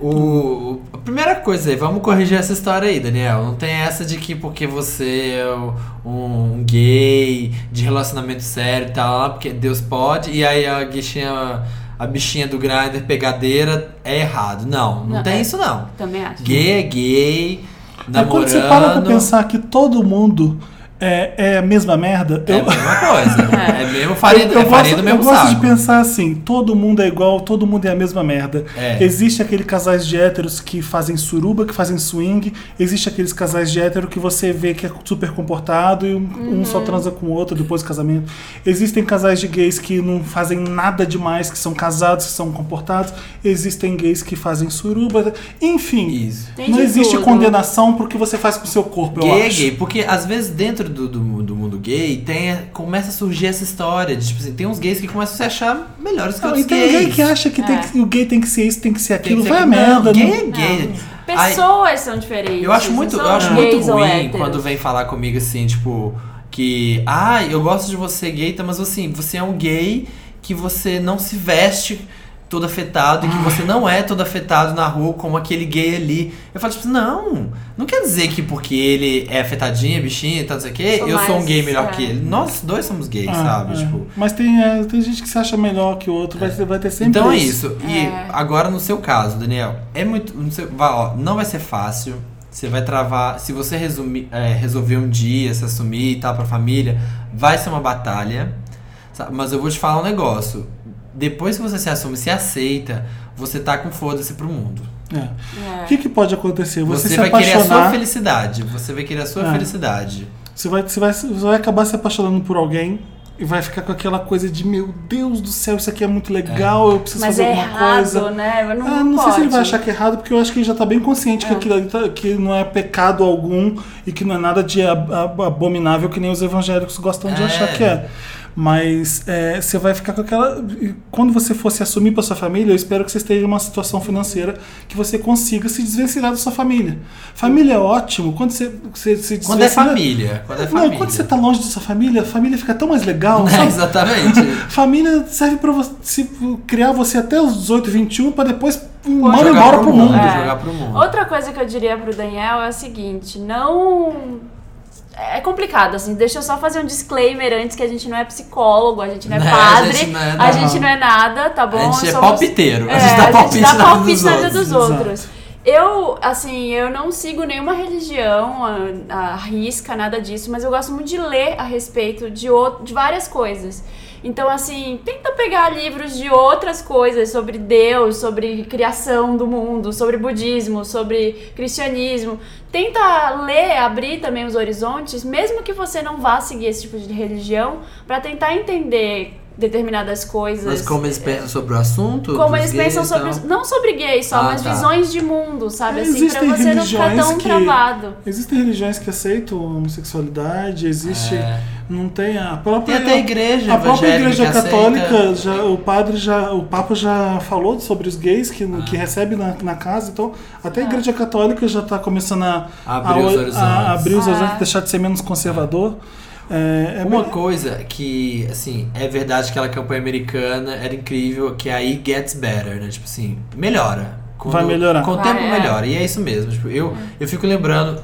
C: O, a primeira coisa aí, vamos corrigir essa história aí, Daniel. Não tem essa de que porque você é o- um, gay de relacionamento sério e tal, porque Deus pode, e aí a guichinha, a bichinha do grinder pegadeira é errado. Não, não,
B: Não,
C: tem
B: é.
C: isso não.
B: Também acho.
C: Gay é gay,
A: Aí
C: namorando.
A: quando você para pra pensar que todo mundo é, é a mesma merda,
C: É a mesma
A: eu,
C: coisa. É, mesmo farinha,
A: eu, eu
C: é farinha
A: gosto,
C: do
A: eu
C: mesmo
A: gosto
C: saco.
A: de pensar assim, todo mundo é igual, todo mundo é a mesma merda.
C: É.
A: Existe aquele casais de héteros que fazem suruba, que fazem swing, existe aqueles casais de hétero que você vê que é super comportado e um, um só
B: Uhum.
A: transa com o outro depois do casamento. Existem casais de gays que não fazem nada demais, que são casados, que são comportados. Existem gays que fazem suruba, enfim.
C: Isso.
B: Tem
A: Não
B: de
A: existe
B: tudo.
A: condenação porque você faz com o seu corpo, eu
C: Gay é
A: acho.
C: gay, porque às vezes dentro do, do, mu- do mundo gay tem, começa a surgir essa história de tipo assim, tem uns gays que começam a se achar melhores que
A: Não,
C: outros
A: e tem
C: gays.
A: alguém Então, que acha que, tem
B: É.
A: que o gay tem que ser isso, tem que ser
C: Tem
A: aquilo,
C: que ser
A: vai a
C: que- não,
A: merda.
C: Gay
A: não-
C: é gay. Aí-
B: Pessoas são diferentes.
C: Eu acho
B: não
C: muito,
B: são
C: eu acho muito
B: gays ou
C: ruim
B: héteros. É.
C: quando vem falar comigo assim, tipo, que, ah, eu gosto de você gay, tá, mas assim, você é um gay que você não se veste todo afetado e que você não é todo afetado na rua como aquele gay ali. Eu falo, tipo, não, não quer dizer que porque ele é afetadinho, é bichinho e tal, não sei o quê,
B: Sou
C: eu sou um
B: mais,
C: gay melhor
B: é.
C: que ele. Nós dois somos gays,
A: Ah,
C: sabe?
A: é.
C: Tipo.
A: Mas tem, é, tem gente que se acha melhor que o outro, vai, ter- vai ter sempre
C: Então é
A: isso.
C: isso. E agora no seu caso, Daniel, é muito. No seu, vá, ó, não vai ser fácil. Você vai travar. Se você resumir, é, resolver um dia, se assumir e tal pra família, vai ser uma batalha. sabe? Mas eu vou te falar um negócio. Depois que você se assume, se aceita, você tá com foda-se pro mundo.
A: É. O que, que pode acontecer? Você,
C: Você,
A: se
C: vai querer a sua
A: apaixonar,
C: felicidade. Você vai querer a sua
A: É.
C: felicidade.
A: você, vai, você, vai, você vai acabar se apaixonando por alguém e vai ficar com aquela coisa de meu Deus do céu, isso aqui é muito legal, eu preciso
B: Mas
A: fazer
B: é
A: alguma
B: errado,
A: coisa.
B: né? Mas Não,
A: Ah, não sei se ele vai
B: pode.
A: achar que é errado, porque eu acho que ele já tá bem consciente que aquilo ali tá- que não é pecado algum e que não é nada de ab- ab- abominável que nem os evangélicos gostam de
C: É.
A: achar que é. Mas é, você vai ficar com aquela. e Quando você for se assumir para sua família, eu espero que você esteja em uma situação financeira que você consiga se desvencilhar da sua família. Família é ótimo quando você, você se
C: Quando é
A: desvencilha-
C: família. Quando é família.
A: Não, quando você tá longe da sua família, a família fica tão mais legal.
C: É,
A: sabe?
C: exatamente.
A: Família serve pra você criar você até os 18, 21, pra depois
C: Jogar
A: manda embora pro mundo.
B: É.
C: Jogar pro mundo.
B: Outra coisa que eu diria pro Daniel é o seguinte, não... É complicado, assim, deixa eu só fazer um disclaimer antes que a gente não é psicólogo, a gente não é
C: Né, a
B: padre, a
C: gente
B: gente
C: não
B: não
C: é
B: é,
C: nada.
B: nada, tá bom?
C: A gente é
B: Somos-
C: palpiteiro. A
B: É,
C: gente dá palpite na vida dos
B: na vida
C: outros.
B: dos outros. Eu, assim, eu não sigo nenhuma religião, a- a- arrisca nada disso, mas eu gosto muito de ler a respeito de, ou- de várias coisas. Então, assim, tenta pegar livros de outras coisas sobre Deus, sobre criação do mundo, sobre budismo, sobre cristianismo. Tenta ler, abrir também os horizontes, mesmo que você não vá seguir esse tipo de religião, pra tentar entender determinadas coisas. é,
C: Mas como eles pensam sobre o assunto?
B: Como
C: dos
B: eles
C: gays
B: pensam
C: e
B: sobre.
C: tal?
B: os- Não sobre gay só,
C: Ah,
B: mas
C: tá.
B: visões de mundo, sabe?
A: É,
B: Assim, pra
A: existem
B: você não ficar
A: religiões
B: tão
A: que-
B: travado.
A: Existem religiões que aceitam a homossexualidade, existe. Não tem a
C: É. Tem
A: própria.
C: até a igreja
A: a própria
C: evangélica
A: igreja
C: que
A: católica,
C: aceita.
A: já, o padre já. O Papa já falou sobre os gays que,
C: Ah.
A: que recebe na, na casa, então até a
B: Ah.
A: igreja católica já está começando a,
C: Abrir
A: a-
C: os horizontes.
A: a abrir os
B: Ah.
A: horizontes, deixar de ser menos conservador. É, é
C: Uma
A: bem-
C: coisa que, assim, é verdade que aquela campanha americana era incrível, que aí gets better, né? Tipo assim, melhora. Quando-
A: Vai melhorar.
C: Com o
B: Vai,
C: tempo
B: é. Uhum.
C: melhora. E é isso mesmo. Tipo, eu, eu fico lembrando,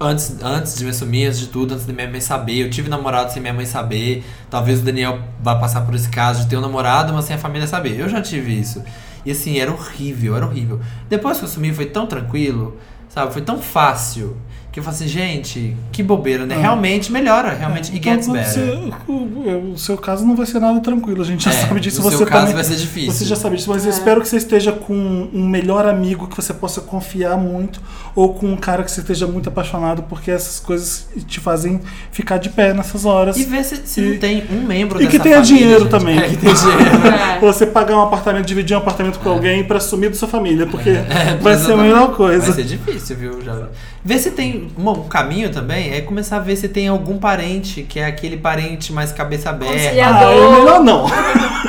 C: antes, antes de me assumir, antes de tudo, antes da minha mãe saber, eu tive namorado sem minha mãe saber. Talvez o Daniel vá passar por esse caso de ter um namorado, mas sem a família saber. Eu já tive isso. E assim, era horrível, era horrível. Depois que eu assumi, foi tão tranquilo, sabe? Foi tão fácil. Que eu falei assim, gente, que bobeira,
A: Ah.
C: né? Realmente melhora, realmente. e
A: Então,
C: gets
A: quando
C: better.
A: você- o, o seu caso não vai ser nada tranquilo, a gente já
C: É,
A: sabe disso.
C: no
A: você
C: seu caso
A: também-
C: vai ser difícil.
A: Você já sabe disso, mas eu espero que você esteja com um melhor amigo que você possa confiar muito, ou com um cara que você esteja muito apaixonado, porque essas coisas te fazem ficar de pé nessas horas.
C: E ver se, se não
A: E-
C: tem um membro
A: e
C: dessa
A: que tenha
C: família,
A: dinheiro
C: gente.
A: também.
C: É, que tenha dinheiro.
B: É.
A: Você pagar um apartamento, dividir um apartamento com alguém pra sumir da sua família, porque
C: É,
A: vai ser a
C: exatamente.
A: melhor coisa.
C: Vai ser difícil, viu? Já. Ver se tem um, um caminho também é começar a ver se tem algum parente que é aquele parente mais cabeça aberta.
B: Conciliador.
A: Ah, é melhor não.
C: Será que não?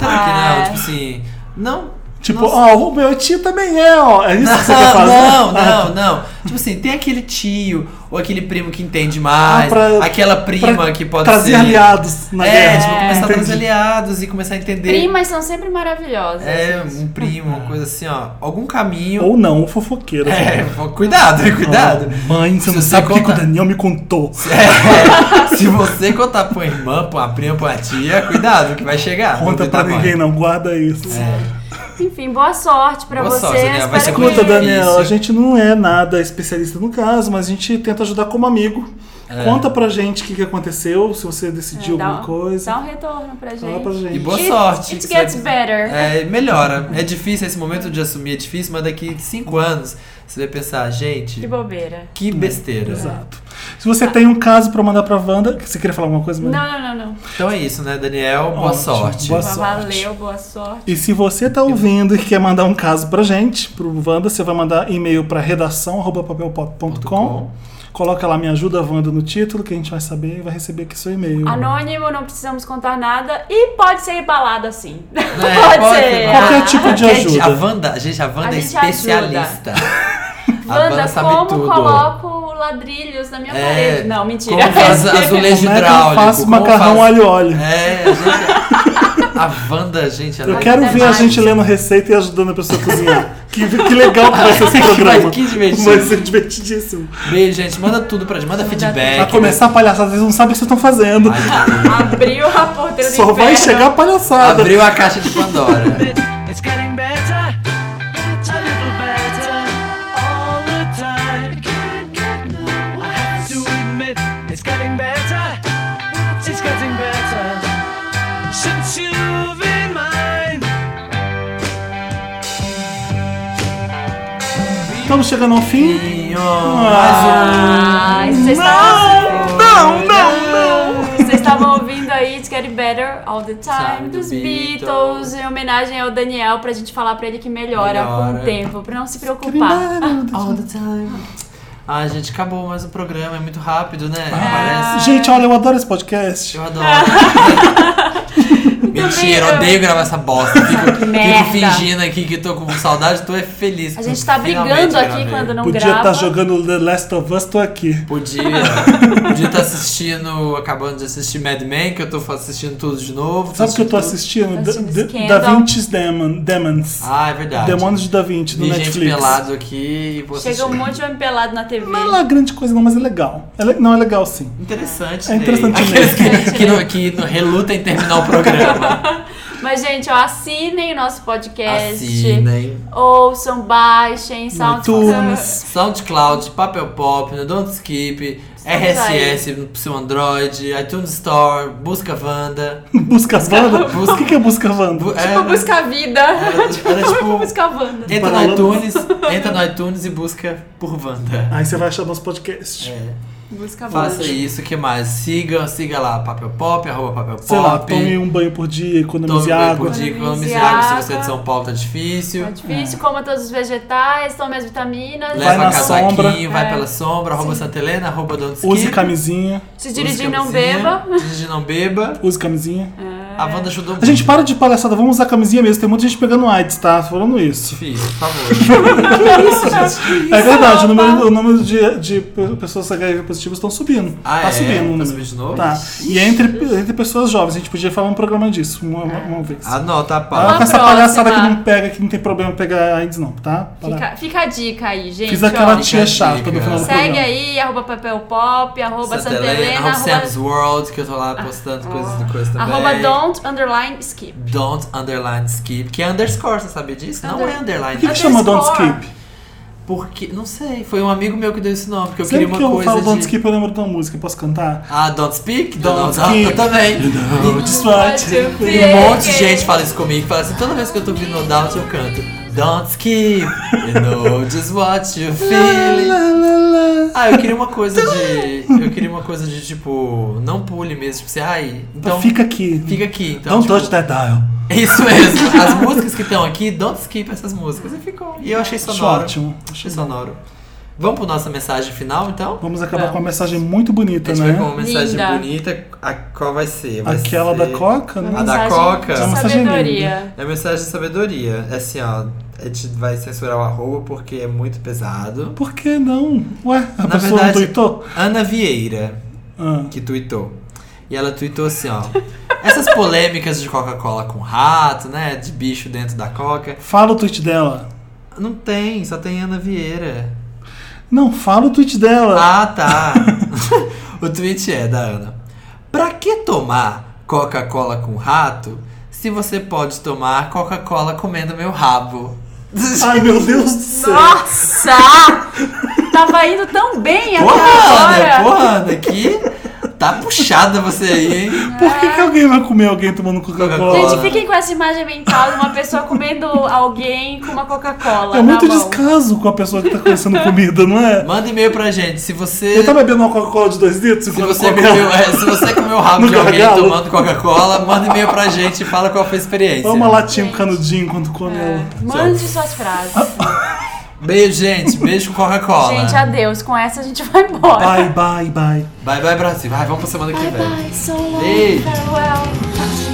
B: Ah.
C: Tipo assim. Não.
A: tipo,
C: não
A: ó, o meu tio também é, ó. É isso que você quer fazer?
C: não, não, não. Tipo assim, tem aquele tio ou aquele primo que entende mais,
A: Ah, pra-
C: aquela prima
A: pra
C: que pode
A: trazer
C: ser.
A: aliados na
C: É,
A: guerra.
C: tipo, começar a
A: Entendi.
C: trazer aliados e começar a entender.
B: Primas são sempre maravilhosas.
C: É, um primo, uma coisa assim, ó. Algum caminho.
A: Ou não, um fofoqueiro.
C: É, cuidado, cuidado.
A: Mãe, você
C: Se
A: não
C: você
A: sabe o que que o
C: contar-
A: Daniel me contou.
C: É, se você contar pra uma irmã, pra É. uma prima, pra uma tia, cuidado que vai chegar.
A: Conta pra ninguém, não. Guarda isso.
B: Enfim, boa sorte pra
C: Boa
B: você.
C: sorte, Daniel. Vai ser
B: Espero
C: muito
A: Escuta,
B: que...
C: difícil.
A: Daniel, a gente não é nada especialista no caso, mas a gente tenta ajudar como amigo.
C: É.
A: Conta pra gente o que, que aconteceu, se você decidiu
B: É, dá
A: alguma
B: um-
A: coisa.
B: Dá um retorno pra gente.
A: Fala pra gente.
C: E boa
B: It-
C: sorte.
B: it
C: que você-
B: gets better.
C: É, melhora. É difícil, esse momento de assumir é difícil, mas daqui cinco anos você vai pensar, gente,
B: Que bobeira.
C: que besteira.
A: Exato. Se você tem um caso pra mandar pra Wanda, você queria falar alguma coisa?
B: Não,
A: Manu?
B: não, não, não.
C: Então é isso, né, Daniel? Boa
A: Ótimo.
C: sorte.
A: Boa sorte.
B: Valeu, boa sorte.
A: E se você tá ouvindo e quer mandar um caso pra gente, pro Wanda, você vai mandar e-mail pra redação@papelpop.com. Coloca lá me ajuda Wanda no título, que a gente vai saber e vai receber aqui seu e-mail.
B: Anônimo, não precisamos contar nada. E pode ser assim. balada sim.
C: É,
B: pode,
C: pode
B: ser.
C: ser.
A: Qualquer tipo de
C: Gente,
A: ajuda.
C: a Wanda, gente, a Wanda
B: A
C: é
B: gente ajuda.
C: especialista. A
B: Wanda,
C: Wanda sabe
B: como
C: tudo. É,
B: coloco ladrilhos na minha parede? Não, mentira.
C: Como faz azulejo
A: Como é que eu
C: hidráulico.
A: faço
C: como
A: macarrão
C: faz-
A: alho-óleo?
C: É, a gente... A Wanda, gente, ela
A: Eu quero
B: Até
A: ver a
B: mais.
A: gente um lendo receita e ajudando a pessoa a cozinhar. que, que legal que vai ser esse programa.
C: Que divertido.
A: Vai ser divertidíssimo.
C: Beijo, gente. Manda tudo pra gente. Manda feedback.
A: Vai começar a palhaçada, vocês não sabem o que vocês estão fazendo.
C: É Ai, meu Deus.
B: Abriu a porteira do
A: Só vai
B: inferno.
A: chegar a palhaçada.
C: Abriu a caixa de Pandora.
G: It's getting better, a little better all the time. I have to admit, it's getting better, it's getting better since you've been mine.
A: Estamos chegando ao fim. Ah.
B: Ai, vocês estavam. Não, não, não! Vocês estavam ouvindo aí It's Getting Better All the Time
C: Sabe,
B: dos
C: do
B: Beatles,
C: Beatles.
B: em homenagem ao Daniel, pra gente falar pra ele que melhora, com
C: Melhora.
B: o tempo, pra não se preocupar.
C: All the time. Ai, gente, acabou mais o programa. É muito rápido, né? Parece.
A: Gente, olha, eu adoro esse podcast.
C: Eu adoro. Mentira, eu odeio gravar essa bosta. Fico,
B: merda.
C: fico fingindo aqui que tô com saudade, tô é feliz.
B: A
C: que
B: gente tá
C: finalmente
B: brigando aqui
C: gravei.
B: quando não
A: Podia
B: grava.
A: estar jogando The Last of Us, tô aqui.
C: Podia. Podia estar assistindo, acabando de assistir Mad Men, que eu tô assistindo tudo de novo.
A: Sabe o que eu tô
C: tudo.
A: assistindo?
B: Tá assistindo
A: Da, da-
B: Scandal.
A: da Vinci's Demon, Demons.
C: Ah, é verdade.
A: Demônios de Da Vinci, no
C: Vi gente
A: Netflix.
C: pelado aqui e vou
B: Chega um
C: assistir.
B: monte de homem pelado na TV.
A: Não é lá grande coisa não, mas é legal. É le- Não, é legal sim.
C: Interessante.
A: É interessante
C: Ney.
A: mesmo.
C: Aqueles que, que, não, que não reluta em terminar o programa.
B: Mas, gente, ó, assinem o nosso podcast.
C: Assinem.
B: Ouçam, baixem,
A: iTunes.
B: SoundCloud.
C: SoundCloud, Papel Pop, no Don't Skip, RSS no seu Android, iTunes Store, Busca Vanda.
A: Busca as bandas?
C: Busca-
A: O que que é Busca Wanda?
B: Tipo,
C: né?
B: busca a vida.
C: era é, tipo-
B: tipo, busca a Wanda.
C: Entra no
A: Paralama.
C: iTunes, entra no iTunes e busca por Vanda.
A: Aí você vai achar nosso
C: É,
A: podcast.
B: Busca a
C: Faça
B: Wanda.
C: isso, o que mais? Siga, siga lá, Papel Pop, arroba Papel Pop.
A: Sei lá, tome um banho por dia,
C: Tome um
A: economize
C: banho
A: água.
C: por dia, economize
B: Economize
C: água. Se
B: água.
C: você é de São Paulo, tá difícil.
B: É difícil, coma todos os vegetais, tome as vitaminas.
A: Vai
C: Leva
A: na
C: casaquinho,
A: sombra.
C: vai
B: É.
C: pela sombra, arroba Santa Helena, arroba Don't Skip.
A: Use camisinha,
B: Se
C: Use
B: dirigir, não
C: camisinha,
B: beba.
C: Dirigir, não beba.
A: use camisinha.
B: É.
C: A Wanda ajudou
A: A
C: muito.
A: gente para de palhaçada, vamos usar camisinha mesmo. Tem muita gente pegando AIDS, tá? Falando isso.
C: Difícil, por favor.
A: É verdade, o número, o número de, de pe- pessoas HIV positivas estão subindo.
C: Ah,
A: tá
C: é?
A: subindo
C: Tá
A: o número.
C: subindo de novo?
A: Tá. E entre, entre pessoas jovens, a gente podia falar um programa disso uma, uma- uma vez.
C: Anota a
A: Ah,
C: pauta.
A: com essa
B: tá. próxima.
A: palhaçada que não pega, que não tem problema pegar AIDS, não, tá? Para.
B: Fica, fica a dica aí, gente.
A: Fiz
B: ó.
A: aquela
C: Fica a
A: tia chata do
C: dica.
A: final do
B: Segue
A: programa.
B: aí, arroba papel pop, arroba Santa Helena,
C: arroba Sam's
B: arroba, Ah.
C: World, que eu tô lá postando coisas do coisa também.
B: arroba don't underline skip.
C: Don't underline skip, que é underscore, você sabia disso? Não é
B: Under-
A: Por que,
C: underline.
A: que chama Don't
B: Underscore.
A: Skip?
C: Porque, não sei, foi um amigo meu que deu esse nome, porque eu queria
A: Sempre
C: uma
A: que eu
C: coisa
A: falo
C: de...
A: Don't Skip, eu lembro da música. Posso cantar?
C: Ah, don't speak?
A: Don't
C: Don't,
A: skip.
C: Eu também.
A: Don't Start.
C: E um monte de gente fala isso comigo, fala assim, toda vez que eu tô ouvindo No Doubt eu canto Don't skip, you know just what you feel Ah, eu queria uma coisa de... Eu queria uma coisa de, tipo, não pule mesmo, tipo assim, ai, então...
A: Fica aqui.
C: Fica aqui, então.
A: Don't
C: tipo,
A: touch that dial.
C: É Isso mesmo. As músicas que estão aqui, don't skip essas músicas. E ficou. E eu achei
A: Acho
C: sonoro.
A: é ótimo.
C: Achei sonoro. Vamos pra nossa mensagem final, então?
A: Vamos acabar
B: Vamos.
A: com uma mensagem muito bonita,
C: A gente vai com
A: né?
C: uma mensagem
B: Linda.
C: bonita. A, qual vai ser? Vai
A: Aquela
C: ser-
A: da Coca, né?
C: A da
B: Mensagem
C: Coca.
A: É uma
B: De
A: mensagem
B: sabedoria.
C: É mensagem de sabedoria. É assim, ó. A gente vai censurar o arroba porque é muito pesado.
A: Por que não? Ué, a
C: Na
A: pessoa
C: verdade-
A: não tuitou?
C: Ana Vieira,
A: Ah.
C: que tuitou. E ela tuitou assim, ó. Essas polêmicas de Coca-Cola com rato, né? De bicho dentro da Coca.
A: Fala o tweet dela.
C: Não tem, só tem Ana Vieira.
A: Não, fala o tweet dela.
C: Ah, tá. o tweet é da Ana. Pra que tomar Coca-Cola com rato se você pode tomar Coca-Cola comendo meu rabo.
A: Ai, meu Deus do céu.
B: Nossa! Tava indo tão bem até
C: Porra, né? Ana,
B: agora.
C: porra, Ana, que tá puxada você aí, hein?
A: Por que, que alguém vai comer alguém tomando Coca-Cola?
C: Coca-Cola.
B: Gente, fiquem com essa imagem mental de uma pessoa comendo alguém com uma Coca-Cola. tá
A: É muito
B: na mão.
A: descaso com a pessoa que tá conhecendo comida, não é?
C: Manda e-mail pra gente se você.
A: Eu tá bebendo uma Coca-Cola de dois litros
C: Se
A: enquanto
C: você,
A: come
C: comeu,
A: ela.
C: é, se você comeu o rabo
A: No
C: de alguém
A: gargalo.
C: tomando Coca-Cola, manda e-mail pra gente e fala qual foi a experiência.
A: Toma uma latinha com canudinho enquanto come
B: É.
A: ela.
B: Mande suas frases.
C: Beijo, gente. Beijo com Coca-Cola.
B: Gente, adeus. Com essa a gente vai embora.
A: Bye, bye, bye.
C: Bye, bye, Brasil. Vai, vamos pra semana que vem.
E: Bye, so long,
C: Beijo.
E: farewell.